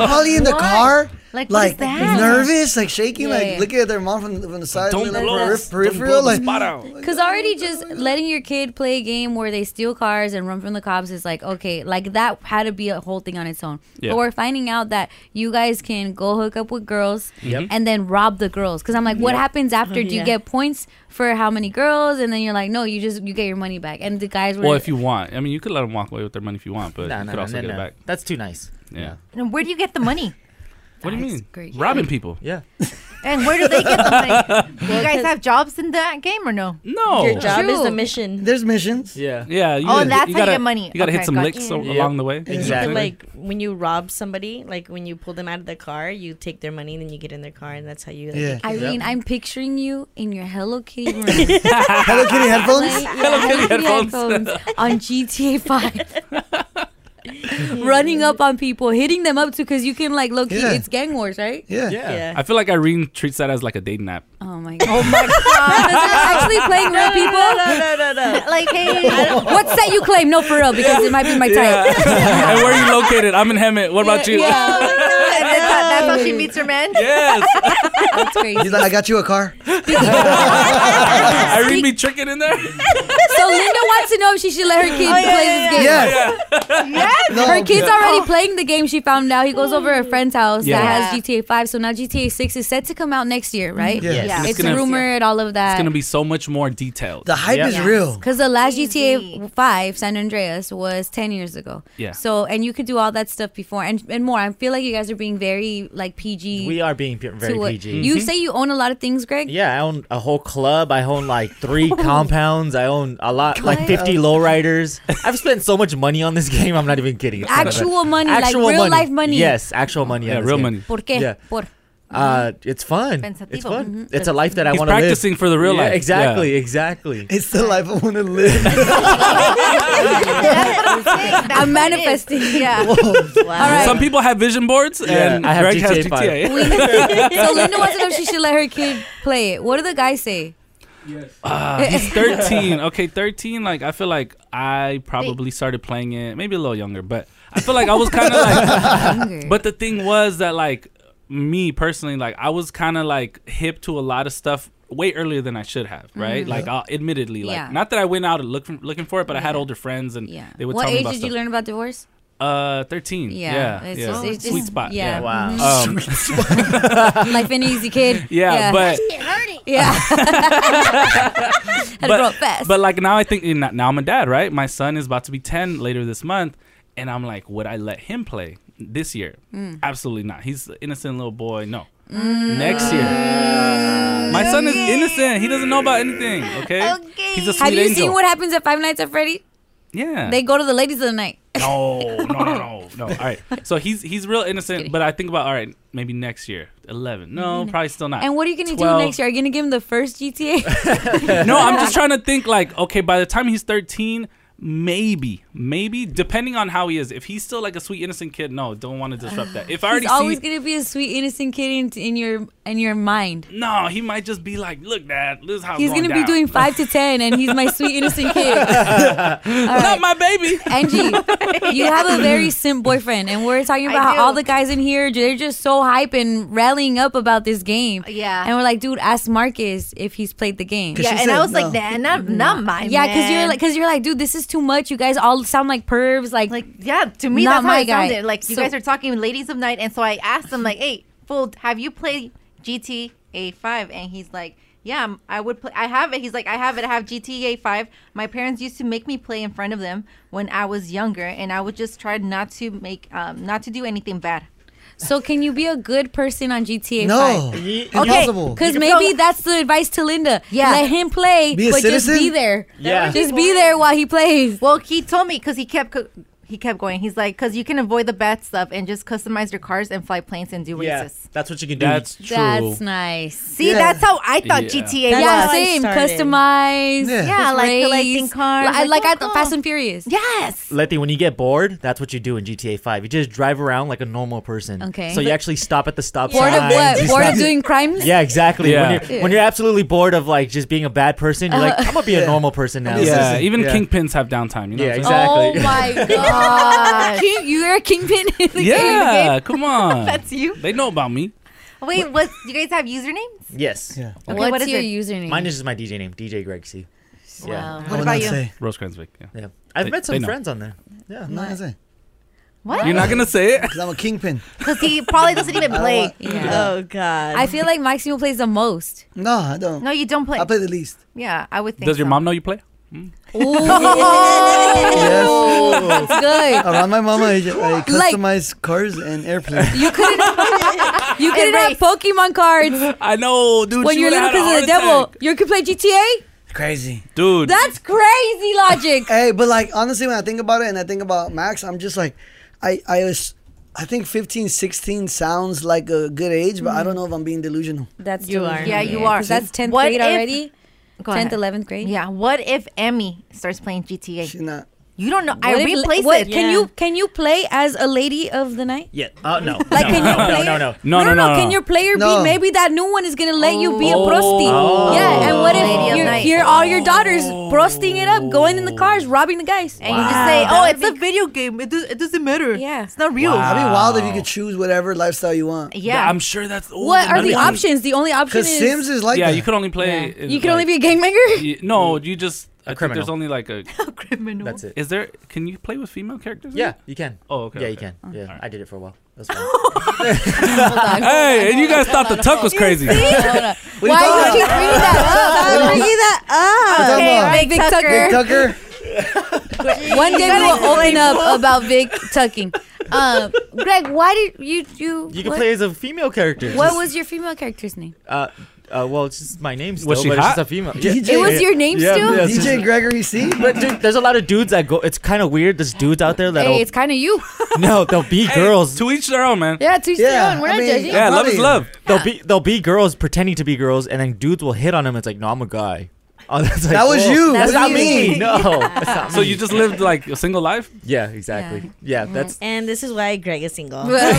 [SPEAKER 4] are probably in the
[SPEAKER 1] What?
[SPEAKER 4] car,
[SPEAKER 1] Like,
[SPEAKER 4] like,
[SPEAKER 1] what is that?
[SPEAKER 4] nervous, like shaking,
[SPEAKER 1] Yeah,
[SPEAKER 4] like
[SPEAKER 1] yeah.
[SPEAKER 4] looking at their mom from, from the side,
[SPEAKER 2] Don't
[SPEAKER 4] like, like,
[SPEAKER 2] blow-
[SPEAKER 4] perif-
[SPEAKER 2] don't blow
[SPEAKER 4] peripheral,
[SPEAKER 2] the
[SPEAKER 4] like
[SPEAKER 2] spot out.
[SPEAKER 1] Because already just letting your kid play a game where they steal cars and run from the cops is like, okay, like that had to be a whole thing on its own.
[SPEAKER 10] Yeah.
[SPEAKER 1] But we're finding out that you guys can go hook up with girls
[SPEAKER 10] Yep.
[SPEAKER 1] and then rob the girls. Because I'm like, what
[SPEAKER 10] Yep.
[SPEAKER 1] happens after? Do you
[SPEAKER 10] Yeah.
[SPEAKER 1] get points for how many girls? And then you're like, no, you just, you get your money back. And the guys were.
[SPEAKER 2] Well, if you want, I mean, you could let them walk away with their money if you want, but
[SPEAKER 8] No,
[SPEAKER 2] you
[SPEAKER 8] no,
[SPEAKER 2] could
[SPEAKER 8] no,
[SPEAKER 2] also
[SPEAKER 8] no,
[SPEAKER 2] get it
[SPEAKER 8] no.
[SPEAKER 2] back.
[SPEAKER 8] That's too nice.
[SPEAKER 2] Yeah.
[SPEAKER 10] And where do you get the money?
[SPEAKER 2] What do you mean?
[SPEAKER 10] great.
[SPEAKER 2] Robbing people?
[SPEAKER 8] Yeah.
[SPEAKER 10] And where do they get the money? Do you
[SPEAKER 6] Well,
[SPEAKER 10] guys
[SPEAKER 6] 'cause-
[SPEAKER 10] have jobs in that game or no?
[SPEAKER 2] No.
[SPEAKER 6] Your job is
[SPEAKER 10] True.
[SPEAKER 6] the mission.
[SPEAKER 4] There's missions.
[SPEAKER 8] Yeah.
[SPEAKER 2] Yeah. You
[SPEAKER 10] Oh,
[SPEAKER 2] gotta,
[SPEAKER 10] that's
[SPEAKER 2] you
[SPEAKER 10] how you
[SPEAKER 2] gotta,
[SPEAKER 10] get money.
[SPEAKER 2] You gotta
[SPEAKER 10] Okay,
[SPEAKER 2] hit some
[SPEAKER 10] got
[SPEAKER 2] licks
[SPEAKER 10] you.
[SPEAKER 2] al-
[SPEAKER 10] Yeah.
[SPEAKER 2] along the way.
[SPEAKER 6] And You could, like when you rob somebody, like when you pull them out of the car, you take their money and then you get in their car, and that's how you. Like,
[SPEAKER 2] Yeah.
[SPEAKER 1] Irene, I'm picturing you in your Hello Kitty room.
[SPEAKER 6] Hello Kitty headphones?
[SPEAKER 1] Like, yeah,
[SPEAKER 6] Hello Kitty
[SPEAKER 1] headphones.
[SPEAKER 6] headphones.
[SPEAKER 1] on GTA 5. Running up on people, hitting them up too, because you can like look,
[SPEAKER 2] Yeah.
[SPEAKER 1] it's gang wars, right?
[SPEAKER 2] I feel like Irene treats that as like a dating app.
[SPEAKER 1] Oh my god. Oh my actually playing real
[SPEAKER 6] No, no,
[SPEAKER 1] people?
[SPEAKER 6] no, no, no, no.
[SPEAKER 1] like, hey, what set you claim? No, for real, because it might be my type.
[SPEAKER 2] Yeah. and where are you located? I'm in Hemet. What about you?
[SPEAKER 10] And that's, how, that's how she meets her man.
[SPEAKER 2] Yes.
[SPEAKER 1] That's crazy.
[SPEAKER 4] He's like, I got you a car.
[SPEAKER 2] Irene be tricking in there?
[SPEAKER 1] So Linda wants to know if she should let her kid
[SPEAKER 10] Oh, yeah,
[SPEAKER 1] play
[SPEAKER 10] yeah,
[SPEAKER 1] this game.
[SPEAKER 2] yeah.
[SPEAKER 10] Yes.
[SPEAKER 4] No,
[SPEAKER 1] her kid's
[SPEAKER 4] yeah.
[SPEAKER 1] already playing the game. She found out. He goes over to a friend's house
[SPEAKER 2] Oh. Yeah.
[SPEAKER 1] that has GTA 5. So now GTA 6 is set to come out next year, right?
[SPEAKER 2] Yes. Yes.
[SPEAKER 1] It's,
[SPEAKER 2] It's gonna-
[SPEAKER 1] rumored, all of that.
[SPEAKER 2] It's gonna be so much more detailed. The
[SPEAKER 4] hype is real.
[SPEAKER 1] Because the last GTA 5, San Andreas, was 10 years ago.
[SPEAKER 8] Yeah.
[SPEAKER 1] So, and you could do all that stuff before and, and more. I feel like you guys are being very, like, PG.
[SPEAKER 8] We are being p- very
[SPEAKER 1] to what-
[SPEAKER 8] PG.
[SPEAKER 2] Mm-hmm.
[SPEAKER 1] You say you own a lot of things, Greg?
[SPEAKER 8] Yeah, I own a whole club. I own like three
[SPEAKER 1] Oh.
[SPEAKER 8] compounds. I own a lot, like 50 lowriders. I've spent so much money on this game. I'm not even kidding. It's not
[SPEAKER 1] Actual
[SPEAKER 8] bad.
[SPEAKER 1] money, like real life money.
[SPEAKER 8] Yes, actual money.
[SPEAKER 2] Yeah,
[SPEAKER 8] on this
[SPEAKER 2] real
[SPEAKER 8] game.
[SPEAKER 2] money.
[SPEAKER 1] ¿Por qué?
[SPEAKER 8] Yeah.
[SPEAKER 1] Por.
[SPEAKER 8] Uh, it's fun. It's fun.
[SPEAKER 1] Mhm.
[SPEAKER 8] It's a life that I
[SPEAKER 2] He's
[SPEAKER 8] want to live.
[SPEAKER 2] practicing for the real
[SPEAKER 8] Yeah,
[SPEAKER 2] life.
[SPEAKER 8] Exactly. Exactly.
[SPEAKER 4] It's the life I want to live.
[SPEAKER 1] I'm manifesting. Yeah.
[SPEAKER 2] Some people have vision boards, and
[SPEAKER 8] I have
[SPEAKER 2] Greg has
[SPEAKER 8] GTA five.
[SPEAKER 2] GTA.
[SPEAKER 1] so Linda wants to know if she should let her kid play it. What do the guys say?
[SPEAKER 2] Ah, he's 13. Okay, 13. Like, I feel like I probably started playing it maybe a little younger, but I feel like I was kind of like. but the thing was that, like, me personally, like, I was kind of like hip to a lot of stuff way earlier than I should have, right?
[SPEAKER 1] Mhm.
[SPEAKER 2] Like, I'll, admittedly, like,
[SPEAKER 1] Yeah.
[SPEAKER 2] not that I went out and look looking for it, but I had older friends and they would
[SPEAKER 1] what
[SPEAKER 2] tell me
[SPEAKER 1] age
[SPEAKER 2] about
[SPEAKER 1] did
[SPEAKER 2] stuff.
[SPEAKER 1] you learn about divorce?
[SPEAKER 2] Uh, 13.
[SPEAKER 1] Yeah,
[SPEAKER 2] Yeah.
[SPEAKER 1] it's
[SPEAKER 2] yeah.
[SPEAKER 1] just- it's
[SPEAKER 2] Sweet
[SPEAKER 1] just-
[SPEAKER 2] spot.
[SPEAKER 1] yeah. Mm-hmm.
[SPEAKER 2] Yeah.
[SPEAKER 1] Wow.
[SPEAKER 2] Um,
[SPEAKER 1] Sweet Life ain't easy, kid.
[SPEAKER 2] Yeah, but-
[SPEAKER 1] Had to grow up fast.
[SPEAKER 2] but like now I think and now I'm a dad, right? My son is about to be 10 later this month, and I'm like, would I let him play this year?
[SPEAKER 1] Mm.
[SPEAKER 2] Absolutely not. He's an innocent little boy. No.
[SPEAKER 1] Mm.
[SPEAKER 2] Next year. My son is innocent. He doesn't know about anything, okay? He's a sweet
[SPEAKER 1] Have you
[SPEAKER 2] angel.
[SPEAKER 1] seen what happens at Five Nights at Freddy?
[SPEAKER 2] yeah.
[SPEAKER 1] They go to the ladies of the night.
[SPEAKER 2] no, no, Oh, no, no, no. All right. So he's he's real innocent, but I think about all right, maybe next year. 11. No,
[SPEAKER 1] Mm.
[SPEAKER 2] probably still not.
[SPEAKER 1] And what are you gonna do
[SPEAKER 2] 12.
[SPEAKER 1] next year? Are you gonna give him the first GTA?
[SPEAKER 2] no, I'm just trying to think like, okay, by the time he's 13, maybe, maybe, depending on how he is. If he's still like a sweet, innocent kid, no, don't want to disrupt that. If I already
[SPEAKER 1] He's always
[SPEAKER 2] see,
[SPEAKER 1] gonna be a sweet, innocent kid in, in your in your mind.
[SPEAKER 2] no, he might just be like, look, dad, this is how it's
[SPEAKER 1] He's gonna
[SPEAKER 2] going
[SPEAKER 1] be
[SPEAKER 2] down."
[SPEAKER 1] doing five to ten, and he's my sweet, innocent kid.
[SPEAKER 2] Not my baby.
[SPEAKER 1] Angie, you have a very simp boyfriend, and we're talking about how all the guys in here they're just so hype and rallying up about this game.
[SPEAKER 10] Yeah.
[SPEAKER 1] and we're like, dude, ask Marcus if he's played the game.
[SPEAKER 10] Yeah, and I was like, nah, not, not my
[SPEAKER 1] Yeah, because you're
[SPEAKER 10] man.
[SPEAKER 1] like, because you're like, dude, this is too much. You guys all sound like pervs. Like, like
[SPEAKER 10] yeah, to me, that's
[SPEAKER 1] not
[SPEAKER 10] how
[SPEAKER 1] my
[SPEAKER 10] it
[SPEAKER 1] guy.
[SPEAKER 10] sounded. Like, you
[SPEAKER 1] So-
[SPEAKER 10] guys are talking ladies of night. And so I asked him, like, hey, Fold, have you played GTA 5? And he's like,
[SPEAKER 7] Yeah, m- I would play. I have it. He's like, I have it. I have GTA 5. My parents used to make me play in front of them when I was younger, and I would just try not to make, um, not to do anything bad.
[SPEAKER 1] So can you be a good person on GTA?
[SPEAKER 7] No.
[SPEAKER 1] 5?
[SPEAKER 7] Ye-
[SPEAKER 1] okay,
[SPEAKER 7] impossible.
[SPEAKER 1] because
[SPEAKER 7] You can
[SPEAKER 1] maybe
[SPEAKER 7] probably-
[SPEAKER 1] that's the advice to Linda.
[SPEAKER 7] Yeah.
[SPEAKER 1] let him play,
[SPEAKER 7] Be a
[SPEAKER 1] but
[SPEAKER 7] citizen?
[SPEAKER 1] just be there.
[SPEAKER 7] Yeah.
[SPEAKER 1] just be there while he plays.
[SPEAKER 7] Well, he told me because he kept co- he kept going. He's like, because you can avoid the bad stuff and just customize your cars and fly planes and do
[SPEAKER 8] Yeah,
[SPEAKER 7] races.
[SPEAKER 8] that's what you can do.
[SPEAKER 2] That's
[SPEAKER 1] That's nice.
[SPEAKER 7] See, that's how I thought
[SPEAKER 8] Yeah.
[SPEAKER 7] GTA
[SPEAKER 1] Yeah,
[SPEAKER 7] was.
[SPEAKER 1] same. Customized.
[SPEAKER 7] Yeah,
[SPEAKER 1] just
[SPEAKER 7] like
[SPEAKER 1] race.
[SPEAKER 7] collecting cars.
[SPEAKER 1] I like,
[SPEAKER 7] Like, oh,
[SPEAKER 1] I thought Fast and Furious.
[SPEAKER 7] Yes.
[SPEAKER 8] Letty, when you get bored, that's what you do in GTA 5. You just drive around like a normal person.
[SPEAKER 1] Okay.
[SPEAKER 8] So you
[SPEAKER 1] But-
[SPEAKER 8] actually stop at the stop
[SPEAKER 1] Bored of
[SPEAKER 8] signs,
[SPEAKER 1] what?
[SPEAKER 8] you
[SPEAKER 1] Bored of
[SPEAKER 8] stop-
[SPEAKER 1] doing crimes?
[SPEAKER 8] Yeah, exactly.
[SPEAKER 2] Yeah.
[SPEAKER 8] When, you're, when you're absolutely bored of like just being a bad person, you're like,
[SPEAKER 1] Uh,
[SPEAKER 8] I'm gonna be a normal person now.
[SPEAKER 2] Yeah,
[SPEAKER 8] This is-
[SPEAKER 2] even
[SPEAKER 8] yeah.
[SPEAKER 2] kingpins have downtime. You know
[SPEAKER 8] Yeah,
[SPEAKER 2] what I'm saying?
[SPEAKER 8] exactly.
[SPEAKER 1] Oh my god! King, you are a kingpin. In the game.
[SPEAKER 2] Yeah, come on.
[SPEAKER 7] That's you.
[SPEAKER 2] They know about me.
[SPEAKER 7] Wait, what? You guys have usernames?
[SPEAKER 8] Yes. Yeah.
[SPEAKER 7] Okay, What's what is your it? username?
[SPEAKER 8] Mine is just my DJ name, DJ Greg C.
[SPEAKER 7] Wow. What I would about not you? say.
[SPEAKER 2] Rose Kranzvik. Yeah.
[SPEAKER 8] yeah. I've
[SPEAKER 2] They-
[SPEAKER 8] met
[SPEAKER 2] they
[SPEAKER 8] some
[SPEAKER 2] know.
[SPEAKER 8] friends on there. Yeah,
[SPEAKER 4] I'm not gonna say.
[SPEAKER 7] What?
[SPEAKER 2] You're not gonna say it?
[SPEAKER 4] Because I'm a kingpin.
[SPEAKER 7] Because he probably doesn't even play.
[SPEAKER 4] Oh,
[SPEAKER 6] God.
[SPEAKER 1] I feel like Maximo plays the most.
[SPEAKER 4] No, I don't.
[SPEAKER 7] No, you don't play.
[SPEAKER 4] I play the least.
[SPEAKER 7] Yeah, I would think.
[SPEAKER 2] Does your
[SPEAKER 7] so.
[SPEAKER 2] mom know you play?
[SPEAKER 4] yes.
[SPEAKER 1] Oh, That's good.
[SPEAKER 4] Around my mama, I, I
[SPEAKER 1] Like-
[SPEAKER 4] customize cars and airplanes.
[SPEAKER 1] You couldn't. you couldn't have Pokemon cards.
[SPEAKER 2] I know, Oh, dude.
[SPEAKER 1] When
[SPEAKER 4] she
[SPEAKER 1] you're
[SPEAKER 4] would've
[SPEAKER 1] little
[SPEAKER 4] had a
[SPEAKER 1] because of the
[SPEAKER 4] heart
[SPEAKER 1] devil, you could play GTA.
[SPEAKER 4] Crazy.
[SPEAKER 2] Dude.
[SPEAKER 1] That's crazy logic.
[SPEAKER 4] hey, but like honestly, when I think about it and I think about Max, I'm just like, I I was, I think 15, 16 sounds like a good age, but I
[SPEAKER 1] Mm-hmm.
[SPEAKER 4] don't know if I'm being delusional.
[SPEAKER 1] That's
[SPEAKER 7] You
[SPEAKER 1] true.
[SPEAKER 7] are. Yeah, you are.
[SPEAKER 1] 'Cause That's tenth
[SPEAKER 7] What
[SPEAKER 1] grade
[SPEAKER 7] if-
[SPEAKER 1] already.
[SPEAKER 7] Go
[SPEAKER 1] Tenth,
[SPEAKER 7] ahead.
[SPEAKER 1] eleventh grade.
[SPEAKER 7] Yeah. What if Emmy starts playing GTA?
[SPEAKER 4] She's not.
[SPEAKER 7] You don't know.
[SPEAKER 1] What
[SPEAKER 7] I
[SPEAKER 1] if-
[SPEAKER 7] replace
[SPEAKER 1] what-
[SPEAKER 7] it.
[SPEAKER 1] Can you can you play as a lady of the night?
[SPEAKER 8] Yeah. Uh, no. no,
[SPEAKER 1] Like, can
[SPEAKER 8] no,
[SPEAKER 1] you play
[SPEAKER 8] no, no, no,
[SPEAKER 2] No, no, no, no.
[SPEAKER 1] Can your player
[SPEAKER 2] Uh. No.
[SPEAKER 1] be? Maybe that new one is gonna let you be a prosty.
[SPEAKER 2] Oh.
[SPEAKER 1] Yeah, and what
[SPEAKER 7] Lady
[SPEAKER 1] if
[SPEAKER 7] of
[SPEAKER 1] you're,
[SPEAKER 7] Night.
[SPEAKER 1] you're all your daughters prosting it up, going in the cars, robbing the guys,
[SPEAKER 7] And you just say, oh, it's a video game. It, do, it doesn't matter. Yeah. It's not real.
[SPEAKER 4] I'd be wild if you could choose whatever lifestyle you want.
[SPEAKER 7] Yeah.
[SPEAKER 2] I'm sure that's.
[SPEAKER 1] What are
[SPEAKER 2] I
[SPEAKER 1] the
[SPEAKER 2] mean-
[SPEAKER 1] options? The only option
[SPEAKER 4] Because
[SPEAKER 1] is
[SPEAKER 4] Sims is like
[SPEAKER 2] yeah,
[SPEAKER 4] that.
[SPEAKER 2] you could only play. in,
[SPEAKER 1] you can only
[SPEAKER 2] like-
[SPEAKER 1] be a gang banger.
[SPEAKER 2] y- No, you just. I think
[SPEAKER 8] Mm. criminal.
[SPEAKER 2] there's only like a.
[SPEAKER 7] criminal.
[SPEAKER 8] That's it.
[SPEAKER 2] Is there? Can you play with female characters? in
[SPEAKER 8] Yeah,
[SPEAKER 2] it?
[SPEAKER 8] you can.
[SPEAKER 2] Oh, okay.
[SPEAKER 8] Yeah, you
[SPEAKER 2] okay.
[SPEAKER 8] can. Yeah, I did it for a while. That's fine.
[SPEAKER 2] Hey, and you guys thought the tuck was crazy.
[SPEAKER 8] What are you
[SPEAKER 1] Why
[SPEAKER 8] talking
[SPEAKER 1] would you bring that
[SPEAKER 8] What
[SPEAKER 1] up?
[SPEAKER 8] are
[SPEAKER 1] Why
[SPEAKER 8] you-
[SPEAKER 1] bring that up?
[SPEAKER 8] What are you talking
[SPEAKER 1] Vic
[SPEAKER 7] about?
[SPEAKER 1] Tucker.
[SPEAKER 7] Big
[SPEAKER 4] Tucker.
[SPEAKER 1] One day
[SPEAKER 7] You
[SPEAKER 1] we will
[SPEAKER 7] gotta
[SPEAKER 1] open
[SPEAKER 7] explain
[SPEAKER 1] up
[SPEAKER 7] more.
[SPEAKER 1] about Vic tucking. Um, Greg, why did you you?
[SPEAKER 8] You can
[SPEAKER 1] what-
[SPEAKER 8] play as a female character.
[SPEAKER 1] What
[SPEAKER 8] Just-
[SPEAKER 1] was your female character's name?
[SPEAKER 8] Uh, uh, well, it's just my name still,
[SPEAKER 2] Was she
[SPEAKER 8] but it's
[SPEAKER 2] hot?
[SPEAKER 8] just a female.
[SPEAKER 1] DJ. It was your name still?
[SPEAKER 8] it's
[SPEAKER 1] DJ
[SPEAKER 8] just-
[SPEAKER 4] Gregory C.
[SPEAKER 8] But dude, there's a lot of dudes that go. It's kind of weird. There's dudes out there
[SPEAKER 1] Hey,
[SPEAKER 8] that'll
[SPEAKER 1] it's kind of you.
[SPEAKER 8] no, they'll be girls.
[SPEAKER 2] To each their own, man.
[SPEAKER 1] Yeah, to each their Yeah, own. We're I not mean, judging. yeah, love is love.
[SPEAKER 8] They'll be they'll be girls pretending to be girls, and then dudes will hit on them. It's like, no, I'm a guy. Oh, that's like,
[SPEAKER 4] That was
[SPEAKER 8] whoa,
[SPEAKER 4] you.
[SPEAKER 8] That's
[SPEAKER 4] What
[SPEAKER 8] not
[SPEAKER 4] do
[SPEAKER 8] me.
[SPEAKER 4] you mean?
[SPEAKER 8] No, that's not
[SPEAKER 2] So
[SPEAKER 8] me.
[SPEAKER 2] you just lived like a single life?
[SPEAKER 8] Yeah, exactly. Yeah, that's
[SPEAKER 6] And this is why Greg is single.
[SPEAKER 1] There's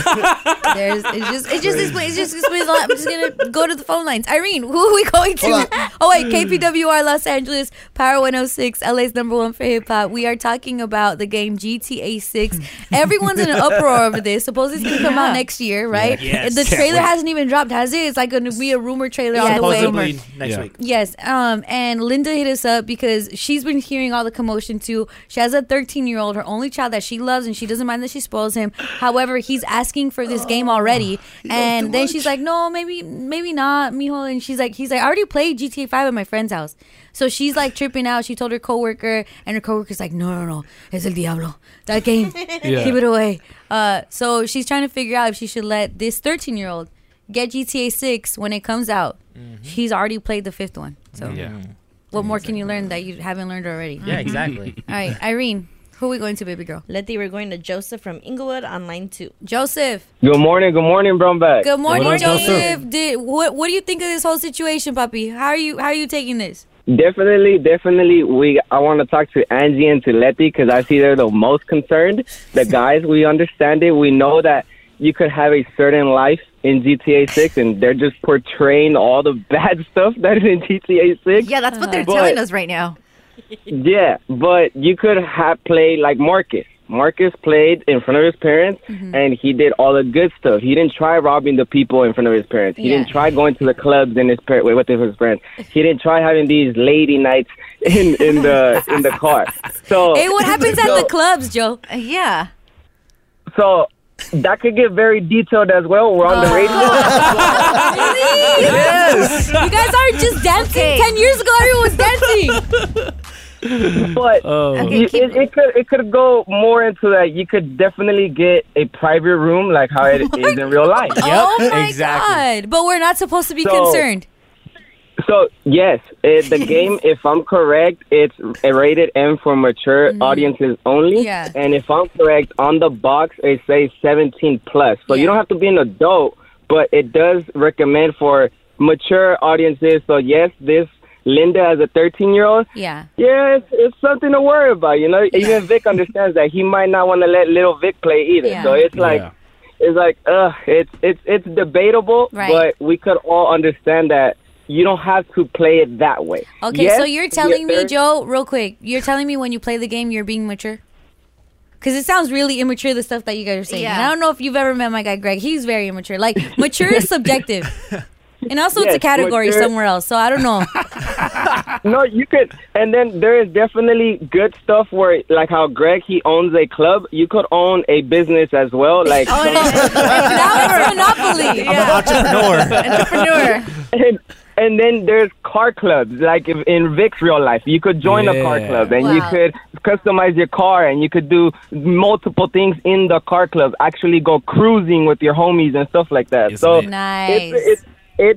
[SPEAKER 1] it's just it's just this place. It's just this place. I'm just gonna go to the phone lines. Irene, who are we going to? Oh wait, KPWR Los Angeles Power 106, LA's number one for hip hop. We are talking about the game GTA 6. Everyone's in an uproar over this. Supposedly it's gonna come out
[SPEAKER 7] Yeah.
[SPEAKER 1] next year, right?
[SPEAKER 7] Yes.
[SPEAKER 1] The
[SPEAKER 7] Can't
[SPEAKER 1] trailer
[SPEAKER 7] wait.
[SPEAKER 1] hasn't even dropped, has it? It's like gonna be a rumor trailer on the way.
[SPEAKER 8] supposedly next week.
[SPEAKER 1] Yes. Um, and Linda hit us up because she's been hearing all the commotion too. She has a 13 year old, her only child that she loves, and she doesn't mind that she spoils him. However, he's asking for this game already, and then she's like, "No, maybe, maybe not, mijo." And she's like, "He's like, I already played GTA 5 at my friend's house." So she's like tripping out. She told her coworker, and her coworker's like, "No, no, no, es el diablo. That game,
[SPEAKER 15] Yeah.
[SPEAKER 1] keep it away." Uh, so she's trying to figure out if she should let this 13 year old get GTA 6 when it comes out. He's already played the fifth one. So,
[SPEAKER 8] Mm-hmm. Yeah.
[SPEAKER 1] what more can you learn that you haven't learned already?
[SPEAKER 8] Yeah, exactly.
[SPEAKER 1] All right, Irene, who are we going to, baby girl?
[SPEAKER 6] Letty, we're going to Joseph from Inglewood on line two.
[SPEAKER 1] Joseph.
[SPEAKER 18] Good morning, good morning, Brown Bag.
[SPEAKER 1] Good morning, Joseph. Did what? What do you think of this whole situation, puppy? How are you? How are you taking this?
[SPEAKER 18] Definitely, definitely. We I want to talk to Angie and to Letty because I see they're the most concerned. The guys, we understand it. We know that you could have a certain life in GTA Six, and they're just portraying all the bad stuff that is in GTA Six.
[SPEAKER 7] Yeah, that's what they're
[SPEAKER 18] But-
[SPEAKER 7] telling us right now.
[SPEAKER 18] Yeah, but you could have played like Marcus. Marcus played in front of his parents
[SPEAKER 1] Mm-hmm.
[SPEAKER 18] and he did all the good stuff. He didn't try robbing the people in front of his parents. He didn't try going to the clubs in his par- with his friends. He didn't try having these lady nights in, in the in the car. So
[SPEAKER 1] hey, what happens at
[SPEAKER 18] so-
[SPEAKER 1] the clubs, Joe?
[SPEAKER 6] Uh,
[SPEAKER 7] yeah.
[SPEAKER 1] Oh.
[SPEAKER 18] So that could get very detailed as well. We're on the radio.
[SPEAKER 1] yes. You guys aren't just dancing. Ten years ago, everyone was dancing.
[SPEAKER 18] But
[SPEAKER 1] Oh. Okay,
[SPEAKER 18] you-
[SPEAKER 1] keep-
[SPEAKER 18] it, it could it could go more into that. You could definitely get a private room like how it is in real life.
[SPEAKER 1] oh my god! But we're not supposed to be
[SPEAKER 18] So-
[SPEAKER 1] concerned.
[SPEAKER 18] So yes, it, the game. If I'm correct, it's rated M for mature audiences only.
[SPEAKER 1] Yeah.
[SPEAKER 18] And if I'm correct, on the box it says 17 plus. So you don't have to be an adult, but it does recommend for mature audiences. So yes, this Linda as a 13 year old.
[SPEAKER 1] Yeah.
[SPEAKER 18] Yeah, it's, it's something to worry about, you know. Even Vic understands that he might not want to let little Vic play either.
[SPEAKER 1] Yeah.
[SPEAKER 18] So it's like, it's like, uh, it's it's it's debatable,
[SPEAKER 1] Right.
[SPEAKER 18] but we could all understand that you don't have to play it that way.
[SPEAKER 1] Okay,
[SPEAKER 18] Yes,
[SPEAKER 1] so you're telling
[SPEAKER 18] yes,
[SPEAKER 1] me,
[SPEAKER 18] sir.
[SPEAKER 1] Joe, real quick, you're telling me when you play the game, you're being mature? Because it sounds really immature, the stuff that you guys are saying. And I don't know if you've ever met my guy, Greg. He's very immature. Like, mature is subjective. And also, it's a
[SPEAKER 18] Yes,
[SPEAKER 1] category
[SPEAKER 18] mature-
[SPEAKER 1] somewhere else, so I don't know.
[SPEAKER 18] no, you could, and then there is definitely good stuff where, like how Greg he owns a club, you could own a business as well. Like
[SPEAKER 1] Oh, Monopoly.
[SPEAKER 18] entrepreneur. and, and then there's car clubs, like if, in Vic's real life. You could join a car
[SPEAKER 19] Yeah.
[SPEAKER 18] club and you
[SPEAKER 19] Wow.
[SPEAKER 18] could customize your car and you could do multiple things in the car club, actually go cruising with your homies and stuff like that. so
[SPEAKER 1] it? Oh, Nice.
[SPEAKER 18] it's, it's,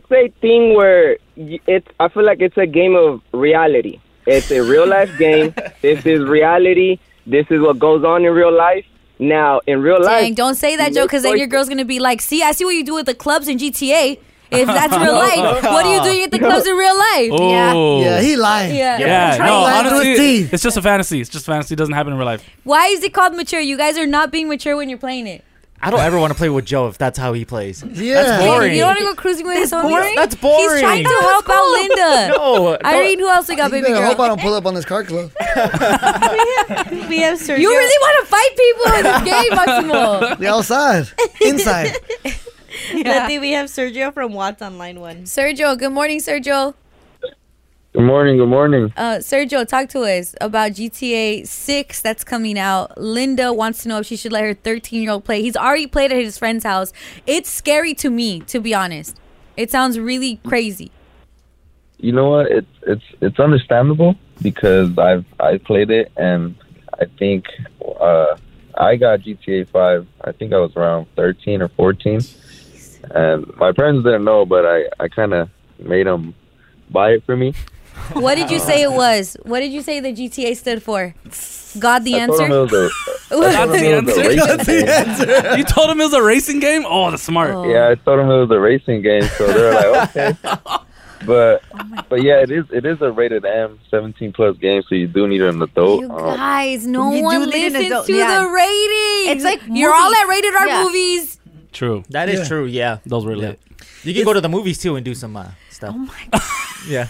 [SPEAKER 18] it's a thing where y- it's, I feel like it's a game of reality. It's a real life game. This is reality. This is what goes on in real life. Now, in real
[SPEAKER 1] Dang,
[SPEAKER 18] life,
[SPEAKER 1] don't say that,
[SPEAKER 18] you
[SPEAKER 1] Joe,
[SPEAKER 18] make
[SPEAKER 1] because then your
[SPEAKER 18] choices.
[SPEAKER 1] girl's going to be like, see, I see what you do with the clubs in GTA. If that's real life, what are you doing at the clubs in real life?
[SPEAKER 2] Oh. Yeah, he
[SPEAKER 4] lying.
[SPEAKER 1] Yeah.
[SPEAKER 2] Yeah,
[SPEAKER 4] Try
[SPEAKER 2] no,
[SPEAKER 4] lying through
[SPEAKER 2] honestly,
[SPEAKER 4] his teeth.
[SPEAKER 2] it's just a fantasy. It's just fantasy. It doesn't happen in real life.
[SPEAKER 1] Why is it called mature? You guys are not being mature when you're playing it.
[SPEAKER 8] I don't ever want to play with Joe if that's how he plays.
[SPEAKER 4] Yeah.
[SPEAKER 8] That's boring.
[SPEAKER 1] You don't want to go cruising with his homies?
[SPEAKER 4] boring?
[SPEAKER 1] That's He's trying to
[SPEAKER 4] boring.
[SPEAKER 1] help out Linda.
[SPEAKER 8] No,
[SPEAKER 1] Irene, who else we got,
[SPEAKER 4] You
[SPEAKER 1] baby
[SPEAKER 4] better
[SPEAKER 1] girl?
[SPEAKER 4] hope I don't pull up on this car club.
[SPEAKER 6] we have Sergio.
[SPEAKER 1] You really want to fight people in this game, Maximo.
[SPEAKER 4] The outside, inside.
[SPEAKER 6] I think we have Sergio from Watts Online One.
[SPEAKER 1] Sergio, good morning, Sergio.
[SPEAKER 20] Good morning. Good morning.
[SPEAKER 1] Uh, Sergio, talk to us about GTA 6 that's coming out. Linda wants to know if she should let her 13 year old play. He's already played at his friend's house. It's scary to me, to be honest. It sounds really crazy.
[SPEAKER 20] You know what? It's it's it's understandable because I've I played it and I think uh, I got GTA Five. I think I was around thirteen or fourteen, and my parents didn't know, but I I kind of made them buy it for me.
[SPEAKER 1] What did you say it was? What did you say the GTA stood for? God the
[SPEAKER 20] I told
[SPEAKER 1] answer?
[SPEAKER 20] 'em it was a- I told 'em it was a racing game.
[SPEAKER 2] You told him it was a racing game? Oh, that's smart.
[SPEAKER 20] Yeah, I told them it was a racing game, so they were like, okay. But
[SPEAKER 1] Oh
[SPEAKER 20] but yeah, it is it is a rated M, seventeen plus game, so you do need an adult. Um,
[SPEAKER 1] Guys, no
[SPEAKER 5] You do
[SPEAKER 1] one
[SPEAKER 5] need an
[SPEAKER 1] listens
[SPEAKER 5] adult-
[SPEAKER 1] to
[SPEAKER 5] yeah.
[SPEAKER 1] the ratings.
[SPEAKER 5] It's like
[SPEAKER 1] you're all
[SPEAKER 5] movies.
[SPEAKER 1] at rated R
[SPEAKER 5] Yeah.
[SPEAKER 1] movies.
[SPEAKER 2] True.
[SPEAKER 8] That is
[SPEAKER 2] Yeah.
[SPEAKER 8] true. Yeah.
[SPEAKER 2] Those were lit.
[SPEAKER 8] You can go to the movies too and do some uh, stuff. Oh my god. yeah.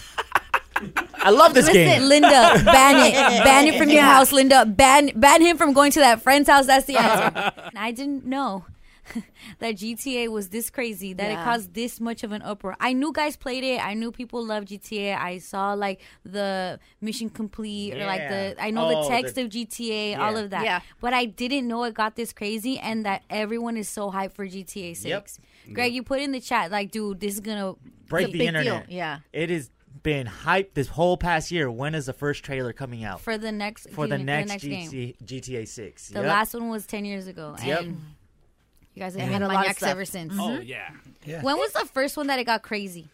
[SPEAKER 8] I love this
[SPEAKER 1] Listen,
[SPEAKER 8] game.
[SPEAKER 1] Linda, ban it. Ban it from your
[SPEAKER 5] Yeah.
[SPEAKER 1] house, Linda. Ban ban him from going to that friend's house. That's the answer. And I didn't know that GTA was this crazy, that it
[SPEAKER 10] Yeah.
[SPEAKER 1] caused this much of an uproar. I knew guys played it. I knew people loved GTA. I saw like the mission complete or like
[SPEAKER 10] Yeah.
[SPEAKER 1] the I know
[SPEAKER 10] Oh,
[SPEAKER 1] the
[SPEAKER 10] the-
[SPEAKER 1] text of GTA, all
[SPEAKER 10] Yeah.
[SPEAKER 1] of that.
[SPEAKER 10] Yeah.
[SPEAKER 1] But I didn't know it got this crazy and that everyone is so hyped for GTA six. Greg, you put in the chat like, dude, this is gonna
[SPEAKER 8] Break the internet. It has been hyped this whole past year. When is the first trailer coming out?
[SPEAKER 1] for the next
[SPEAKER 8] For the
[SPEAKER 1] game-
[SPEAKER 8] next,
[SPEAKER 1] next game.
[SPEAKER 8] GT, GTA 6.
[SPEAKER 1] The
[SPEAKER 8] Yep.
[SPEAKER 1] last one was ten years ago,
[SPEAKER 8] Yep.
[SPEAKER 1] and you guys have
[SPEAKER 5] They
[SPEAKER 1] been
[SPEAKER 5] had a lot of
[SPEAKER 1] maniacs
[SPEAKER 5] stuff.
[SPEAKER 1] ever since.
[SPEAKER 5] Oh,
[SPEAKER 2] Mhm. yeah.
[SPEAKER 5] Yeah.
[SPEAKER 1] When was the first one that it got crazy?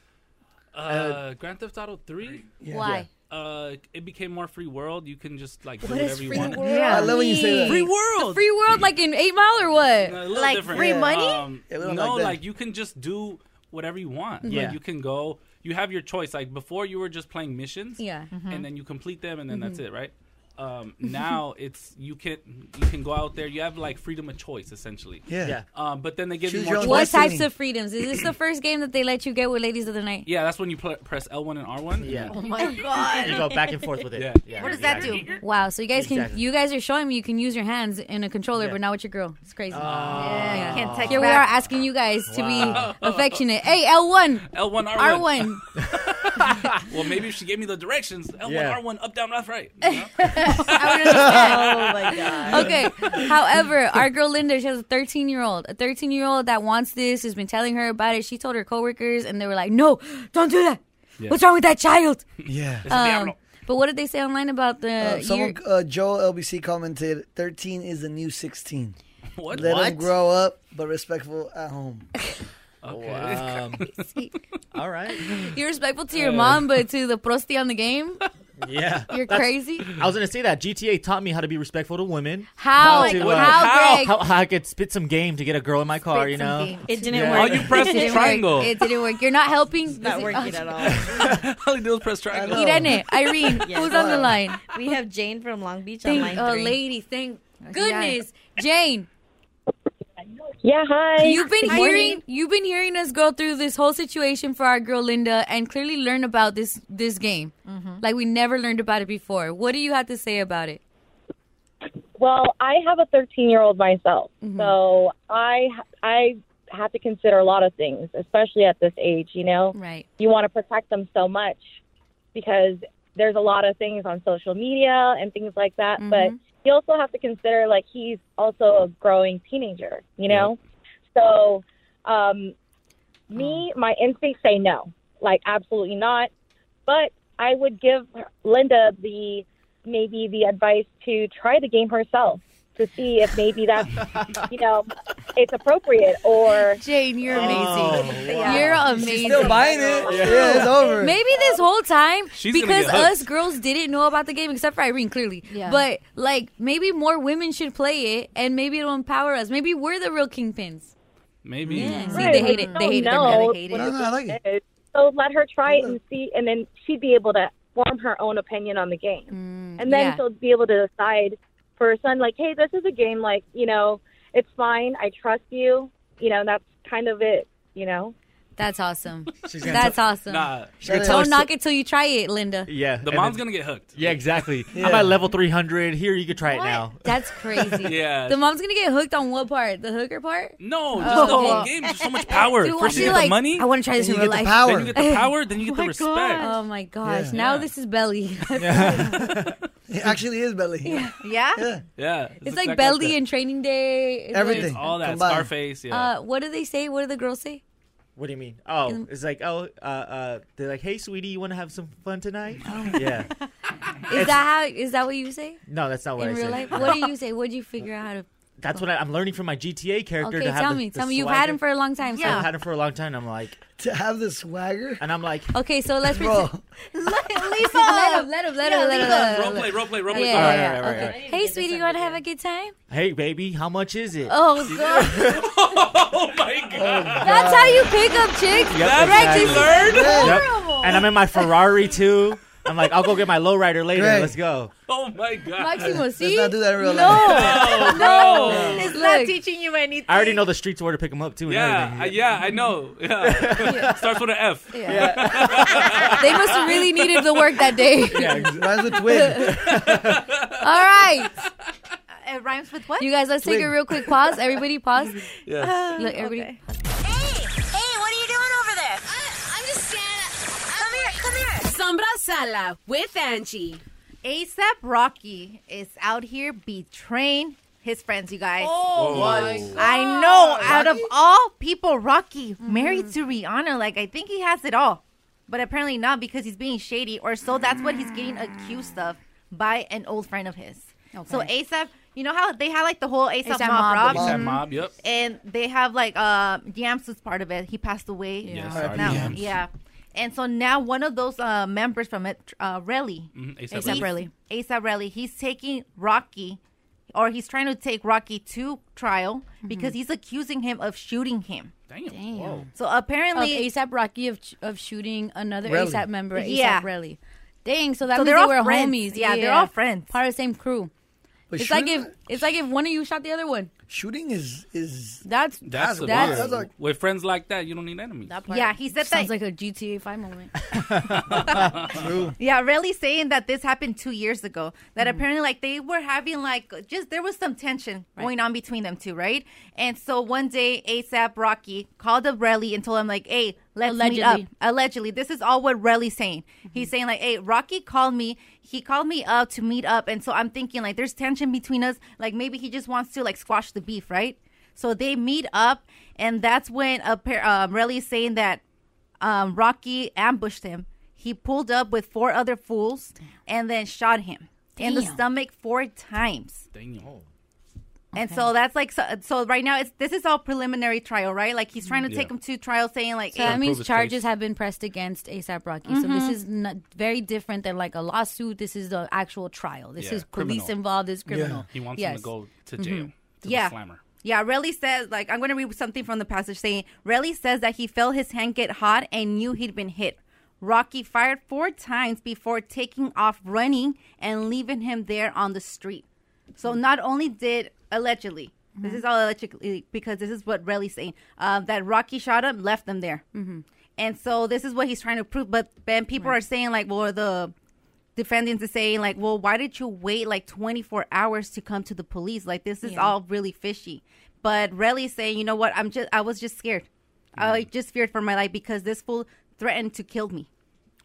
[SPEAKER 2] Uh,
[SPEAKER 1] Uh,
[SPEAKER 2] Grand Theft Auto 3?
[SPEAKER 1] Yeah. Why?
[SPEAKER 2] Uh, it became more free world. You can just like do
[SPEAKER 1] What is
[SPEAKER 2] whatever you
[SPEAKER 1] free
[SPEAKER 2] want.
[SPEAKER 1] world? Yeah. I love when you say that.
[SPEAKER 2] Free
[SPEAKER 1] The
[SPEAKER 2] world.
[SPEAKER 1] free world, like in Eight Mile, or what?
[SPEAKER 2] A little different. Um,
[SPEAKER 1] Yeah, we
[SPEAKER 2] no,
[SPEAKER 1] don't
[SPEAKER 2] like,
[SPEAKER 1] like that.
[SPEAKER 2] you can just do whatever you want. Like,
[SPEAKER 1] Yeah.
[SPEAKER 2] you can go. You have your choice. Like before, you were just playing missions.
[SPEAKER 1] Yeah. Mhm.
[SPEAKER 2] and then you complete them, and then that's
[SPEAKER 1] Mhm.
[SPEAKER 2] it, right? Um, now it's you can you can go out there. You have like freedom of choice, essentially.
[SPEAKER 1] Yeah. Yeah.
[SPEAKER 2] Um, but then they give
[SPEAKER 1] Choose
[SPEAKER 2] you more
[SPEAKER 1] your
[SPEAKER 2] choice.
[SPEAKER 1] what types of freedoms? Is this the first game that they let you get with ladies of the night?
[SPEAKER 2] Yeah, that's when you pl- press L one and R one. Yeah.
[SPEAKER 1] Oh my God.
[SPEAKER 8] You go back and forth with it.
[SPEAKER 2] Yeah.
[SPEAKER 1] What does that do? Wow! So you guys can
[SPEAKER 2] Exactly.
[SPEAKER 1] you guys are showing me you can use your hands in a controller, but not with your girl. It's
[SPEAKER 2] Oh.
[SPEAKER 1] crazy.
[SPEAKER 2] Yeah, you can't text
[SPEAKER 1] Here we
[SPEAKER 2] back.
[SPEAKER 1] are asking you guys to
[SPEAKER 2] Wow.
[SPEAKER 1] be affectionate. Hey, L one,
[SPEAKER 2] L one
[SPEAKER 1] R
[SPEAKER 2] R one.
[SPEAKER 1] one.
[SPEAKER 2] well, maybe if she gave me the directions, L1,
[SPEAKER 1] Yeah.
[SPEAKER 2] R1, up, down, left, right.
[SPEAKER 1] I
[SPEAKER 6] would understand.
[SPEAKER 1] Oh Okay. However, our girl Linda, she has a 13 year old. A 13 year old that wants this has been telling her about it. She told her coworkers, and they were like, "No, don't do that.
[SPEAKER 4] Yeah.
[SPEAKER 1] What's wrong with that child?"
[SPEAKER 4] Yeah.
[SPEAKER 1] Um, but what did they say online about the?
[SPEAKER 4] Uh,
[SPEAKER 1] year-
[SPEAKER 4] someone, uh, Joe LBC commented, 13 is the new 16.
[SPEAKER 2] What?
[SPEAKER 4] Let
[SPEAKER 2] What?
[SPEAKER 4] them grow up, but respectful at home.
[SPEAKER 8] Wow. All right.
[SPEAKER 1] You're respectful to your
[SPEAKER 8] Uh.
[SPEAKER 1] mom, but to the prosti on the game.
[SPEAKER 8] Yeah.
[SPEAKER 1] You're crazy?
[SPEAKER 8] I was gonna say that GTA taught me how to be respectful to women.
[SPEAKER 1] How?
[SPEAKER 8] to, uh,
[SPEAKER 1] What- how, Greg?
[SPEAKER 8] how- how I could spit some game to get a girl in my car. you know.
[SPEAKER 1] It
[SPEAKER 8] didn't Yeah. work. All you pressed
[SPEAKER 1] It
[SPEAKER 8] was
[SPEAKER 1] didn't work.
[SPEAKER 8] triangle.
[SPEAKER 1] It didn't work. You're not helping. It's
[SPEAKER 6] not working at all.
[SPEAKER 2] All you do is press triangle.
[SPEAKER 1] Irene, Irene, who's on the line?
[SPEAKER 6] We have Jane from Long Beach on line
[SPEAKER 1] Thank, uh,
[SPEAKER 6] three.
[SPEAKER 1] lady, thank goodness, Jane.
[SPEAKER 21] Yeah, hi.
[SPEAKER 1] You've been
[SPEAKER 21] Good
[SPEAKER 1] hearing,
[SPEAKER 21] morning.
[SPEAKER 1] you've been hearing us go through this whole situation for our girl Linda, and clearly learn about this this game, like we never learned about it before. What do you have to say about it?
[SPEAKER 21] Well, I have a 13 year old myself,
[SPEAKER 1] Mm-hmm.
[SPEAKER 21] so I I have to consider a lot of things, especially at this age. You know,
[SPEAKER 1] right?
[SPEAKER 21] You want to protect them so much because there's a lot of things on social media and things like that. But
[SPEAKER 1] Mm-hmm.
[SPEAKER 21] you also have to consider like he's also a growing teenager. You know, so um, me,
[SPEAKER 1] Oh.
[SPEAKER 21] my instincts say no, like absolutely not. But I would give Linda the maybe the advice to try the game herself to see if maybe that's you know it's appropriate or
[SPEAKER 1] Jane, you're amazing.
[SPEAKER 21] wow.
[SPEAKER 1] You're
[SPEAKER 21] She's
[SPEAKER 1] amazing.
[SPEAKER 21] still buying
[SPEAKER 4] it. Yeah, it's over.
[SPEAKER 1] Maybe this whole time
[SPEAKER 4] She's gonna
[SPEAKER 1] because
[SPEAKER 4] get hooked.
[SPEAKER 1] us girls didn't know about the game except for Irene, clearly.
[SPEAKER 10] Yeah.
[SPEAKER 1] But like maybe more women should play it, and maybe it'll empower us. Maybe we're the real kingpins.
[SPEAKER 2] Maybe.
[SPEAKER 1] See, they hate it. They hate it. They're mad. They hate it. No, no, I
[SPEAKER 21] like it. So let her try it and see, and then she'd be able to form her own opinion on the game, and then
[SPEAKER 1] Mm, yeah.
[SPEAKER 21] she'll be able to decide for her son, like, hey, this is a game, like, you know, it's fine, I trust you, you know, and that's kind of it, you know.
[SPEAKER 1] That's awesome.
[SPEAKER 21] gonna
[SPEAKER 1] That's
[SPEAKER 21] tell-
[SPEAKER 1] awesome.
[SPEAKER 8] Nah, she's gonna tell
[SPEAKER 1] Don't
[SPEAKER 8] us-
[SPEAKER 1] knock it till you try it, Linda.
[SPEAKER 8] Yeah.
[SPEAKER 2] The mom's gonna get hooked.
[SPEAKER 8] Yeah, exactly.
[SPEAKER 2] Yeah.
[SPEAKER 8] I'm at level 300. Here, you could try it now.
[SPEAKER 1] That's crazy.
[SPEAKER 8] Yeah.
[SPEAKER 1] The mom's gonna get hooked on what part? The hooker part? Oh.
[SPEAKER 2] No, just the whole game. There's so much power.
[SPEAKER 1] Do you want
[SPEAKER 2] First, you
[SPEAKER 1] to,
[SPEAKER 2] get
[SPEAKER 1] like,
[SPEAKER 2] the money.
[SPEAKER 1] I wanna try this
[SPEAKER 2] then
[SPEAKER 1] in
[SPEAKER 2] you
[SPEAKER 1] real
[SPEAKER 2] get the
[SPEAKER 1] life. Oh
[SPEAKER 2] power. Then you get the power. Then you get the
[SPEAKER 1] my
[SPEAKER 2] respect.
[SPEAKER 1] gosh. Oh my gosh!
[SPEAKER 2] Yeah.
[SPEAKER 1] Now
[SPEAKER 2] Yeah.
[SPEAKER 1] this is belly.
[SPEAKER 4] It actually is belly. Yeah.
[SPEAKER 1] yeah?
[SPEAKER 2] Yeah,
[SPEAKER 1] It's, like
[SPEAKER 2] exactly
[SPEAKER 1] belly
[SPEAKER 2] that.
[SPEAKER 1] and training day. It's
[SPEAKER 8] Everything
[SPEAKER 1] like-
[SPEAKER 2] all that
[SPEAKER 8] combined.
[SPEAKER 2] Scarface. Yeah.
[SPEAKER 1] Uh, what do they say? What do the girls say?
[SPEAKER 8] What do you mean? Oh, it's like oh, uh, uh, they're like, hey, sweetie, you want to have some fun tonight?
[SPEAKER 1] Oh.
[SPEAKER 8] yeah.
[SPEAKER 1] Is
[SPEAKER 8] It's-
[SPEAKER 1] that how? Is that what you say
[SPEAKER 8] No, that's not what
[SPEAKER 1] in
[SPEAKER 8] I
[SPEAKER 1] real
[SPEAKER 8] said.
[SPEAKER 1] life? What do you say? What do you figure out how to?
[SPEAKER 8] That's what I, I'm learning from my GTA character.
[SPEAKER 1] Okay,
[SPEAKER 8] to have
[SPEAKER 1] tell
[SPEAKER 8] the-
[SPEAKER 1] me.
[SPEAKER 8] the
[SPEAKER 1] Tell me. You've had him
[SPEAKER 8] swagger.
[SPEAKER 1] for a long time. so-
[SPEAKER 8] I've had him for a long time. I'm like
[SPEAKER 4] to have the swagger,
[SPEAKER 8] and I'm like,
[SPEAKER 1] Okay, so let's
[SPEAKER 8] Bro.
[SPEAKER 1] pretend. let him, let him, let him,
[SPEAKER 6] Yeah,
[SPEAKER 1] let him,
[SPEAKER 6] leave
[SPEAKER 1] let him.
[SPEAKER 2] Role play, role play, role
[SPEAKER 1] Yeah,
[SPEAKER 2] play.
[SPEAKER 1] yeah,
[SPEAKER 8] Alright,
[SPEAKER 1] yeah,
[SPEAKER 8] alright, alright,
[SPEAKER 1] okay.
[SPEAKER 8] alright.
[SPEAKER 1] Hey, sweetie, you want to have a good time?
[SPEAKER 8] hey, baby, how much is it?
[SPEAKER 1] Oh god.
[SPEAKER 2] oh my god.
[SPEAKER 1] That's how you pick up chicks.
[SPEAKER 8] Yep,
[SPEAKER 1] Greg, this
[SPEAKER 8] exactly.
[SPEAKER 1] is
[SPEAKER 8] Yep.
[SPEAKER 1] horrible.
[SPEAKER 8] And I'm in my Ferrari too. I'm like, I'll go get my lowrider later. Let's go.
[SPEAKER 2] Oh my god.
[SPEAKER 1] Maximo,
[SPEAKER 4] Let's not do that in real
[SPEAKER 1] No.
[SPEAKER 4] life.
[SPEAKER 1] No.
[SPEAKER 8] It's
[SPEAKER 1] not
[SPEAKER 6] teaching you anything.
[SPEAKER 8] I already know the streets where to pick them up too. and
[SPEAKER 2] Yeah,
[SPEAKER 8] everything.
[SPEAKER 2] I, yeah, I know. Yeah. Starts with an F.
[SPEAKER 1] They must have really needed the work that day.
[SPEAKER 4] Rhymes with twin.
[SPEAKER 1] All right.
[SPEAKER 7] It rhymes with what?
[SPEAKER 1] You guys, let's take a
[SPEAKER 7] Twin.
[SPEAKER 1] real quick pause. Everybody pause. Uh,
[SPEAKER 7] Yeah.
[SPEAKER 1] Look, everybody.
[SPEAKER 15] Hey, what are you doing over there? I, am just standing. Come here, come here. Sombra Sala with Angie.
[SPEAKER 7] ASAP Rocky is out here betraying his friends, you guys.
[SPEAKER 15] Oh, my Whoa. God.
[SPEAKER 7] I know. Out of all people, Rocky married
[SPEAKER 15] Mm-hmm.
[SPEAKER 7] to Rihanna. Like I think he has it all, but apparently not because he's being shady, or so that's what he's getting accused of by an old friend of his. So ASAP, you know how they had like the whole ASAP,
[SPEAKER 1] A$AP
[SPEAKER 7] mob,
[SPEAKER 1] Mob.
[SPEAKER 7] Rob?
[SPEAKER 2] That mob. Yep.
[SPEAKER 7] and they have like uh Yams was part of it. He passed away.
[SPEAKER 2] Yes,
[SPEAKER 7] Now-
[SPEAKER 2] R.I.P. Yams.
[SPEAKER 7] yeah. And so now one of those uh, members from it, uh, Relly,
[SPEAKER 2] Mhm, A$AP A$AP Rocky.
[SPEAKER 7] ASAP Relly, he's taking Rocky, or he's trying to take Rocky to trial because he's accusing him of shooting him.
[SPEAKER 2] Damn.
[SPEAKER 1] Whoa.
[SPEAKER 7] So apparently,
[SPEAKER 1] Of ASAP Rocky of of shooting another
[SPEAKER 7] Relly.
[SPEAKER 1] ASAP member, ASAP
[SPEAKER 7] Yeah.
[SPEAKER 1] Relly. Dang, so that
[SPEAKER 7] So
[SPEAKER 1] means
[SPEAKER 7] they're
[SPEAKER 1] they
[SPEAKER 7] all
[SPEAKER 1] were
[SPEAKER 7] friends.
[SPEAKER 1] homies.
[SPEAKER 7] Yeah, they're all friends,
[SPEAKER 1] part of the same crew.
[SPEAKER 4] But
[SPEAKER 1] it's like if
[SPEAKER 4] shouldn't-
[SPEAKER 1] It's like if one of you shot the other one.
[SPEAKER 4] Shooting is is
[SPEAKER 1] that's
[SPEAKER 2] That's, the
[SPEAKER 1] that's,
[SPEAKER 2] bomb. With friends like that, you don't need enemies.
[SPEAKER 7] Yeah, he said
[SPEAKER 1] sounds
[SPEAKER 7] that-
[SPEAKER 1] like a GTA Five moment.
[SPEAKER 2] True.
[SPEAKER 7] Yeah, really saying that this happened two years ago. That apparently, like, they were having, like, just there was some tension going on between them two, right? And so one day, ASAP Rocky called up Relly and told him, like, hey, let's meet
[SPEAKER 1] Allegedly.
[SPEAKER 7] up. Allegedly. This is all what Relly's saying. He's saying, like, hey, Rocky called me. He called me up to meet up. And so I'm thinking, like, there's tension between us. Like, maybe he just wants to, like, squash the beef, right? So they meet up. And that's when a pair, um, Relly's saying that um, Rocky ambushed him. He pulled up with four other fools and then shot him in the
[SPEAKER 1] Damn.
[SPEAKER 7] stomach four times.
[SPEAKER 2] Dang. Oh.
[SPEAKER 7] And so that's like so, so. Right now, it's this is all preliminary trial, right? Like he's trying to take
[SPEAKER 1] Yeah.
[SPEAKER 7] him to trial, saying like,
[SPEAKER 1] So that means charges have been pressed against ASAP Rocky. So this
[SPEAKER 7] Mhm.
[SPEAKER 1] is not, very different than like a lawsuit. This is the actual trial. This
[SPEAKER 2] Yeah,
[SPEAKER 1] is police
[SPEAKER 2] criminal.
[SPEAKER 1] involved. This is criminal.
[SPEAKER 2] He wants him
[SPEAKER 1] Yes.
[SPEAKER 2] to go to
[SPEAKER 1] Mhm.
[SPEAKER 2] jail. To
[SPEAKER 7] Yeah.
[SPEAKER 2] the slammer.
[SPEAKER 7] Yeah, Relly says, like, I'm going to read something from the passage saying, Relly says that he felt his hand get hot and knew he'd been hit. Rocky fired four times before taking off running and leaving him there on the street. So not only did, allegedly, this is all allegedly because this is what Relly's saying, uh, that Rocky shot him, left him there.
[SPEAKER 1] Mhm.
[SPEAKER 7] And so this is what he's trying to prove. But then people are saying, like, well, the defendants is saying, like, well, why did you wait like 24 hours to come to the police? Like, this is
[SPEAKER 1] Yeah.
[SPEAKER 7] all really fishy. But Relly saying, you know what? I'm just, I was just scared.
[SPEAKER 1] Mm.
[SPEAKER 7] I just feared for my life because this fool threatened to kill me.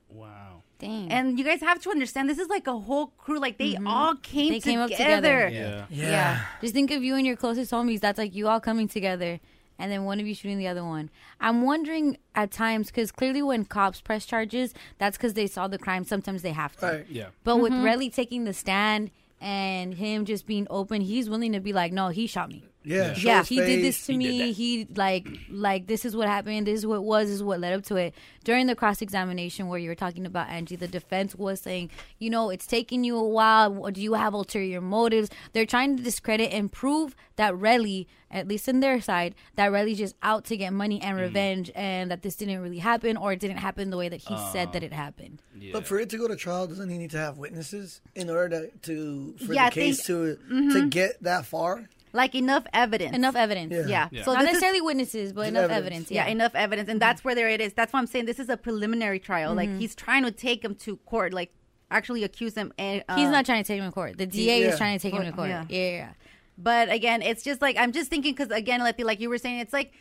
[SPEAKER 2] Wow.
[SPEAKER 1] Dang. Mm-hmm.
[SPEAKER 7] And you guys have to understand, this is like a whole crew. Like, they all came
[SPEAKER 1] They came
[SPEAKER 7] together.
[SPEAKER 1] up together.
[SPEAKER 2] Yeah.
[SPEAKER 1] Yeah. Just think of you and your closest homies. That's like you all coming together and then one of you shooting the other one. I'm wondering at times because clearly when cops press charges, that's because they saw the crime. Sometimes they have to.
[SPEAKER 2] Right. Yeah.
[SPEAKER 1] But with
[SPEAKER 9] Mm-hmm.
[SPEAKER 2] Mhm.
[SPEAKER 1] Relly taking the stand and him just being open, he's willing to be like, no, he shot me.
[SPEAKER 4] Yeah,
[SPEAKER 1] Yeah.
[SPEAKER 4] show his
[SPEAKER 1] He did this
[SPEAKER 4] face.
[SPEAKER 1] to me. He like like this is what happened. This is what was. This is what led up to it. During the cross examination where you were talking about Angie, the defense was saying, you know, it's taking you a while. Do you have ulterior motives? They're trying to discredit and prove that Relly, at least in their side, that Relly's just out to get money and revenge, and that this didn't really happen or it didn't happen the way that he said that it happened.
[SPEAKER 4] But for it to go to trial, doesn't he need to have witnesses in order to, to for
[SPEAKER 7] Yeah, I
[SPEAKER 4] the case to to
[SPEAKER 7] mhm.
[SPEAKER 4] get that far?
[SPEAKER 7] Like enough evidence.
[SPEAKER 1] Enough evidence.
[SPEAKER 7] Yeah.
[SPEAKER 1] Not
[SPEAKER 4] Yeah.
[SPEAKER 7] this is-
[SPEAKER 1] necessarily witnesses, but
[SPEAKER 7] Just
[SPEAKER 1] enough evidence, yeah.
[SPEAKER 7] enough evidence. And that's where there it is. That's why I'm saying this is a preliminary trial.
[SPEAKER 1] Mhm.
[SPEAKER 7] Like he's trying to take him to court, like actually accuse him and
[SPEAKER 1] He's not trying to take him to court. The DA is trying to take him to court. yeah.
[SPEAKER 7] But again, it's just like I'm just thinking because again, Letty, like you were saying, it's like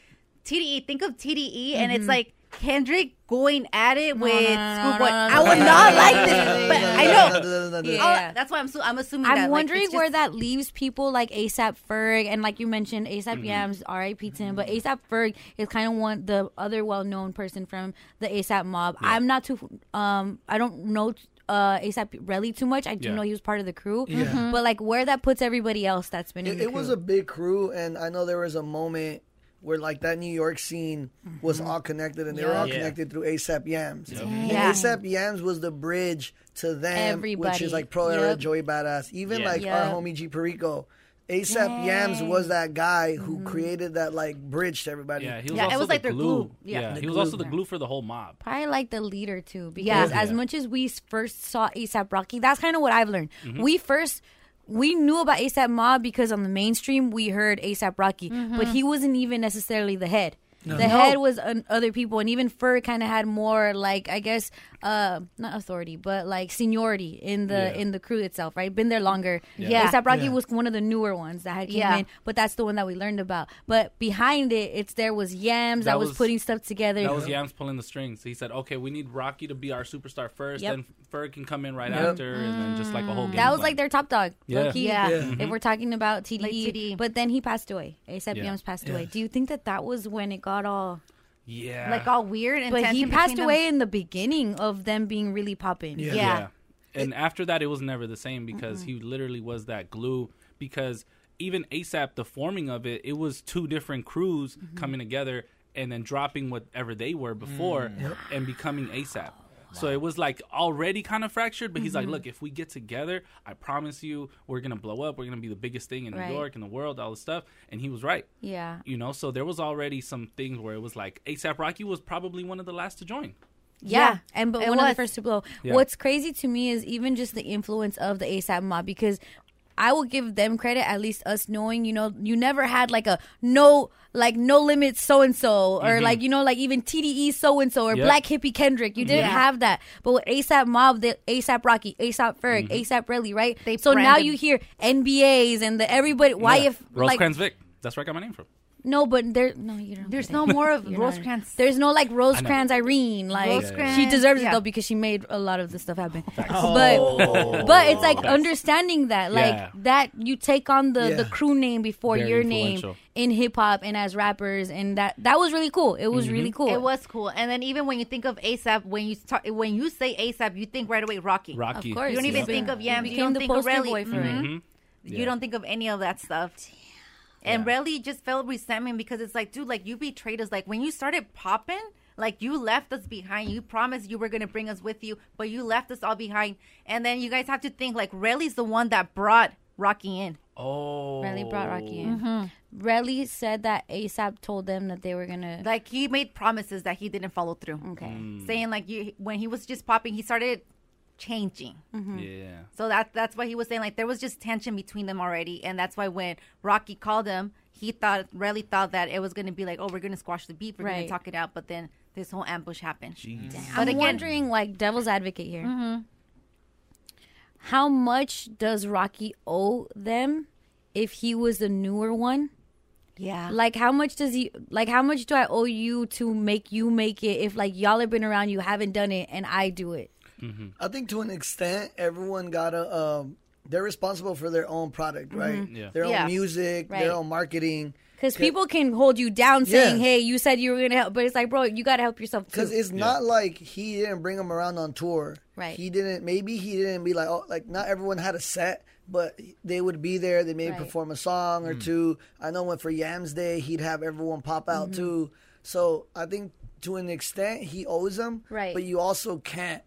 [SPEAKER 7] TDE. Think of TDE, and it's
[SPEAKER 1] Mhm.
[SPEAKER 7] like Kendrick going at it with Schoolboy. I
[SPEAKER 1] no,
[SPEAKER 7] would
[SPEAKER 1] no,
[SPEAKER 7] not
[SPEAKER 1] no,
[SPEAKER 7] like
[SPEAKER 1] no,
[SPEAKER 7] this,
[SPEAKER 1] no,
[SPEAKER 7] but
[SPEAKER 1] no,
[SPEAKER 7] I
[SPEAKER 1] no,
[SPEAKER 7] know.
[SPEAKER 1] no, no, no.
[SPEAKER 7] All-
[SPEAKER 1] Yeah.
[SPEAKER 7] That's why I'm so, I'm assuming.
[SPEAKER 1] I'm
[SPEAKER 7] that, like,
[SPEAKER 1] wondering
[SPEAKER 7] it's just-
[SPEAKER 1] where that leaves people like ASAP Ferg and like you mentioned ASAP
[SPEAKER 4] Mm-hmm.
[SPEAKER 7] Mhm.
[SPEAKER 1] Yams, R.I.P. Tim, but ASAP Ferg is kind of one the other well-known person from the ASAP mob. I'm not too um I don't know uh ASAP Relly too much. I do
[SPEAKER 4] Yeah.
[SPEAKER 1] know he was part of the crew,
[SPEAKER 4] Yeah. Mhm.
[SPEAKER 1] but like where that puts everybody else that's been in
[SPEAKER 4] It,
[SPEAKER 1] the
[SPEAKER 4] it was
[SPEAKER 1] crew.
[SPEAKER 4] a big crew, and I know there was a moment where like that New York scene
[SPEAKER 2] Mm-hmm.
[SPEAKER 4] was all connected, and they were
[SPEAKER 1] Yeah.
[SPEAKER 4] all
[SPEAKER 1] Yeah.
[SPEAKER 4] connected through ASAP Yams. And
[SPEAKER 1] Yeah.
[SPEAKER 4] ASAP Yams was the bridge to them, which
[SPEAKER 1] Everybody.
[SPEAKER 4] is like pro era
[SPEAKER 1] Yep.
[SPEAKER 4] Joey Badass, even
[SPEAKER 1] Yeah.
[SPEAKER 4] like
[SPEAKER 1] Yep.
[SPEAKER 4] our homie G Perico. ASAP Yams was that guy who
[SPEAKER 1] Mm-hmm.
[SPEAKER 4] created that like bridge to everybody.
[SPEAKER 2] Yeah, he was also the glue. Yeah, he was also the glue for the whole mob.
[SPEAKER 1] Probably like the leader too, because
[SPEAKER 2] Yeah.
[SPEAKER 1] as
[SPEAKER 2] Yeah.
[SPEAKER 1] much as we first saw ASAP Rocky, that's kind of what I've learned.
[SPEAKER 2] Mhm.
[SPEAKER 1] We first we knew about ASAP Mob because on the mainstream we heard ASAP Rocky, but
[SPEAKER 10] Mhm.
[SPEAKER 1] he wasn't even necessarily the head.
[SPEAKER 10] No.
[SPEAKER 1] The
[SPEAKER 10] No.
[SPEAKER 1] head was on other people, and even Fur kind of had more like I guess uh, not authority, but like seniority in the
[SPEAKER 10] Yeah.
[SPEAKER 1] in the crew itself, right? Been there longer.
[SPEAKER 10] Yeah. Yeah.
[SPEAKER 1] ASAP Rocky
[SPEAKER 10] Yeah.
[SPEAKER 1] was one of the newer ones that had came
[SPEAKER 10] Yeah.
[SPEAKER 1] in, but that's the one that we learned about. But behind it, it's there was Yams that,
[SPEAKER 2] That
[SPEAKER 1] was,
[SPEAKER 2] was-
[SPEAKER 1] putting stuff together.
[SPEAKER 2] That was Yams pulling the strings. He said, "Okay, we need Rocky to be our superstar first,
[SPEAKER 1] Yep.
[SPEAKER 2] then Ferg can come in right
[SPEAKER 1] Yep.
[SPEAKER 2] after, and then just like a whole game."
[SPEAKER 1] That was
[SPEAKER 2] plan.
[SPEAKER 1] like their top dog.
[SPEAKER 2] Yeah.
[SPEAKER 1] low-key,
[SPEAKER 2] Yeah. Mm-hmm. Yeah.
[SPEAKER 1] If we're talking about TDE,
[SPEAKER 7] Like TDE.
[SPEAKER 1] but then he passed away. ASAP
[SPEAKER 2] Yeah.
[SPEAKER 1] Yams passed
[SPEAKER 2] Yeah.
[SPEAKER 1] away. Do you think that that was when it got all
[SPEAKER 2] yeah,
[SPEAKER 7] all weird?
[SPEAKER 1] but he
[SPEAKER 7] tension
[SPEAKER 1] passed
[SPEAKER 7] between
[SPEAKER 1] away in the beginning of them being really popping.
[SPEAKER 2] Yeah. And after that, it was never the same because he literally was that glue. Because even ASAP, the forming of it, it was two different crews coming together and then dropping whatever they were before
[SPEAKER 8] Mm. Yep.
[SPEAKER 2] and becoming ASAP. So it was like already kind of fractured, but he's like,
[SPEAKER 8] Mhm.
[SPEAKER 2] look, if we get together, I promise you, we're going to blow up. We're going to be the biggest thing in
[SPEAKER 1] Right.
[SPEAKER 2] New York, in the world, all this stuff. And he was right.
[SPEAKER 1] Yeah.
[SPEAKER 2] You know, so there was already some things where it was like ASAP Rocky was probably one of the last to join.
[SPEAKER 1] Yeah, and but
[SPEAKER 2] It
[SPEAKER 1] one of
[SPEAKER 2] was.
[SPEAKER 1] the first to blow.
[SPEAKER 2] Yeah.
[SPEAKER 1] What's crazy to me is even just the influence of the ASAP mob because I will give them credit, at least us knowing, you know, you never had like a no like no limits so and so or
[SPEAKER 10] Mhm.
[SPEAKER 1] like you know like even TDE so and so or
[SPEAKER 10] Yep.
[SPEAKER 1] Black Hippie Kendrick. You didn't
[SPEAKER 10] Yeah.
[SPEAKER 1] have that. But with ASAP Mob, the ASAP Rocky, ASAP Ferg, ASAP Relly, right? so now
[SPEAKER 10] branded-
[SPEAKER 1] you hear NBAs and the everybody why
[SPEAKER 2] Yeah.
[SPEAKER 1] if like
[SPEAKER 2] Rosecrans Vic. That's where I got my name from.
[SPEAKER 1] no, but there no you don't.
[SPEAKER 7] There's no more of
[SPEAKER 1] You're not-
[SPEAKER 7] Rosecrans.
[SPEAKER 1] There's no like Rosecrans Irene. Like
[SPEAKER 7] Rosecrans,
[SPEAKER 1] she deserves it
[SPEAKER 7] yeah.
[SPEAKER 1] though because she made a lot of this stuff happen.
[SPEAKER 10] Oh.
[SPEAKER 1] But but it's like
[SPEAKER 10] Facts.
[SPEAKER 1] understanding that like
[SPEAKER 10] Yeah.
[SPEAKER 1] that you take on the
[SPEAKER 10] Yeah.
[SPEAKER 1] the crew name before
[SPEAKER 10] Very
[SPEAKER 1] your name
[SPEAKER 10] influential.
[SPEAKER 1] in hip hop and as rappers and that that was really cool. It was really cool.
[SPEAKER 7] It was cool. And then even when you think of ASAP, when you talk, when you say ASAP, you think right away Rocky.
[SPEAKER 2] Rocky.
[SPEAKER 1] Of course,
[SPEAKER 7] You don't even
[SPEAKER 1] yeah.
[SPEAKER 7] think of Yams.
[SPEAKER 1] He
[SPEAKER 7] You
[SPEAKER 1] became
[SPEAKER 7] don't
[SPEAKER 1] the
[SPEAKER 7] think of
[SPEAKER 1] poster
[SPEAKER 7] Relly.
[SPEAKER 1] boy for
[SPEAKER 9] Mm-hmm.
[SPEAKER 1] it.
[SPEAKER 7] Mhm.
[SPEAKER 2] Mhm.
[SPEAKER 7] You don't think of any of that stuff. And Relly just felt resentment because it's like, dude, like you betrayed us. Like when you started popping, like you left us behind. You promised you were gonna bring us with you, but you left us all behind. And then you guys have to think like Relly's the one that brought Rocky in.
[SPEAKER 2] Oh,
[SPEAKER 1] Relly brought Rocky in.
[SPEAKER 7] Mhm.
[SPEAKER 1] Relly said that ASAP told them that they were gonna
[SPEAKER 7] like he made promises that he didn't follow through.
[SPEAKER 1] Okay.
[SPEAKER 7] Saying like you when he was just popping, he started changing.
[SPEAKER 1] Mm-hmm.
[SPEAKER 2] Yeah.
[SPEAKER 7] So that that's why he was saying like there was just tension between them already, and that's why when Rocky called him, he thought really thought that it was gonna be like, oh, we're gonna squash the beef, we're
[SPEAKER 1] Right.
[SPEAKER 7] gonna talk it out, but then this whole ambush happened.
[SPEAKER 1] I'm wondering, like, devil's advocate here. Mm-hmm. How much does Rocky owe them if he was the newer one?
[SPEAKER 7] Yeah.
[SPEAKER 1] Like, how much does he, like, how much do I owe you to make you make it if, like, y'all have been around, you haven't done it, and I do it?
[SPEAKER 2] Mm-hmm.
[SPEAKER 4] I think to an extent, everyone gotta. Um, they're responsible for their own product, right?
[SPEAKER 1] Mhm. Yeah.
[SPEAKER 4] Their
[SPEAKER 1] Yeah.
[SPEAKER 4] own music,
[SPEAKER 1] Right.
[SPEAKER 4] their own marketing.
[SPEAKER 1] Because
[SPEAKER 4] Ca-
[SPEAKER 1] people can hold you down saying,
[SPEAKER 4] Yeah.
[SPEAKER 1] hey, you said you were going to help, but it's like, bro, you got to help yourself too.
[SPEAKER 4] Because it's not like he didn't bring him around on tour.
[SPEAKER 1] Right.
[SPEAKER 4] He didn't. Maybe he didn't be like, oh, like not everyone had a set, but they would be there. They maybe
[SPEAKER 1] Right.
[SPEAKER 4] perform a song or
[SPEAKER 1] Mm.
[SPEAKER 4] two. I know when for Yams Day, he'd have everyone pop out
[SPEAKER 1] Mhm.
[SPEAKER 4] too. So I think to an extent, he owes them.
[SPEAKER 1] Right.
[SPEAKER 4] But you also can't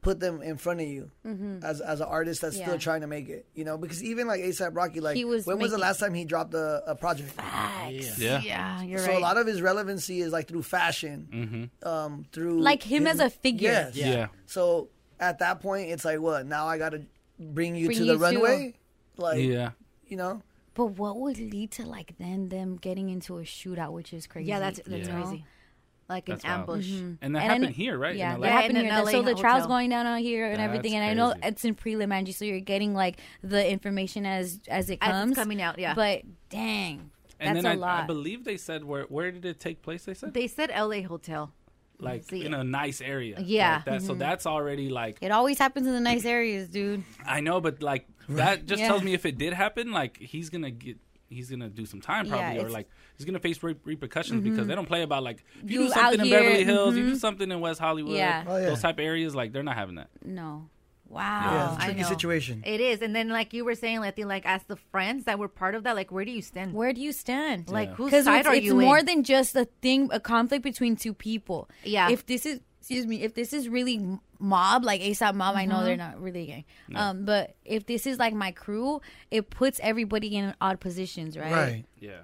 [SPEAKER 4] put them in front of you
[SPEAKER 1] Mhm.
[SPEAKER 4] as as an artist that's
[SPEAKER 1] Yeah.
[SPEAKER 4] still trying to make it. You know, because even like ASAP Rocky, like
[SPEAKER 1] He was
[SPEAKER 4] when was the
[SPEAKER 1] making-
[SPEAKER 4] last time he dropped a, a project?
[SPEAKER 2] Yeah.
[SPEAKER 1] Yeah, you're
[SPEAKER 4] so a
[SPEAKER 1] right.
[SPEAKER 4] lot of his relevancy is like through fashion
[SPEAKER 2] Mm-hmm.
[SPEAKER 4] um through
[SPEAKER 1] Like him as a figure.
[SPEAKER 4] Yes.
[SPEAKER 2] Yeah. Yeah.
[SPEAKER 4] So at that point, it's like, what? Now I gotta bring you
[SPEAKER 1] Bring
[SPEAKER 4] to
[SPEAKER 1] you
[SPEAKER 4] the
[SPEAKER 1] to-
[SPEAKER 4] runway. Like,
[SPEAKER 2] yeah.
[SPEAKER 4] you know.
[SPEAKER 1] But what would lead to, like, then them getting into a shootout, which is crazy? Mm-hmm.
[SPEAKER 7] Yeah, that's that's
[SPEAKER 2] Yeah.
[SPEAKER 7] crazy. Like
[SPEAKER 2] That's
[SPEAKER 7] an
[SPEAKER 2] wild.
[SPEAKER 7] ambush.
[SPEAKER 2] Mhm. And that
[SPEAKER 1] I
[SPEAKER 2] happened
[SPEAKER 1] kn-
[SPEAKER 2] here, right? In
[SPEAKER 1] Yeah,
[SPEAKER 2] LA?
[SPEAKER 1] that happened
[SPEAKER 7] Yeah, in
[SPEAKER 1] here.
[SPEAKER 7] an
[SPEAKER 1] so the
[SPEAKER 7] LA
[SPEAKER 1] trial's
[SPEAKER 7] hotel.
[SPEAKER 1] going down out here and
[SPEAKER 2] That's
[SPEAKER 1] everything. And I know it's in prelim, Angie, so you're getting like the information as as it
[SPEAKER 7] As it's
[SPEAKER 1] comes
[SPEAKER 7] coming out, yeah.
[SPEAKER 1] But dang,
[SPEAKER 2] And
[SPEAKER 1] that's
[SPEAKER 2] then
[SPEAKER 1] a
[SPEAKER 2] I,
[SPEAKER 1] lot.
[SPEAKER 2] I believe they said where where did it take place? They said
[SPEAKER 7] They said LA hotel.
[SPEAKER 2] like
[SPEAKER 7] See,
[SPEAKER 2] in a nice area.
[SPEAKER 1] Yeah.
[SPEAKER 2] Like that, So
[SPEAKER 1] Mhm.
[SPEAKER 2] that's already like
[SPEAKER 1] it always happens in the nice areas, dude.
[SPEAKER 2] I know, but like that just
[SPEAKER 1] Yeah.
[SPEAKER 2] tells me if it did happen, like he's gonna get. He's gonna do some time
[SPEAKER 1] Yeah,
[SPEAKER 2] probably, or
[SPEAKER 1] it's-
[SPEAKER 2] like he's gonna face re- repercussions
[SPEAKER 1] Mhm.
[SPEAKER 2] because they don't play about like if you,
[SPEAKER 1] You
[SPEAKER 2] do
[SPEAKER 1] out
[SPEAKER 2] something in
[SPEAKER 1] here,
[SPEAKER 2] Beverly Hills, you do
[SPEAKER 1] mhm.
[SPEAKER 2] something in West Hollywood,
[SPEAKER 1] Yeah. Oh, yeah.
[SPEAKER 2] those type areas, like they're not having that.
[SPEAKER 1] No,
[SPEAKER 4] Yeah,
[SPEAKER 1] Ah,
[SPEAKER 7] wow,
[SPEAKER 4] it's a
[SPEAKER 7] I
[SPEAKER 4] tricky
[SPEAKER 7] know.
[SPEAKER 4] situation.
[SPEAKER 7] It is, and then like you were saying, Letty, like as the friends that were part of that, like where do you stand?
[SPEAKER 1] Where do you stand?
[SPEAKER 7] Like whose
[SPEAKER 1] Because
[SPEAKER 7] side
[SPEAKER 1] it's,
[SPEAKER 7] are
[SPEAKER 1] it's
[SPEAKER 7] you
[SPEAKER 1] more
[SPEAKER 7] in?
[SPEAKER 1] than just a thing, a conflict between two people.
[SPEAKER 7] Yeah.
[SPEAKER 1] If this is, excuse me, if this is really m- mob, like ASAP
[SPEAKER 7] Um,
[SPEAKER 1] mob, I know
[SPEAKER 7] Mm-hmm.
[SPEAKER 10] Mhm.
[SPEAKER 1] they're not really gang. Um, but if this is like my crew, it puts everybody in odd positions, right?
[SPEAKER 4] Right.
[SPEAKER 2] Yeah.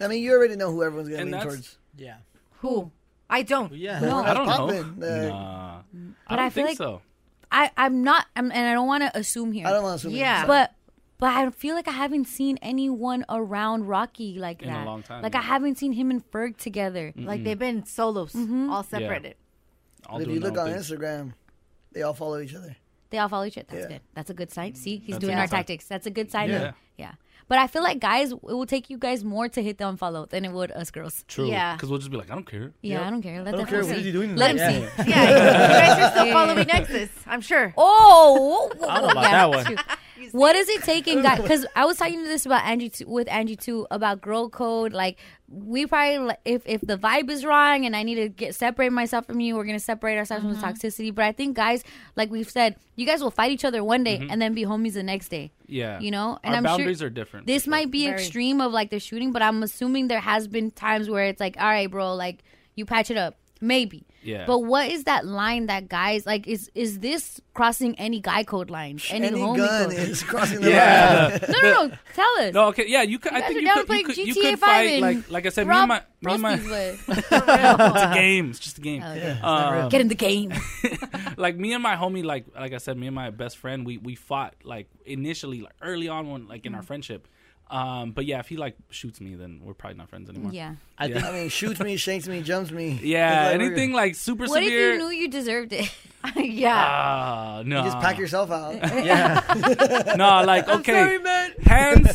[SPEAKER 4] I mean, you already know who everyone's gonna
[SPEAKER 2] And
[SPEAKER 4] lean
[SPEAKER 2] that's-
[SPEAKER 4] towards. Yeah.
[SPEAKER 7] Who? I don't.
[SPEAKER 4] Yeah.
[SPEAKER 1] No.
[SPEAKER 2] I don't
[SPEAKER 4] popping,
[SPEAKER 2] know.
[SPEAKER 4] uh,
[SPEAKER 2] Nah. I
[SPEAKER 1] But
[SPEAKER 2] don't
[SPEAKER 1] I feel
[SPEAKER 2] think
[SPEAKER 1] like-
[SPEAKER 2] so.
[SPEAKER 1] I, I'm not, I'm, and I don't want to assume here.
[SPEAKER 4] I don't wanna assume either,
[SPEAKER 1] Yeah,
[SPEAKER 4] sorry.
[SPEAKER 1] but but I feel like I haven't seen anyone around Rocky like
[SPEAKER 2] In a
[SPEAKER 1] that.
[SPEAKER 2] long time,
[SPEAKER 1] like I
[SPEAKER 2] yeah.
[SPEAKER 1] haven't seen him and Ferg together. Mm-hmm.
[SPEAKER 4] Like, Mm-mm. they've
[SPEAKER 7] been solos, all
[SPEAKER 4] Yeah. separated.
[SPEAKER 2] All
[SPEAKER 4] if
[SPEAKER 2] doing
[SPEAKER 4] you
[SPEAKER 2] their
[SPEAKER 4] look
[SPEAKER 2] own
[SPEAKER 4] on
[SPEAKER 2] thing.
[SPEAKER 4] Instagram, they all follow each other.
[SPEAKER 1] They all follow each other. That's
[SPEAKER 4] Yeah.
[SPEAKER 1] good. That's a good sign. See, he's
[SPEAKER 4] That's
[SPEAKER 1] doing
[SPEAKER 4] a
[SPEAKER 1] our
[SPEAKER 4] good sign.
[SPEAKER 1] tactics. That's a good sign.
[SPEAKER 4] Yeah.
[SPEAKER 1] Yeah. yeah. But I feel like guys, it will take you guys more to hit the unfollow than it would us girls.
[SPEAKER 2] True.
[SPEAKER 1] Yeah.
[SPEAKER 2] Because we'll just be like, I don't care.
[SPEAKER 1] Yeah, I don't care. Let
[SPEAKER 2] I
[SPEAKER 1] them
[SPEAKER 2] don't care.
[SPEAKER 1] see.
[SPEAKER 2] What are you doing?
[SPEAKER 1] Let him
[SPEAKER 2] tonight?
[SPEAKER 1] see.
[SPEAKER 7] Yeah, you guys are still following Nexus, I'm sure.
[SPEAKER 1] Oh,
[SPEAKER 7] I don't know about that
[SPEAKER 1] one. What is it taking guys? Because I was talking to this about Angie too, with Angie too about girl code. Like we probably like, if if the vibe is wrong and I need to get separate myself from you, we're gonna separate ourselves from the toxicity. But I think guys, like we've said, you guys will fight each other one day
[SPEAKER 2] Mhm.
[SPEAKER 1] and then be homies the next day.
[SPEAKER 2] Yeah.
[SPEAKER 1] you know,
[SPEAKER 2] Our boundaries are different,
[SPEAKER 1] This might be
[SPEAKER 7] Very.
[SPEAKER 1] extreme of like the shooting, but I'm assuming there has been times where it's like, all right, bro, like you patch it up. Maybe.
[SPEAKER 2] Yeah.
[SPEAKER 1] But what is that line that guys like? Is is this crossing any guy code line? Any,
[SPEAKER 4] Any
[SPEAKER 1] homie
[SPEAKER 4] gun
[SPEAKER 1] code?
[SPEAKER 4] is crossing the
[SPEAKER 2] yeah.
[SPEAKER 4] line.
[SPEAKER 2] the-
[SPEAKER 1] no, no, no. Tell us.
[SPEAKER 2] No, okay, yeah, you could. I
[SPEAKER 1] guys
[SPEAKER 2] think
[SPEAKER 1] are
[SPEAKER 2] you
[SPEAKER 1] down
[SPEAKER 2] could,
[SPEAKER 1] to
[SPEAKER 2] you
[SPEAKER 1] play
[SPEAKER 2] could, you could
[SPEAKER 1] GTA five
[SPEAKER 2] fight
[SPEAKER 1] and
[SPEAKER 2] like like I said,
[SPEAKER 1] rob
[SPEAKER 2] me and my me and my. it's a game. It's just a game.
[SPEAKER 1] Oh,
[SPEAKER 2] Um,
[SPEAKER 1] Okay. It's not real. Get in the game.
[SPEAKER 2] like me and my homie, like like I said, me and my best friend, we we fought like initially, like early on when like in
[SPEAKER 1] Mm.
[SPEAKER 2] our
[SPEAKER 4] Mhm.
[SPEAKER 2] friendship. Um, but yeah, if he like shoots me, then we're probably not friends anymore.
[SPEAKER 1] Yeah.
[SPEAKER 4] I, mean, shoots me, shanks me, jumps me.
[SPEAKER 2] Yeah,
[SPEAKER 4] It's we're-
[SPEAKER 2] anything like super
[SPEAKER 1] what
[SPEAKER 2] severe.
[SPEAKER 1] if you knew you deserved it?
[SPEAKER 7] yeah.
[SPEAKER 2] Ah, no.
[SPEAKER 4] You just pack yourself out.
[SPEAKER 2] yeah. no, like
[SPEAKER 4] I'm
[SPEAKER 2] okay.
[SPEAKER 4] sorry, man.
[SPEAKER 2] Hands,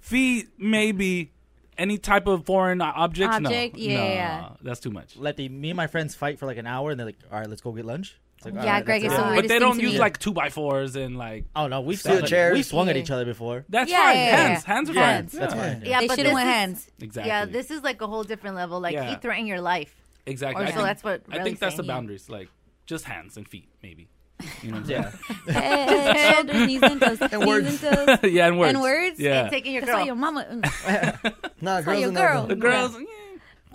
[SPEAKER 2] feet, maybe any type of foreign uh, objects.
[SPEAKER 1] Object,
[SPEAKER 2] no,
[SPEAKER 1] yeah,
[SPEAKER 2] no, uh,
[SPEAKER 1] yeah.
[SPEAKER 2] that's too much.
[SPEAKER 8] Let the me and my friends fight for like an hour, and they're like, "All right, let's go get lunch." It's like,
[SPEAKER 1] Yeah,
[SPEAKER 8] "All right,
[SPEAKER 1] Greg,
[SPEAKER 8] that's it."
[SPEAKER 1] it's the
[SPEAKER 2] But
[SPEAKER 1] weirdest
[SPEAKER 2] they
[SPEAKER 1] thing
[SPEAKER 2] don't
[SPEAKER 1] to
[SPEAKER 2] use
[SPEAKER 1] me.
[SPEAKER 2] like two by fours and like.
[SPEAKER 8] Oh no, we've
[SPEAKER 2] Steel
[SPEAKER 8] swung,
[SPEAKER 2] chairs.
[SPEAKER 8] we swung at
[SPEAKER 2] Yeah.
[SPEAKER 8] each other before.
[SPEAKER 2] That's
[SPEAKER 7] Yeah,
[SPEAKER 2] fine.
[SPEAKER 7] yeah, yeah.
[SPEAKER 2] Hands, hands are
[SPEAKER 7] Hands.
[SPEAKER 2] fine.
[SPEAKER 8] That's
[SPEAKER 2] yeah.
[SPEAKER 8] fine.
[SPEAKER 7] Yeah,
[SPEAKER 1] They
[SPEAKER 7] but
[SPEAKER 1] shouldn't
[SPEAKER 7] this
[SPEAKER 1] want
[SPEAKER 7] is-
[SPEAKER 1] hands.
[SPEAKER 7] Yeah,
[SPEAKER 2] Exactly.
[SPEAKER 7] this is like a whole different level. Like he
[SPEAKER 2] Yeah.
[SPEAKER 7] threatened your life.
[SPEAKER 2] Exactly.
[SPEAKER 7] Or
[SPEAKER 1] Oh,
[SPEAKER 2] I
[SPEAKER 7] so
[SPEAKER 2] think-
[SPEAKER 7] that's what.
[SPEAKER 2] I think
[SPEAKER 7] Riley's
[SPEAKER 2] that's the
[SPEAKER 7] saying, yeah.
[SPEAKER 2] boundaries. Like just hands and feet, maybe. You know what I'm
[SPEAKER 8] Yeah.
[SPEAKER 1] Head, shoulders, knees and toes.
[SPEAKER 2] And
[SPEAKER 1] knees
[SPEAKER 2] words.
[SPEAKER 1] and toes.
[SPEAKER 2] Yeah, and words.
[SPEAKER 1] And words.
[SPEAKER 2] Yeah. And
[SPEAKER 7] taking your
[SPEAKER 1] That's
[SPEAKER 7] girl.
[SPEAKER 1] why your mama.
[SPEAKER 4] Nah,
[SPEAKER 1] That's why
[SPEAKER 4] girls
[SPEAKER 1] your
[SPEAKER 4] are not
[SPEAKER 1] girl.
[SPEAKER 2] The girls.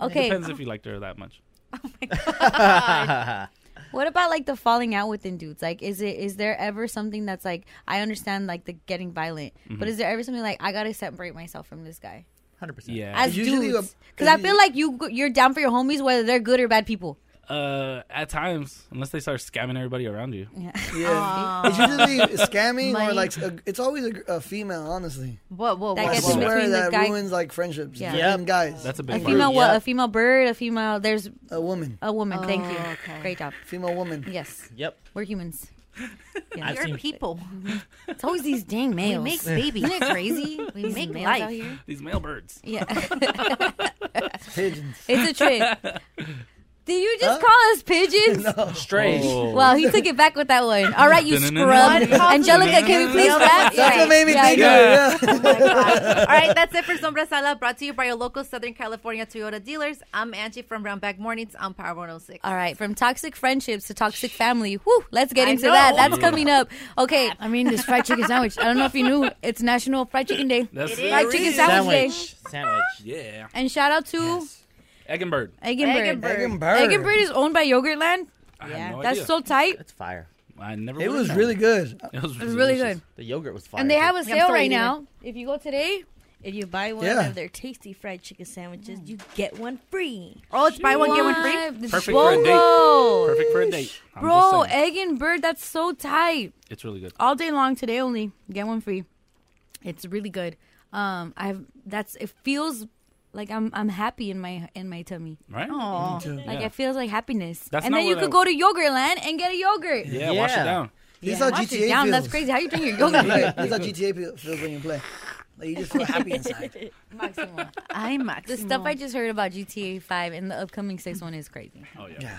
[SPEAKER 1] Okay. Oh
[SPEAKER 2] Depends if you liked her that much.
[SPEAKER 1] What about like the falling out within dudes? Like, is it is there ever something that's like I understand like the getting violent, but
[SPEAKER 2] Mhm.
[SPEAKER 1] is there ever something like I gotta separate myself from this guy?
[SPEAKER 8] Hundred percent.
[SPEAKER 2] Yeah.
[SPEAKER 1] As dudes, because I feel like you you're down for your homies whether they're good or bad people.
[SPEAKER 2] Uh, at times, unless they start scamming everybody around you.
[SPEAKER 1] Yeah.
[SPEAKER 4] Yeah.
[SPEAKER 1] Aw.
[SPEAKER 4] It's usually scamming
[SPEAKER 1] Money.
[SPEAKER 4] or like a, it's always a, a female, honestly.
[SPEAKER 7] What? What?
[SPEAKER 1] That
[SPEAKER 4] I
[SPEAKER 1] gets in
[SPEAKER 4] swear
[SPEAKER 1] between the
[SPEAKER 4] that
[SPEAKER 1] guy-
[SPEAKER 4] ruins like friendships.
[SPEAKER 1] Yeah.
[SPEAKER 4] Yeah,
[SPEAKER 1] Yep.
[SPEAKER 4] guys.
[SPEAKER 2] That's a
[SPEAKER 1] A
[SPEAKER 2] big one.
[SPEAKER 1] female what?
[SPEAKER 2] Yeah.
[SPEAKER 1] A fememale bird? A female? There's
[SPEAKER 4] a woman.
[SPEAKER 1] A woman. Thank you.
[SPEAKER 7] Oh, okay.
[SPEAKER 1] Great job.
[SPEAKER 4] Female woman.
[SPEAKER 1] Yes.
[SPEAKER 8] Yep.
[SPEAKER 1] We're humans. Yeah.
[SPEAKER 8] I've seen
[SPEAKER 7] people.
[SPEAKER 1] It's always these dang males.
[SPEAKER 7] make babies.
[SPEAKER 1] Isn't it crazy?
[SPEAKER 7] We
[SPEAKER 1] These
[SPEAKER 7] make
[SPEAKER 1] males
[SPEAKER 7] life.
[SPEAKER 1] out here.
[SPEAKER 2] These male birds.
[SPEAKER 1] Yeah.
[SPEAKER 4] Pigeons.
[SPEAKER 1] It's a trick. Did you just call us pigeons?
[SPEAKER 4] No.
[SPEAKER 8] Strays. Oh.
[SPEAKER 1] Well, he took it back with that one. All right, you scrub.
[SPEAKER 7] What?
[SPEAKER 1] Angelica, can we please wrap?
[SPEAKER 4] That's what made me think of it. Yeah.
[SPEAKER 7] Oh All right, that's it for Sombra Sala, brought to you by your local Southern California Toyota dealers. I'm Angie from Roundback Mornings on Power 106.
[SPEAKER 1] All right, from toxic friendships to toxic family. Whew, let's get
[SPEAKER 7] I
[SPEAKER 1] into
[SPEAKER 7] know.
[SPEAKER 1] that. That's
[SPEAKER 7] Yeah.
[SPEAKER 1] coming up. Okay.
[SPEAKER 10] I mean, this fried chicken sandwich. I don't know if you knew, it's National Fried Chicken Day.
[SPEAKER 2] That's
[SPEAKER 1] It Fried is. chicken sandwich.
[SPEAKER 8] Sandwich. Sandwich.
[SPEAKER 2] Yeah.
[SPEAKER 1] And shout out to
[SPEAKER 2] Egg and bird.
[SPEAKER 1] Egg and
[SPEAKER 7] Egg and
[SPEAKER 1] Bird.
[SPEAKER 7] Bird. Egg and
[SPEAKER 4] Bird.
[SPEAKER 1] Egg and Bird is owned by Yogurtland.
[SPEAKER 2] I had no
[SPEAKER 1] That's
[SPEAKER 2] idea.
[SPEAKER 1] so tight.
[SPEAKER 8] It's fire.
[SPEAKER 2] I never.
[SPEAKER 4] It
[SPEAKER 2] would've
[SPEAKER 4] was
[SPEAKER 2] known.
[SPEAKER 4] really good.
[SPEAKER 2] It was,
[SPEAKER 1] It was really
[SPEAKER 2] delicious.
[SPEAKER 1] good.
[SPEAKER 8] The yogurt was fire.
[SPEAKER 1] And they have a
[SPEAKER 6] I'm
[SPEAKER 1] sale
[SPEAKER 6] so
[SPEAKER 1] right
[SPEAKER 6] eating
[SPEAKER 1] now. If you go today,
[SPEAKER 6] If you buy one
[SPEAKER 1] Yeah.
[SPEAKER 6] of their tasty fried chicken sandwiches, you get one free.
[SPEAKER 7] Oh, it's buy one, get one free?
[SPEAKER 1] What?
[SPEAKER 2] Perfect for a
[SPEAKER 1] Whoa.
[SPEAKER 2] date. Perfect for a date. I'm just
[SPEAKER 1] bro,
[SPEAKER 2] saying.
[SPEAKER 1] Egg and Bird, that's so tight.
[SPEAKER 2] it's really good.
[SPEAKER 1] all day long today only get one free it's really good um i've that's it feels like i'm i'm happy in my in my tummy
[SPEAKER 2] Right?
[SPEAKER 1] Aw.
[SPEAKER 2] Me too.
[SPEAKER 1] like
[SPEAKER 2] Yeah.
[SPEAKER 1] it feels like happiness
[SPEAKER 2] That's
[SPEAKER 1] and
[SPEAKER 2] not
[SPEAKER 1] then you
[SPEAKER 2] what
[SPEAKER 1] could
[SPEAKER 2] I-
[SPEAKER 1] go to yogurtland and get a yogurt
[SPEAKER 2] Yeah, wash it down.
[SPEAKER 4] This is how
[SPEAKER 1] Wash it
[SPEAKER 4] GTA
[SPEAKER 1] down.
[SPEAKER 4] feels.
[SPEAKER 1] that's crazy how you drink your
[SPEAKER 4] Right.
[SPEAKER 1] yogurt
[SPEAKER 4] That's how GTA feel- feels when you play. Like you just feel happy inside.
[SPEAKER 7] I'm Max.
[SPEAKER 1] the stuff i just heard about gta 5 and the upcoming 6 one is crazy
[SPEAKER 2] oh yeah,
[SPEAKER 4] yeah.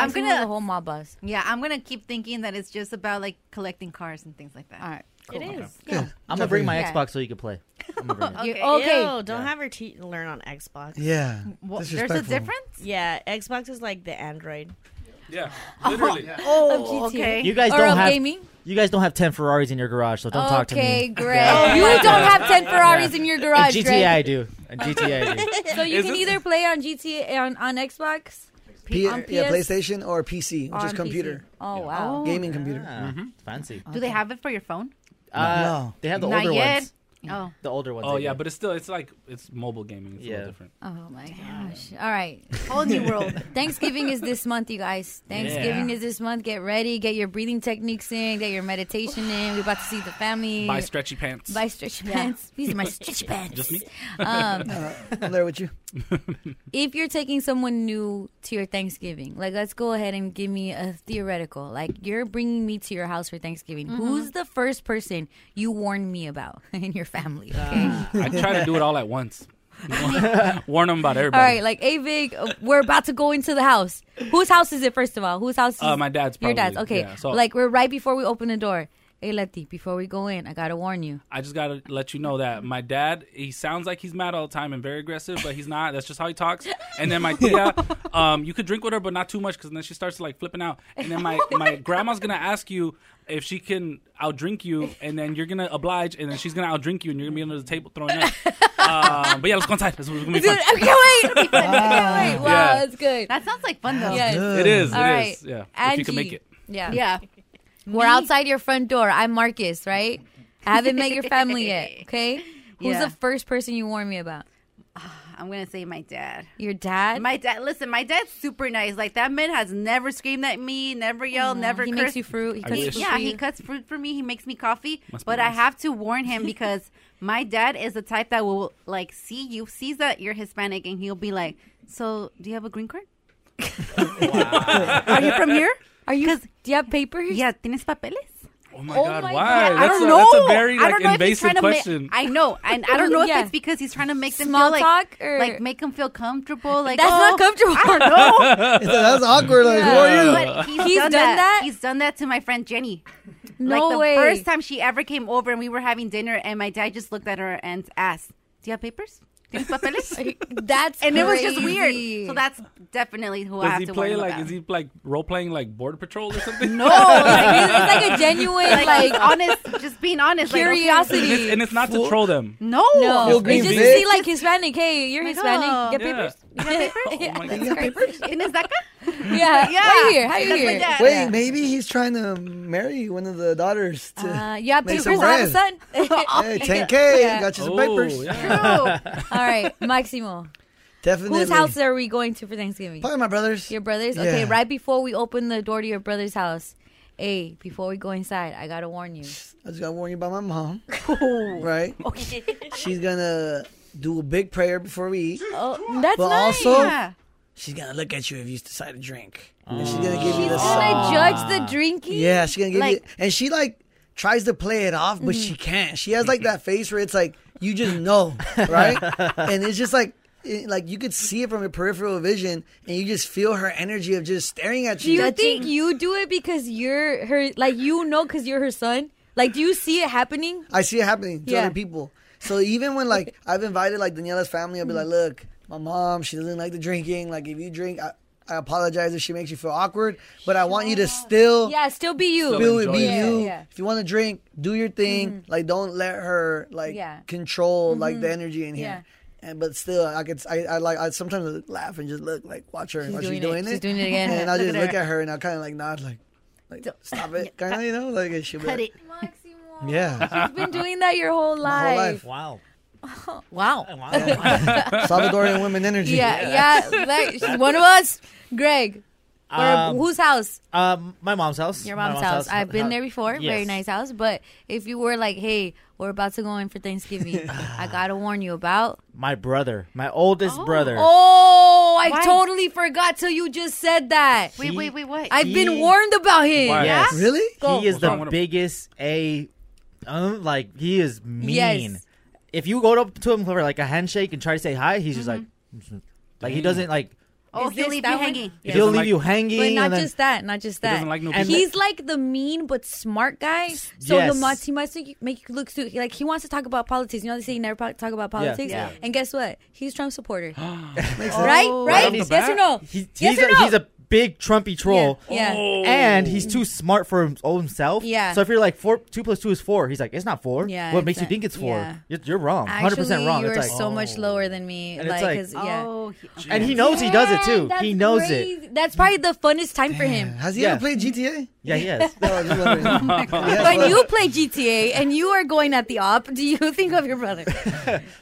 [SPEAKER 1] i'm
[SPEAKER 7] gonna-
[SPEAKER 1] gonna the whole mob boss
[SPEAKER 7] Yeah, I'm gonna keep thinking that it's just about like collecting cars and things like that. All
[SPEAKER 1] right,
[SPEAKER 7] It
[SPEAKER 6] is.
[SPEAKER 8] I'm gonna bring my
[SPEAKER 7] Yeah.
[SPEAKER 8] Xbox so you can play. I'm gonna bring it.
[SPEAKER 7] Okay.
[SPEAKER 6] Okay.
[SPEAKER 7] Okay.
[SPEAKER 6] Ew, don't
[SPEAKER 8] Yeah.
[SPEAKER 6] have her te- learn on Xbox.
[SPEAKER 8] Yeah,
[SPEAKER 7] Wha- there's a
[SPEAKER 6] Disrespectful.
[SPEAKER 7] difference?
[SPEAKER 6] Yeah, Xbox is like the Android.
[SPEAKER 2] Yeah,
[SPEAKER 6] literally.
[SPEAKER 1] Oh,
[SPEAKER 6] okay.
[SPEAKER 8] You guys
[SPEAKER 1] Or
[SPEAKER 8] don't
[SPEAKER 1] of
[SPEAKER 8] have
[SPEAKER 1] gaming?
[SPEAKER 8] you guys don't have ten Ferraris in your garage, so don't talk to me.
[SPEAKER 1] okay Oh greg
[SPEAKER 8] Yeah.
[SPEAKER 1] you don't have 10
[SPEAKER 8] Yeah.
[SPEAKER 1] ferraris in your garage
[SPEAKER 8] In GTA,
[SPEAKER 1] greg.
[SPEAKER 8] I do. In GTA, I do.
[SPEAKER 1] so you
[SPEAKER 8] Is
[SPEAKER 1] can
[SPEAKER 8] this-
[SPEAKER 1] either play on GTA on, on Xbox,
[SPEAKER 4] P-
[SPEAKER 1] on PS,
[SPEAKER 4] yeah, PlayStation or PC, which
[SPEAKER 1] on
[SPEAKER 4] is
[SPEAKER 1] PC.
[SPEAKER 4] computer.
[SPEAKER 1] Oh wow,
[SPEAKER 4] Gaming computer.
[SPEAKER 8] Ah,
[SPEAKER 4] Mm-hmm.
[SPEAKER 8] Fancy.
[SPEAKER 7] Do they have it for your phone?
[SPEAKER 8] Uh,
[SPEAKER 4] No.
[SPEAKER 8] They have the
[SPEAKER 7] Not
[SPEAKER 8] older
[SPEAKER 7] yet.
[SPEAKER 8] ones.
[SPEAKER 7] Oh.
[SPEAKER 8] The older ones.
[SPEAKER 2] Oh
[SPEAKER 8] they
[SPEAKER 2] yeah,
[SPEAKER 8] do.
[SPEAKER 2] but it's still it's like it's mobile gaming. It's a
[SPEAKER 8] Yeah.
[SPEAKER 2] little different.
[SPEAKER 1] Oh my gosh! All right,
[SPEAKER 7] whole new world.
[SPEAKER 1] Thanksgiving is this month, you guys. Thanksgiving
[SPEAKER 2] Yeah.
[SPEAKER 1] is this month. Get ready, get your breathing techniques in, get your meditation in. We're about to see the family.
[SPEAKER 2] Buy stretchy pants.
[SPEAKER 1] Buy stretchy pants. These are my stretchy pants.
[SPEAKER 2] Just me.
[SPEAKER 1] Um,
[SPEAKER 4] I'm there with you.
[SPEAKER 1] if you're taking someone new to your Thanksgiving, like let's go ahead and give me a theoretical. Like you're bringing me to your house for Thanksgiving.
[SPEAKER 10] Mhm.
[SPEAKER 1] Who's the first person you warn me about in your family?
[SPEAKER 2] Uh,
[SPEAKER 1] Okay.
[SPEAKER 2] I try to do it all at once. Warn them about everybody.
[SPEAKER 1] All right, like Avig, uh, we're about to go into the house. Whose house is it, first of all? Whose house? Is
[SPEAKER 2] Uh, my dad's
[SPEAKER 1] Your dad's.
[SPEAKER 2] probably,
[SPEAKER 1] Okay,
[SPEAKER 2] yeah, so-
[SPEAKER 1] like we're right before we open the door. Hey, Leti, before we go in, I gotta warn you.
[SPEAKER 2] I just gotta let you know that my dad, he sounds like he's mad all the time and very aggressive, but he's not. That's just how he talks. And then my tia, um, you could drink with her, but not too much, because then she starts like flipping out. And then my my grandma's gonna ask you if she can outdrink you, and then you're gonna oblige, and then she's gonna outdrink you, and you're gonna be under the table throwing up. um, but yeah, let's go inside. This is gonna be
[SPEAKER 1] Dude,
[SPEAKER 2] fun.
[SPEAKER 1] I can't wait. I can't wait. Wow,
[SPEAKER 2] Yeah.
[SPEAKER 1] That's good.
[SPEAKER 7] That sounds like fun though.
[SPEAKER 1] Yes.
[SPEAKER 2] It is.
[SPEAKER 1] All
[SPEAKER 2] it
[SPEAKER 1] right.
[SPEAKER 2] is. Yeah. If
[SPEAKER 1] Angie.
[SPEAKER 2] you can make it.
[SPEAKER 1] Yeah. Yeah. We're outside your front door. I'm Marcus, right? I haven't met your family yet, okay? Who's
[SPEAKER 7] Yeah. Ah,
[SPEAKER 1] the first person you warned me about?
[SPEAKER 7] I'm gonna say my dad.
[SPEAKER 1] Your dad?
[SPEAKER 7] My dad. Listen, my dad's super nice. Like that man has never screamed at me, never yelled, never.
[SPEAKER 1] He
[SPEAKER 7] cursed.
[SPEAKER 1] makes you fruit. He
[SPEAKER 2] I cuts wish. fruit
[SPEAKER 7] yeah,
[SPEAKER 2] for
[SPEAKER 7] he
[SPEAKER 2] you.
[SPEAKER 7] cuts fruit for me. He makes me coffee.
[SPEAKER 2] Must be
[SPEAKER 7] but I
[SPEAKER 2] nice.
[SPEAKER 7] have to warn him because my dad is the type that will like see you, sees that you're Hispanic, and he'll be like, "So, do you have a green card? Are you from here? Are you?
[SPEAKER 1] Do you have papers?
[SPEAKER 7] Yeah, tienes papeles."
[SPEAKER 2] Oh my
[SPEAKER 7] Oh
[SPEAKER 2] god,
[SPEAKER 7] my
[SPEAKER 2] why?
[SPEAKER 7] God, I
[SPEAKER 2] That's,
[SPEAKER 7] don't
[SPEAKER 2] a,
[SPEAKER 7] know.
[SPEAKER 2] that's a very
[SPEAKER 7] I
[SPEAKER 2] like
[SPEAKER 7] don't know if he's
[SPEAKER 2] invasive
[SPEAKER 7] trying to ma-
[SPEAKER 2] question.
[SPEAKER 7] I know, and I don't know if
[SPEAKER 1] Yeah.
[SPEAKER 7] it's because he's trying to make them
[SPEAKER 1] Small
[SPEAKER 7] feel like,
[SPEAKER 1] talk or-
[SPEAKER 7] like make them feel comfortable. Like
[SPEAKER 1] That's not
[SPEAKER 7] "Oh,
[SPEAKER 1] comfortable.
[SPEAKER 7] I don't know.
[SPEAKER 4] That's awkward. Like, who are you?
[SPEAKER 7] But he's, done, that. He's done that to my friend Jenny.
[SPEAKER 1] No
[SPEAKER 7] like the
[SPEAKER 1] way.
[SPEAKER 7] First time she ever came over and we were having dinner, and my dad just looked at her and asked, "Do you have papers? Tienes papeles?"
[SPEAKER 1] that's
[SPEAKER 7] and it was just
[SPEAKER 1] crazy.
[SPEAKER 7] weird. So that's definitely who I
[SPEAKER 2] Does
[SPEAKER 7] have
[SPEAKER 2] he
[SPEAKER 7] to
[SPEAKER 2] play
[SPEAKER 7] worry
[SPEAKER 2] like?
[SPEAKER 7] about.
[SPEAKER 2] Is he like role playing like Border Patrol or something?
[SPEAKER 7] no, like,
[SPEAKER 1] it's Oh, like a genuine,
[SPEAKER 7] like,
[SPEAKER 1] like-
[SPEAKER 7] honest, just being honest, like, okay.
[SPEAKER 2] and, it's, and it's not to troll them.
[SPEAKER 7] No,
[SPEAKER 1] No,
[SPEAKER 2] Feel
[SPEAKER 1] it's
[SPEAKER 2] green,
[SPEAKER 1] Oh! just to
[SPEAKER 2] bitch.
[SPEAKER 1] see like Hispanic. Hey, you're
[SPEAKER 7] Like,
[SPEAKER 1] Hispanic.
[SPEAKER 7] oh.
[SPEAKER 1] Get
[SPEAKER 2] Yeah. Oh
[SPEAKER 1] papers.
[SPEAKER 7] You got papers? Tienes daca?
[SPEAKER 1] Yeah,
[SPEAKER 7] Yeah.
[SPEAKER 1] Right here, right
[SPEAKER 7] That's my
[SPEAKER 1] here.
[SPEAKER 7] dad.
[SPEAKER 4] Wait,
[SPEAKER 7] Yeah.
[SPEAKER 4] maybe he's trying to marry one of the daughters to
[SPEAKER 1] Uh, yeah,
[SPEAKER 4] make
[SPEAKER 1] papers.
[SPEAKER 4] some
[SPEAKER 1] I have a
[SPEAKER 4] bread.
[SPEAKER 1] son.
[SPEAKER 4] Hey, 10K, got you some
[SPEAKER 2] Oh,
[SPEAKER 4] papers.
[SPEAKER 1] All right, Maximo.
[SPEAKER 4] Definitely.
[SPEAKER 1] Whose house are we going to for Thanksgiving?
[SPEAKER 4] Probably my brother's.
[SPEAKER 1] Your brother's? Okay,
[SPEAKER 4] Yeah.
[SPEAKER 1] right before we open the door to your brother's house, hey, before we go inside, I gotta warn you.
[SPEAKER 4] I just gotta warn you about my mom. right? Okay. She's gonna do a big prayer before we eat.
[SPEAKER 1] Oh, that's
[SPEAKER 4] but
[SPEAKER 1] nice.
[SPEAKER 4] also,
[SPEAKER 1] Yeah.
[SPEAKER 4] she's gonna look at you if you decide to drink.
[SPEAKER 2] Oh.
[SPEAKER 4] And she's gonna give you the
[SPEAKER 1] She's gonna
[SPEAKER 4] song.
[SPEAKER 1] judge the drinking.
[SPEAKER 4] Yeah, she's gonna give
[SPEAKER 1] Like-
[SPEAKER 4] you. And she like tries to play it off, but
[SPEAKER 1] Mhm.
[SPEAKER 4] she can't. She has like that face where it's like you just know, right? and it's just like. It, like you could see it from your peripheral vision, and you just feel her energy of just staring at
[SPEAKER 1] Do
[SPEAKER 4] you.
[SPEAKER 1] you think you do it because you're her? Like you know, because you're her son. Like, do you see it happening?
[SPEAKER 4] I see it happening to
[SPEAKER 1] Yeah.
[SPEAKER 4] other people. So even when like I've invited like Daniela's family, I'll be
[SPEAKER 1] Mm-hmm.
[SPEAKER 4] like, look, my mom, she doesn't like the drinking. Like if you drink, I, I apologize if she makes you feel awkward, but I want you to still
[SPEAKER 1] Yeah, still be you.
[SPEAKER 4] Spill it, be
[SPEAKER 1] Yeah,
[SPEAKER 4] you.
[SPEAKER 1] yeah. Mm-hmm.
[SPEAKER 4] If you want to drink, do your thing. Like, don't let her like
[SPEAKER 1] Yeah.
[SPEAKER 4] control like
[SPEAKER 1] Mhm.
[SPEAKER 4] the energy in here. And but still, I could I, I like I sometimes laugh and just look like watch her
[SPEAKER 1] She's
[SPEAKER 4] while
[SPEAKER 1] doing
[SPEAKER 4] she's
[SPEAKER 1] it.
[SPEAKER 4] doing it.
[SPEAKER 1] She's doing it again.
[SPEAKER 4] And I
[SPEAKER 1] Look
[SPEAKER 4] just
[SPEAKER 1] at
[SPEAKER 4] look
[SPEAKER 1] her.
[SPEAKER 4] at her and I kind of like nod like like stop it, kind of you know like she
[SPEAKER 1] Cut it.
[SPEAKER 4] yeah.
[SPEAKER 1] You've been doing that your whole
[SPEAKER 4] My whole
[SPEAKER 1] life.
[SPEAKER 8] Wow.
[SPEAKER 1] Wow.
[SPEAKER 4] Salvadorian women energy.
[SPEAKER 1] Yeah, yeah. Like, she's one of us. Greg. Or
[SPEAKER 8] Um,
[SPEAKER 1] whose house?
[SPEAKER 8] Um, my mom's house.
[SPEAKER 1] Your
[SPEAKER 8] My
[SPEAKER 1] mom's, house. I've been there before. Very
[SPEAKER 8] Yes.
[SPEAKER 1] nice house. But if you were like, hey, we're about to go in for Thanksgiving, I got to warn you about.
[SPEAKER 8] My brother, my oldest brother.
[SPEAKER 1] Oh, I
[SPEAKER 8] Why?
[SPEAKER 1] totally forgot till you just said that.
[SPEAKER 8] Wait, wait, wait,
[SPEAKER 7] what?
[SPEAKER 1] I've been
[SPEAKER 8] He-
[SPEAKER 1] warned about him.
[SPEAKER 8] Yes.
[SPEAKER 4] Really?
[SPEAKER 8] He is the biggest a, um, like he is mean.
[SPEAKER 1] Yes.
[SPEAKER 8] If you go up to him for like a handshake and try to say hi, he's just
[SPEAKER 1] Mm-hmm.
[SPEAKER 8] like, like he doesn't like.
[SPEAKER 7] Oh, he'll leave you hanging.
[SPEAKER 8] He'll leave you hanging.
[SPEAKER 1] But not
[SPEAKER 8] and then-
[SPEAKER 1] just that, not just that.
[SPEAKER 8] doesn't like no people.
[SPEAKER 1] He's like the mean but smart guy. So
[SPEAKER 8] yes.
[SPEAKER 1] the must he must make you, make you look stupid. Like he wants to talk about politics. You know they say you never po- talk about
[SPEAKER 8] Yeah.
[SPEAKER 1] politics.
[SPEAKER 8] Yeah.
[SPEAKER 1] And guess what? He's Trump supporter. right? Right?
[SPEAKER 8] Oh, off the
[SPEAKER 1] Yes
[SPEAKER 8] bat?
[SPEAKER 1] or no?
[SPEAKER 8] He's,
[SPEAKER 1] yes
[SPEAKER 8] he's
[SPEAKER 1] or
[SPEAKER 8] a,
[SPEAKER 1] no?
[SPEAKER 8] he's a big Trumpy troll.
[SPEAKER 1] Yeah. Oh.
[SPEAKER 8] And he's too smart for his own self.
[SPEAKER 1] Yeah.
[SPEAKER 8] So if you're like four, two plus two is four, he's like, it's not four.
[SPEAKER 1] Yeah,
[SPEAKER 8] What makes you
[SPEAKER 1] exa-
[SPEAKER 8] think it's four?
[SPEAKER 1] yeah.
[SPEAKER 8] You're, you're wrong. Hundred
[SPEAKER 1] Actually,
[SPEAKER 8] percent wrong.
[SPEAKER 1] You're
[SPEAKER 8] It's like,
[SPEAKER 1] so much lower than me.
[SPEAKER 8] And it's
[SPEAKER 1] like,
[SPEAKER 8] like-
[SPEAKER 1] 'cause- yeah.
[SPEAKER 8] and Oh. he knows he does it too.
[SPEAKER 1] That's
[SPEAKER 8] He knows it.
[SPEAKER 1] crazy. That's probably the funnest time for him.
[SPEAKER 4] Has he
[SPEAKER 8] Yeah.
[SPEAKER 4] ever played GTA?
[SPEAKER 8] Yeah, yes.
[SPEAKER 1] when you play GTA and you are going at the op, do you think of your brother?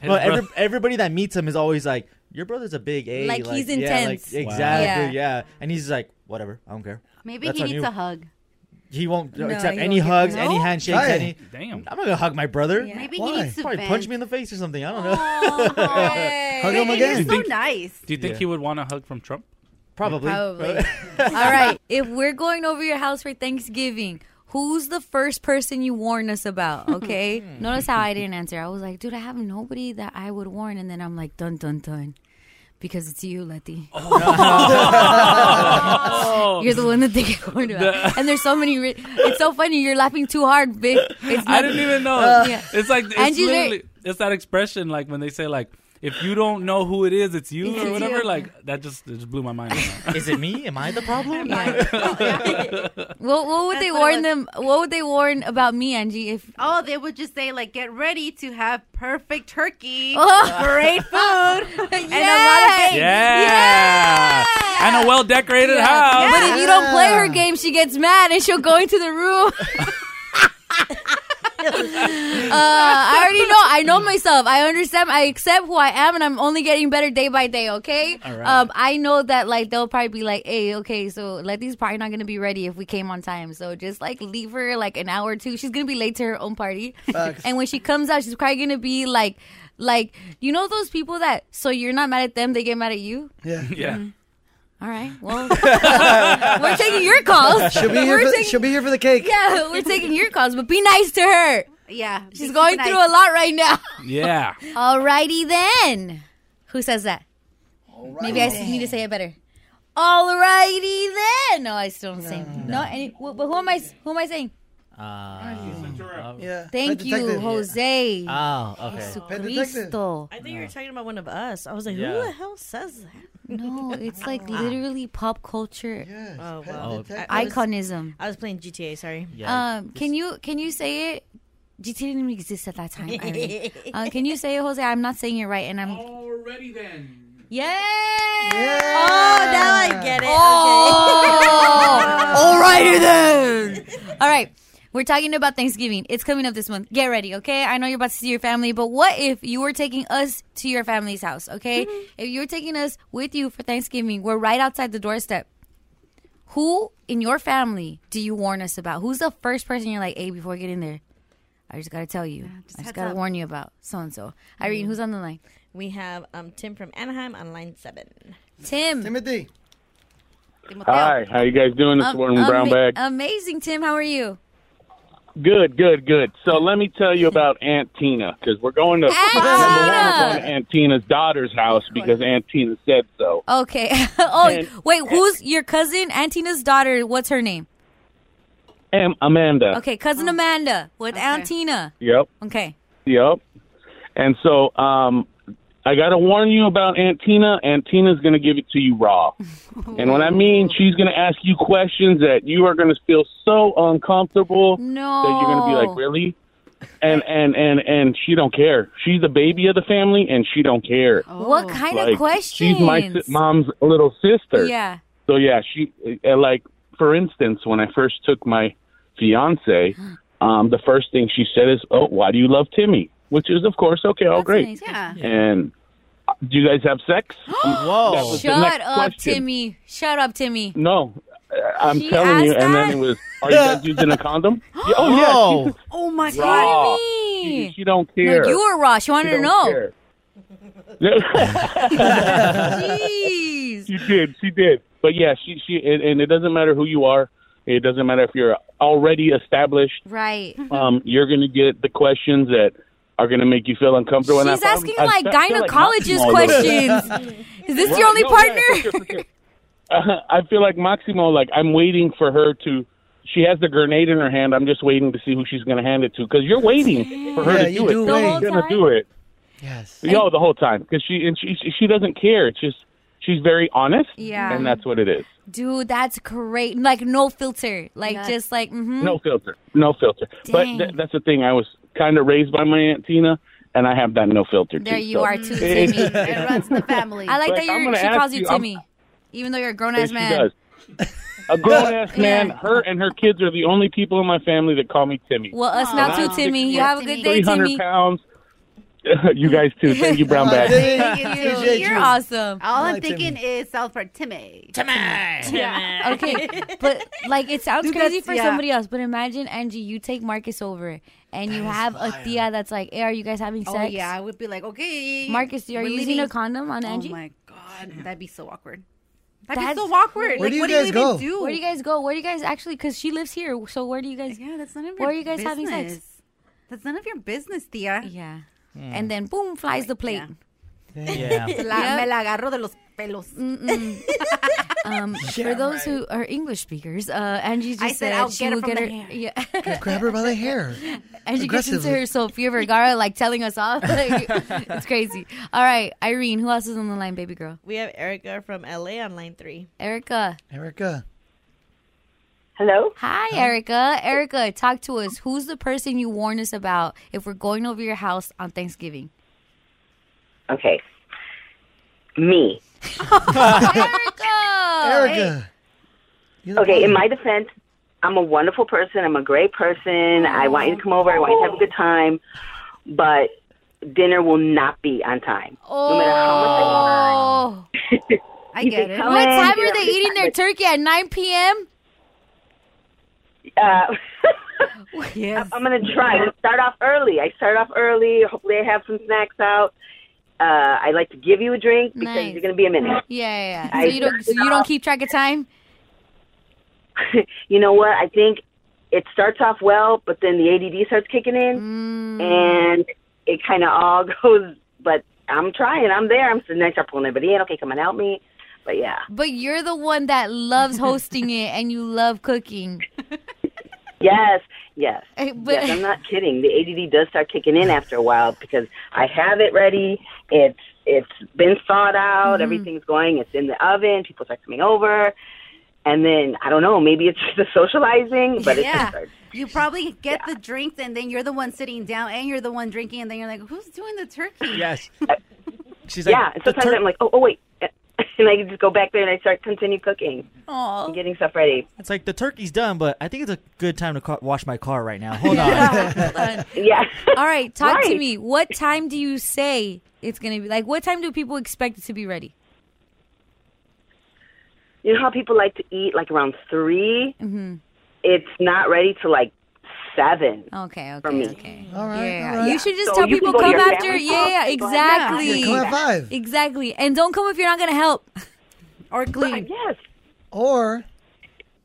[SPEAKER 8] Well, every, everybody that meets him is always like, your brother's a big A.
[SPEAKER 1] Like, he's
[SPEAKER 8] yeah, like,
[SPEAKER 1] intense. Wow.
[SPEAKER 8] exactly.
[SPEAKER 1] Yeah.
[SPEAKER 8] Yeah. And he's like, whatever. I don't care.
[SPEAKER 7] Maybe
[SPEAKER 8] That's
[SPEAKER 7] he
[SPEAKER 8] on
[SPEAKER 7] needs
[SPEAKER 8] you.
[SPEAKER 7] a hug.
[SPEAKER 8] He won't
[SPEAKER 7] No,
[SPEAKER 8] accept
[SPEAKER 7] he
[SPEAKER 8] any
[SPEAKER 7] won't
[SPEAKER 8] hugs,
[SPEAKER 7] get-
[SPEAKER 8] any
[SPEAKER 7] No?
[SPEAKER 8] handshakes,
[SPEAKER 2] Hey.
[SPEAKER 8] any.
[SPEAKER 2] Damn.
[SPEAKER 8] I'm not gonna hug my brother.
[SPEAKER 7] Maybe
[SPEAKER 8] Why?
[SPEAKER 7] he needs to
[SPEAKER 8] Probably
[SPEAKER 7] vent.
[SPEAKER 8] punch me in the face or something. I don't know.
[SPEAKER 2] Hug him
[SPEAKER 7] You're
[SPEAKER 2] again.
[SPEAKER 7] so
[SPEAKER 2] Think-
[SPEAKER 7] nice.
[SPEAKER 2] Do you think
[SPEAKER 8] Yeah.
[SPEAKER 2] he would want a hug from Trump?
[SPEAKER 8] Probably.
[SPEAKER 1] Probably. All right. If we're going over your house for Thanksgiving, who's the first person you warn us about? Okay.
[SPEAKER 2] Hmm.
[SPEAKER 1] Notice how I didn't answer. I was like, dude, I have nobody that I would warn, and then I'm like, dun dun dun, because it's you, Letty.
[SPEAKER 2] Oh, no.
[SPEAKER 1] You're the one that they get warned about.
[SPEAKER 2] The-
[SPEAKER 1] And there's so many. Re- it's so funny. You're laughing too hard, bitch. It's not-
[SPEAKER 2] I didn't even know.
[SPEAKER 1] Yeah.
[SPEAKER 2] It's like it's
[SPEAKER 1] Angie's very-
[SPEAKER 2] literally it's that expression like when they say like if you don't know who it is, it's you
[SPEAKER 1] It's
[SPEAKER 2] or
[SPEAKER 1] you.
[SPEAKER 2] whatever. Like that just, it just blew my mind.
[SPEAKER 8] is it me? Am I the problem?
[SPEAKER 1] What, what would they warn them? What would they warn about me, Angie? If
[SPEAKER 7] Oh, they would just say like, "Get ready to have perfect turkey,
[SPEAKER 1] Oh.
[SPEAKER 7] great food, and a lot of
[SPEAKER 1] Yes.
[SPEAKER 7] eggs."
[SPEAKER 2] Yeah. in a well decorated house.
[SPEAKER 1] But if you don't play her game, she gets mad and she'll go into the room. Uh, I already know. I know myself. I understand. I accept who I am, and I'm only getting better day by day. Okay.
[SPEAKER 10] All right.
[SPEAKER 1] Um, I know that like they'll probably be like, "Hey, okay, so Letty's probably not gonna be ready if we came on time. So just like leave her like an hour or two. She's gonna be late to her own party,
[SPEAKER 10] Facts.
[SPEAKER 1] and when she comes out, she's probably gonna be like, like you know those people that so you're not mad at them, they get mad at you.
[SPEAKER 4] Yeah.
[SPEAKER 2] Yeah.
[SPEAKER 1] All right. Well, we're taking your calls.
[SPEAKER 4] She'll be
[SPEAKER 1] We're
[SPEAKER 4] here. For,
[SPEAKER 1] taking-
[SPEAKER 4] she'll be here for the cake.
[SPEAKER 1] yeah, we're taking your calls, but be nice to her.
[SPEAKER 7] Yeah.
[SPEAKER 1] She's going through a lot right now.
[SPEAKER 2] Yeah.
[SPEAKER 1] Alrighty then. Who says that? Maybe I s- need to say it better. Alrighty then. No, I still don't say no. any, wh- but who am I? s- Who am I saying?
[SPEAKER 4] yeah.
[SPEAKER 1] Thank you, Jose.
[SPEAKER 8] Oh, okay.
[SPEAKER 1] Jesucristo.
[SPEAKER 8] Pet detective.
[SPEAKER 6] I think you were talking about one of us. I was like,
[SPEAKER 8] Yeah.
[SPEAKER 6] who the hell says that?
[SPEAKER 1] No, Oh, it's like literally pop culture
[SPEAKER 6] Oh,
[SPEAKER 1] Oh,
[SPEAKER 6] wow.
[SPEAKER 1] okay.
[SPEAKER 6] I- I was-
[SPEAKER 1] Iconism.
[SPEAKER 6] I was playing GTA, sorry.
[SPEAKER 1] Um, can you can you say it? GT didn't even exist at that time. Irene. uh, can you say it, Jose? I'm not saying it right, and I'm
[SPEAKER 2] already then.
[SPEAKER 1] Yeah.
[SPEAKER 6] Oh, now I get it.
[SPEAKER 1] Oh, alrighty then. All right, we're talking about Thanksgiving. It's coming up this month. Get ready, okay? I know you're about to see your family, but what if you were taking us to your family's house, okay? If you're taking us with you for Thanksgiving, we're right outside the doorstep. Who in your family do you warn us about? Who's the first person you're like, hey, before I get in there, I just gotta tell you, I just
[SPEAKER 6] heads
[SPEAKER 1] gotta
[SPEAKER 6] up.
[SPEAKER 1] warn you about so and so. Irene,
[SPEAKER 6] Mhm.
[SPEAKER 1] who's on the line?
[SPEAKER 6] We have um, Tim from Anaheim on line seven.
[SPEAKER 1] Tim.
[SPEAKER 4] Timothy.
[SPEAKER 22] Hi, how you guys doing? This is
[SPEAKER 1] Am-
[SPEAKER 22] Warren Brown
[SPEAKER 1] ama-
[SPEAKER 22] Bag.
[SPEAKER 1] Amazing, Tim. How are you?
[SPEAKER 22] Good, good, good. So let me tell you about Aunt Tina because we're going to number one, we're going to Aunt Tina's daughter's house because Aunt Tina said so.
[SPEAKER 1] Okay. oh, wait. Who's your cousin? Antina's daughter. What's her name?
[SPEAKER 22] Am Amanda.
[SPEAKER 1] Okay, cousin Amanda with Antina.
[SPEAKER 22] Yep.
[SPEAKER 1] Okay.
[SPEAKER 22] Yep. And so um, I got to warn you about Aunt Tina. Aunt Tina's going to give it to you raw. and when I mean she's going to ask you questions that you are going to feel so uncomfortable that you're going to be
[SPEAKER 1] No.
[SPEAKER 22] like, really? And, and and and she don't care. She's the baby of the family, and she don't care.
[SPEAKER 1] What kind
[SPEAKER 22] Like,
[SPEAKER 1] of question?
[SPEAKER 22] She's my si- mom's little sister.
[SPEAKER 1] Yeah.
[SPEAKER 22] So yeah, she uh, like for instance, when I first took my fiance, um, the first thing she said is, "Oh, why do you love Timmy?" Which is, of course, okay, all great.
[SPEAKER 1] Yeah.
[SPEAKER 22] And uh, do you guys have sex? That was the
[SPEAKER 1] Shut
[SPEAKER 22] next
[SPEAKER 1] up,
[SPEAKER 22] question.
[SPEAKER 1] Timmy. Shut up, Timmy.
[SPEAKER 22] No, uh, I'm
[SPEAKER 1] She
[SPEAKER 22] telling you.
[SPEAKER 1] asked
[SPEAKER 22] And then it was, "Are you guys using a condom?" Yeah, oh yeah. she-
[SPEAKER 1] Oh my
[SPEAKER 22] Raw.
[SPEAKER 1] god.
[SPEAKER 22] She, she don't care.
[SPEAKER 1] No, you were raw. She wanted
[SPEAKER 22] She
[SPEAKER 1] to know.
[SPEAKER 22] don't care. Jeez. She did. She did. But yeah, she she and, and it doesn't matter who you are. It doesn't matter if you're already established.
[SPEAKER 1] Right.
[SPEAKER 22] Um, you're gonna get the questions that are gonna make you feel uncomfortable. and I
[SPEAKER 1] She's
[SPEAKER 22] found-
[SPEAKER 1] asking
[SPEAKER 22] I
[SPEAKER 1] like
[SPEAKER 22] fe- feel like
[SPEAKER 1] gynecologist
[SPEAKER 22] Maximo a little bit.
[SPEAKER 1] questions. Is this
[SPEAKER 22] Right,
[SPEAKER 1] your only
[SPEAKER 22] no, yeah,
[SPEAKER 1] partner?
[SPEAKER 22] Uh, I feel like Maximo. Like I'm waiting for her to. She has the grenade in her hand. I'm just waiting to see who she's gonna hand it to because you're waiting for her
[SPEAKER 4] Yeah,
[SPEAKER 22] to
[SPEAKER 4] you
[SPEAKER 22] do it.
[SPEAKER 4] do wait.
[SPEAKER 22] She's
[SPEAKER 4] The whole
[SPEAKER 22] gonna
[SPEAKER 4] time?
[SPEAKER 22] do it.
[SPEAKER 4] Yes.
[SPEAKER 22] Yo, the whole time because she and she she- she doesn't care. It's just she's very honest.
[SPEAKER 1] Yeah.
[SPEAKER 22] and that's what it is.
[SPEAKER 1] Dude, that's great. Like no filter. Like just like mm-hmm.
[SPEAKER 22] No filter, no filter.
[SPEAKER 1] Dang.
[SPEAKER 22] But th- that's the thing. I was kind of raised by my aunt Tina, and I have that no filter.
[SPEAKER 1] There
[SPEAKER 22] too,
[SPEAKER 1] you
[SPEAKER 22] so
[SPEAKER 1] are too,
[SPEAKER 22] it-
[SPEAKER 1] Timmy.
[SPEAKER 22] it-
[SPEAKER 1] runs the family. I like,
[SPEAKER 22] Like,
[SPEAKER 1] that
[SPEAKER 22] I'm
[SPEAKER 1] you're,
[SPEAKER 22] gonna
[SPEAKER 1] she
[SPEAKER 22] ask
[SPEAKER 1] calls you
[SPEAKER 22] you, I'm-
[SPEAKER 1] Timmy, even though you're a grown
[SPEAKER 22] Yeah,
[SPEAKER 1] ass
[SPEAKER 22] she
[SPEAKER 1] man.
[SPEAKER 22] does. A grown ass man, her and her kids are the only people in my family that call me Timmy.
[SPEAKER 1] Well, us now too, Timmy. You have a good day,
[SPEAKER 22] 300
[SPEAKER 1] Timmy.
[SPEAKER 22] pounds. you guys too. Thank you, Brown Bag.
[SPEAKER 1] Appreciate you. You're awesome.
[SPEAKER 7] All
[SPEAKER 1] I
[SPEAKER 7] I'm
[SPEAKER 1] like
[SPEAKER 7] thinking is South Park Timmy.
[SPEAKER 1] Timmy.
[SPEAKER 7] Yeah.
[SPEAKER 1] okay, but like it sounds
[SPEAKER 7] Dude,
[SPEAKER 1] crazy
[SPEAKER 7] that's-
[SPEAKER 1] for
[SPEAKER 7] yeah.
[SPEAKER 1] somebody else. But imagine Angie, you take Marcus over, and you have a tia that's like, "Hey, are you guys having
[SPEAKER 7] Oh
[SPEAKER 1] sex?"
[SPEAKER 7] yeah, I would be like, okay,
[SPEAKER 1] Marcus, are
[SPEAKER 7] we're
[SPEAKER 1] you using
[SPEAKER 7] leaving.
[SPEAKER 1] a condom on Angie?
[SPEAKER 7] Oh my god, that'd be so awkward. That'd
[SPEAKER 1] That's-
[SPEAKER 7] be so awkward. like, what do you even do?
[SPEAKER 1] Where do you guys go? Where do you guys actually? Because she lives here, so where do you guys?
[SPEAKER 7] Yeah, that's none of
[SPEAKER 1] Where are
[SPEAKER 7] your
[SPEAKER 1] you guys having sex?
[SPEAKER 7] business. That's none of your business, Tia.
[SPEAKER 1] Yeah.
[SPEAKER 4] Mm.
[SPEAKER 7] Hmm.
[SPEAKER 1] And then boom, flies the plate.
[SPEAKER 7] Yeah. La- Me la agarro de los pelos.
[SPEAKER 1] Um,
[SPEAKER 7] Yeah,
[SPEAKER 1] for those who are English speakers, uh, Angie just
[SPEAKER 7] I said,
[SPEAKER 1] said
[SPEAKER 7] "I'll
[SPEAKER 1] she
[SPEAKER 7] get it
[SPEAKER 1] will
[SPEAKER 7] from
[SPEAKER 1] get her.
[SPEAKER 7] the hair."
[SPEAKER 1] Yeah.
[SPEAKER 4] Grab her by the hair.
[SPEAKER 1] Angie gets into
[SPEAKER 4] Aggressively.
[SPEAKER 1] her Sofia Vergara, like telling us off. Like, it's crazy. All right, Irene, who else is on the line, baby girl?
[SPEAKER 6] We have Erica from LA on line three.
[SPEAKER 1] Erica.
[SPEAKER 4] Erica.
[SPEAKER 1] Hello. Hi, Erica. Erica, talk to us. Who's the person you warn us about if we're going over your house on Thanksgiving?
[SPEAKER 19] Okay. Me.
[SPEAKER 1] Erica.
[SPEAKER 4] Erica.
[SPEAKER 3] Okay, in my defense, I'm a wonderful person. I'm a great person. I want you to come over. I want you to have a good time. But dinner will not be on time. No matter how much I
[SPEAKER 1] Oh,
[SPEAKER 3] I You get can it. come
[SPEAKER 1] What
[SPEAKER 3] in,
[SPEAKER 1] time
[SPEAKER 3] you're
[SPEAKER 1] are they eating their turkey at 9 p.m.?
[SPEAKER 3] Uh, yes. Uh, I'm going to try. I start off early. I start off early. Hopefully, I have some snacks out. Uh, I like to give you a drink because
[SPEAKER 1] Nice.
[SPEAKER 3] you're going to be a minute.
[SPEAKER 1] Yeah, yeah. yeah.
[SPEAKER 3] I
[SPEAKER 1] So you don't, so you don't keep track of time.
[SPEAKER 3] you know what? I think it starts off well, but then the ADD starts kicking in, and it kind of all goes. But I'm trying. I'm there. I'm sitting. I start pulling everybody in. Okay, come on, help me. But yeah,
[SPEAKER 1] But you're the one that loves hosting it and you love cooking.
[SPEAKER 3] yes, yes,
[SPEAKER 1] Hey, but-
[SPEAKER 3] yes. I'm not kidding. The ADD does start kicking in after a while because I have it ready. It's it's been thawed out.
[SPEAKER 19] Mhm.
[SPEAKER 3] Everything's going. It's in the oven. People start coming over. And then I don't know, maybe it's the socializing, but it's
[SPEAKER 5] Yeah.
[SPEAKER 3] just starts
[SPEAKER 5] You probably get the drinks, and then you're the one sitting down, and you're the one drinking, and then you're like, "Who's doing the turkey?"
[SPEAKER 8] Yes. She's
[SPEAKER 3] yeah, and sometimes I'm like, oh, oh wait, and I just go back there and I start continue cooking,
[SPEAKER 5] Aw.
[SPEAKER 3] and getting stuff ready.
[SPEAKER 8] It's like the turkey's done, but I think it's a good time to ca- wash my car right now. Hold on.
[SPEAKER 3] yeah.
[SPEAKER 1] All right, talk to
[SPEAKER 3] Right.
[SPEAKER 1] me. What time do you say it's going to be? Like, what time do people expect it to be ready?
[SPEAKER 3] You know how people like to eat like around 3 Mm-hmm. It's not ready till like seven.
[SPEAKER 1] Okay, okay,
[SPEAKER 3] for me.
[SPEAKER 1] okay.
[SPEAKER 3] All
[SPEAKER 1] right, yeah,
[SPEAKER 3] all right.
[SPEAKER 1] you should just
[SPEAKER 3] So
[SPEAKER 1] tell
[SPEAKER 3] you can
[SPEAKER 1] people
[SPEAKER 3] go to
[SPEAKER 1] come
[SPEAKER 3] your
[SPEAKER 1] after.
[SPEAKER 3] family's
[SPEAKER 1] Yeah, yeah,
[SPEAKER 3] house, go ahead and
[SPEAKER 1] exactly.
[SPEAKER 3] Yeah, come at five.
[SPEAKER 1] Exactly, and don't come if you're not going to help or clean.
[SPEAKER 3] Yes.
[SPEAKER 4] Or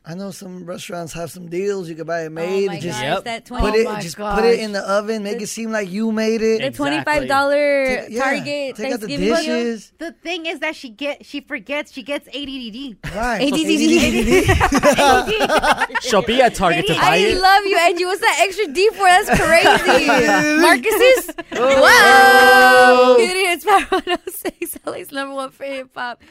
[SPEAKER 4] I know some restaurants have some deals. You could buy it made.
[SPEAKER 1] Oh my
[SPEAKER 4] and just
[SPEAKER 1] gosh, Yep. that
[SPEAKER 4] put it,
[SPEAKER 1] 20
[SPEAKER 4] just
[SPEAKER 1] Oh my
[SPEAKER 4] put it
[SPEAKER 1] gosh.
[SPEAKER 4] in the oven. Make it seem like you made it.
[SPEAKER 1] The twenty-five dollar
[SPEAKER 4] Take- yeah,
[SPEAKER 1] Target
[SPEAKER 4] take out the
[SPEAKER 1] Thanksgiving deal.
[SPEAKER 4] dishes.
[SPEAKER 5] The thing is that she get she forgets she gets ADD.
[SPEAKER 4] Right.
[SPEAKER 8] She'll be at Target to buy
[SPEAKER 1] I
[SPEAKER 8] it.
[SPEAKER 1] love you, and you. What's that extra D for? That's crazy. Marcus's. Whoa!
[SPEAKER 15] Oh.
[SPEAKER 1] oh It is Power 106, LA's number one for hip hop.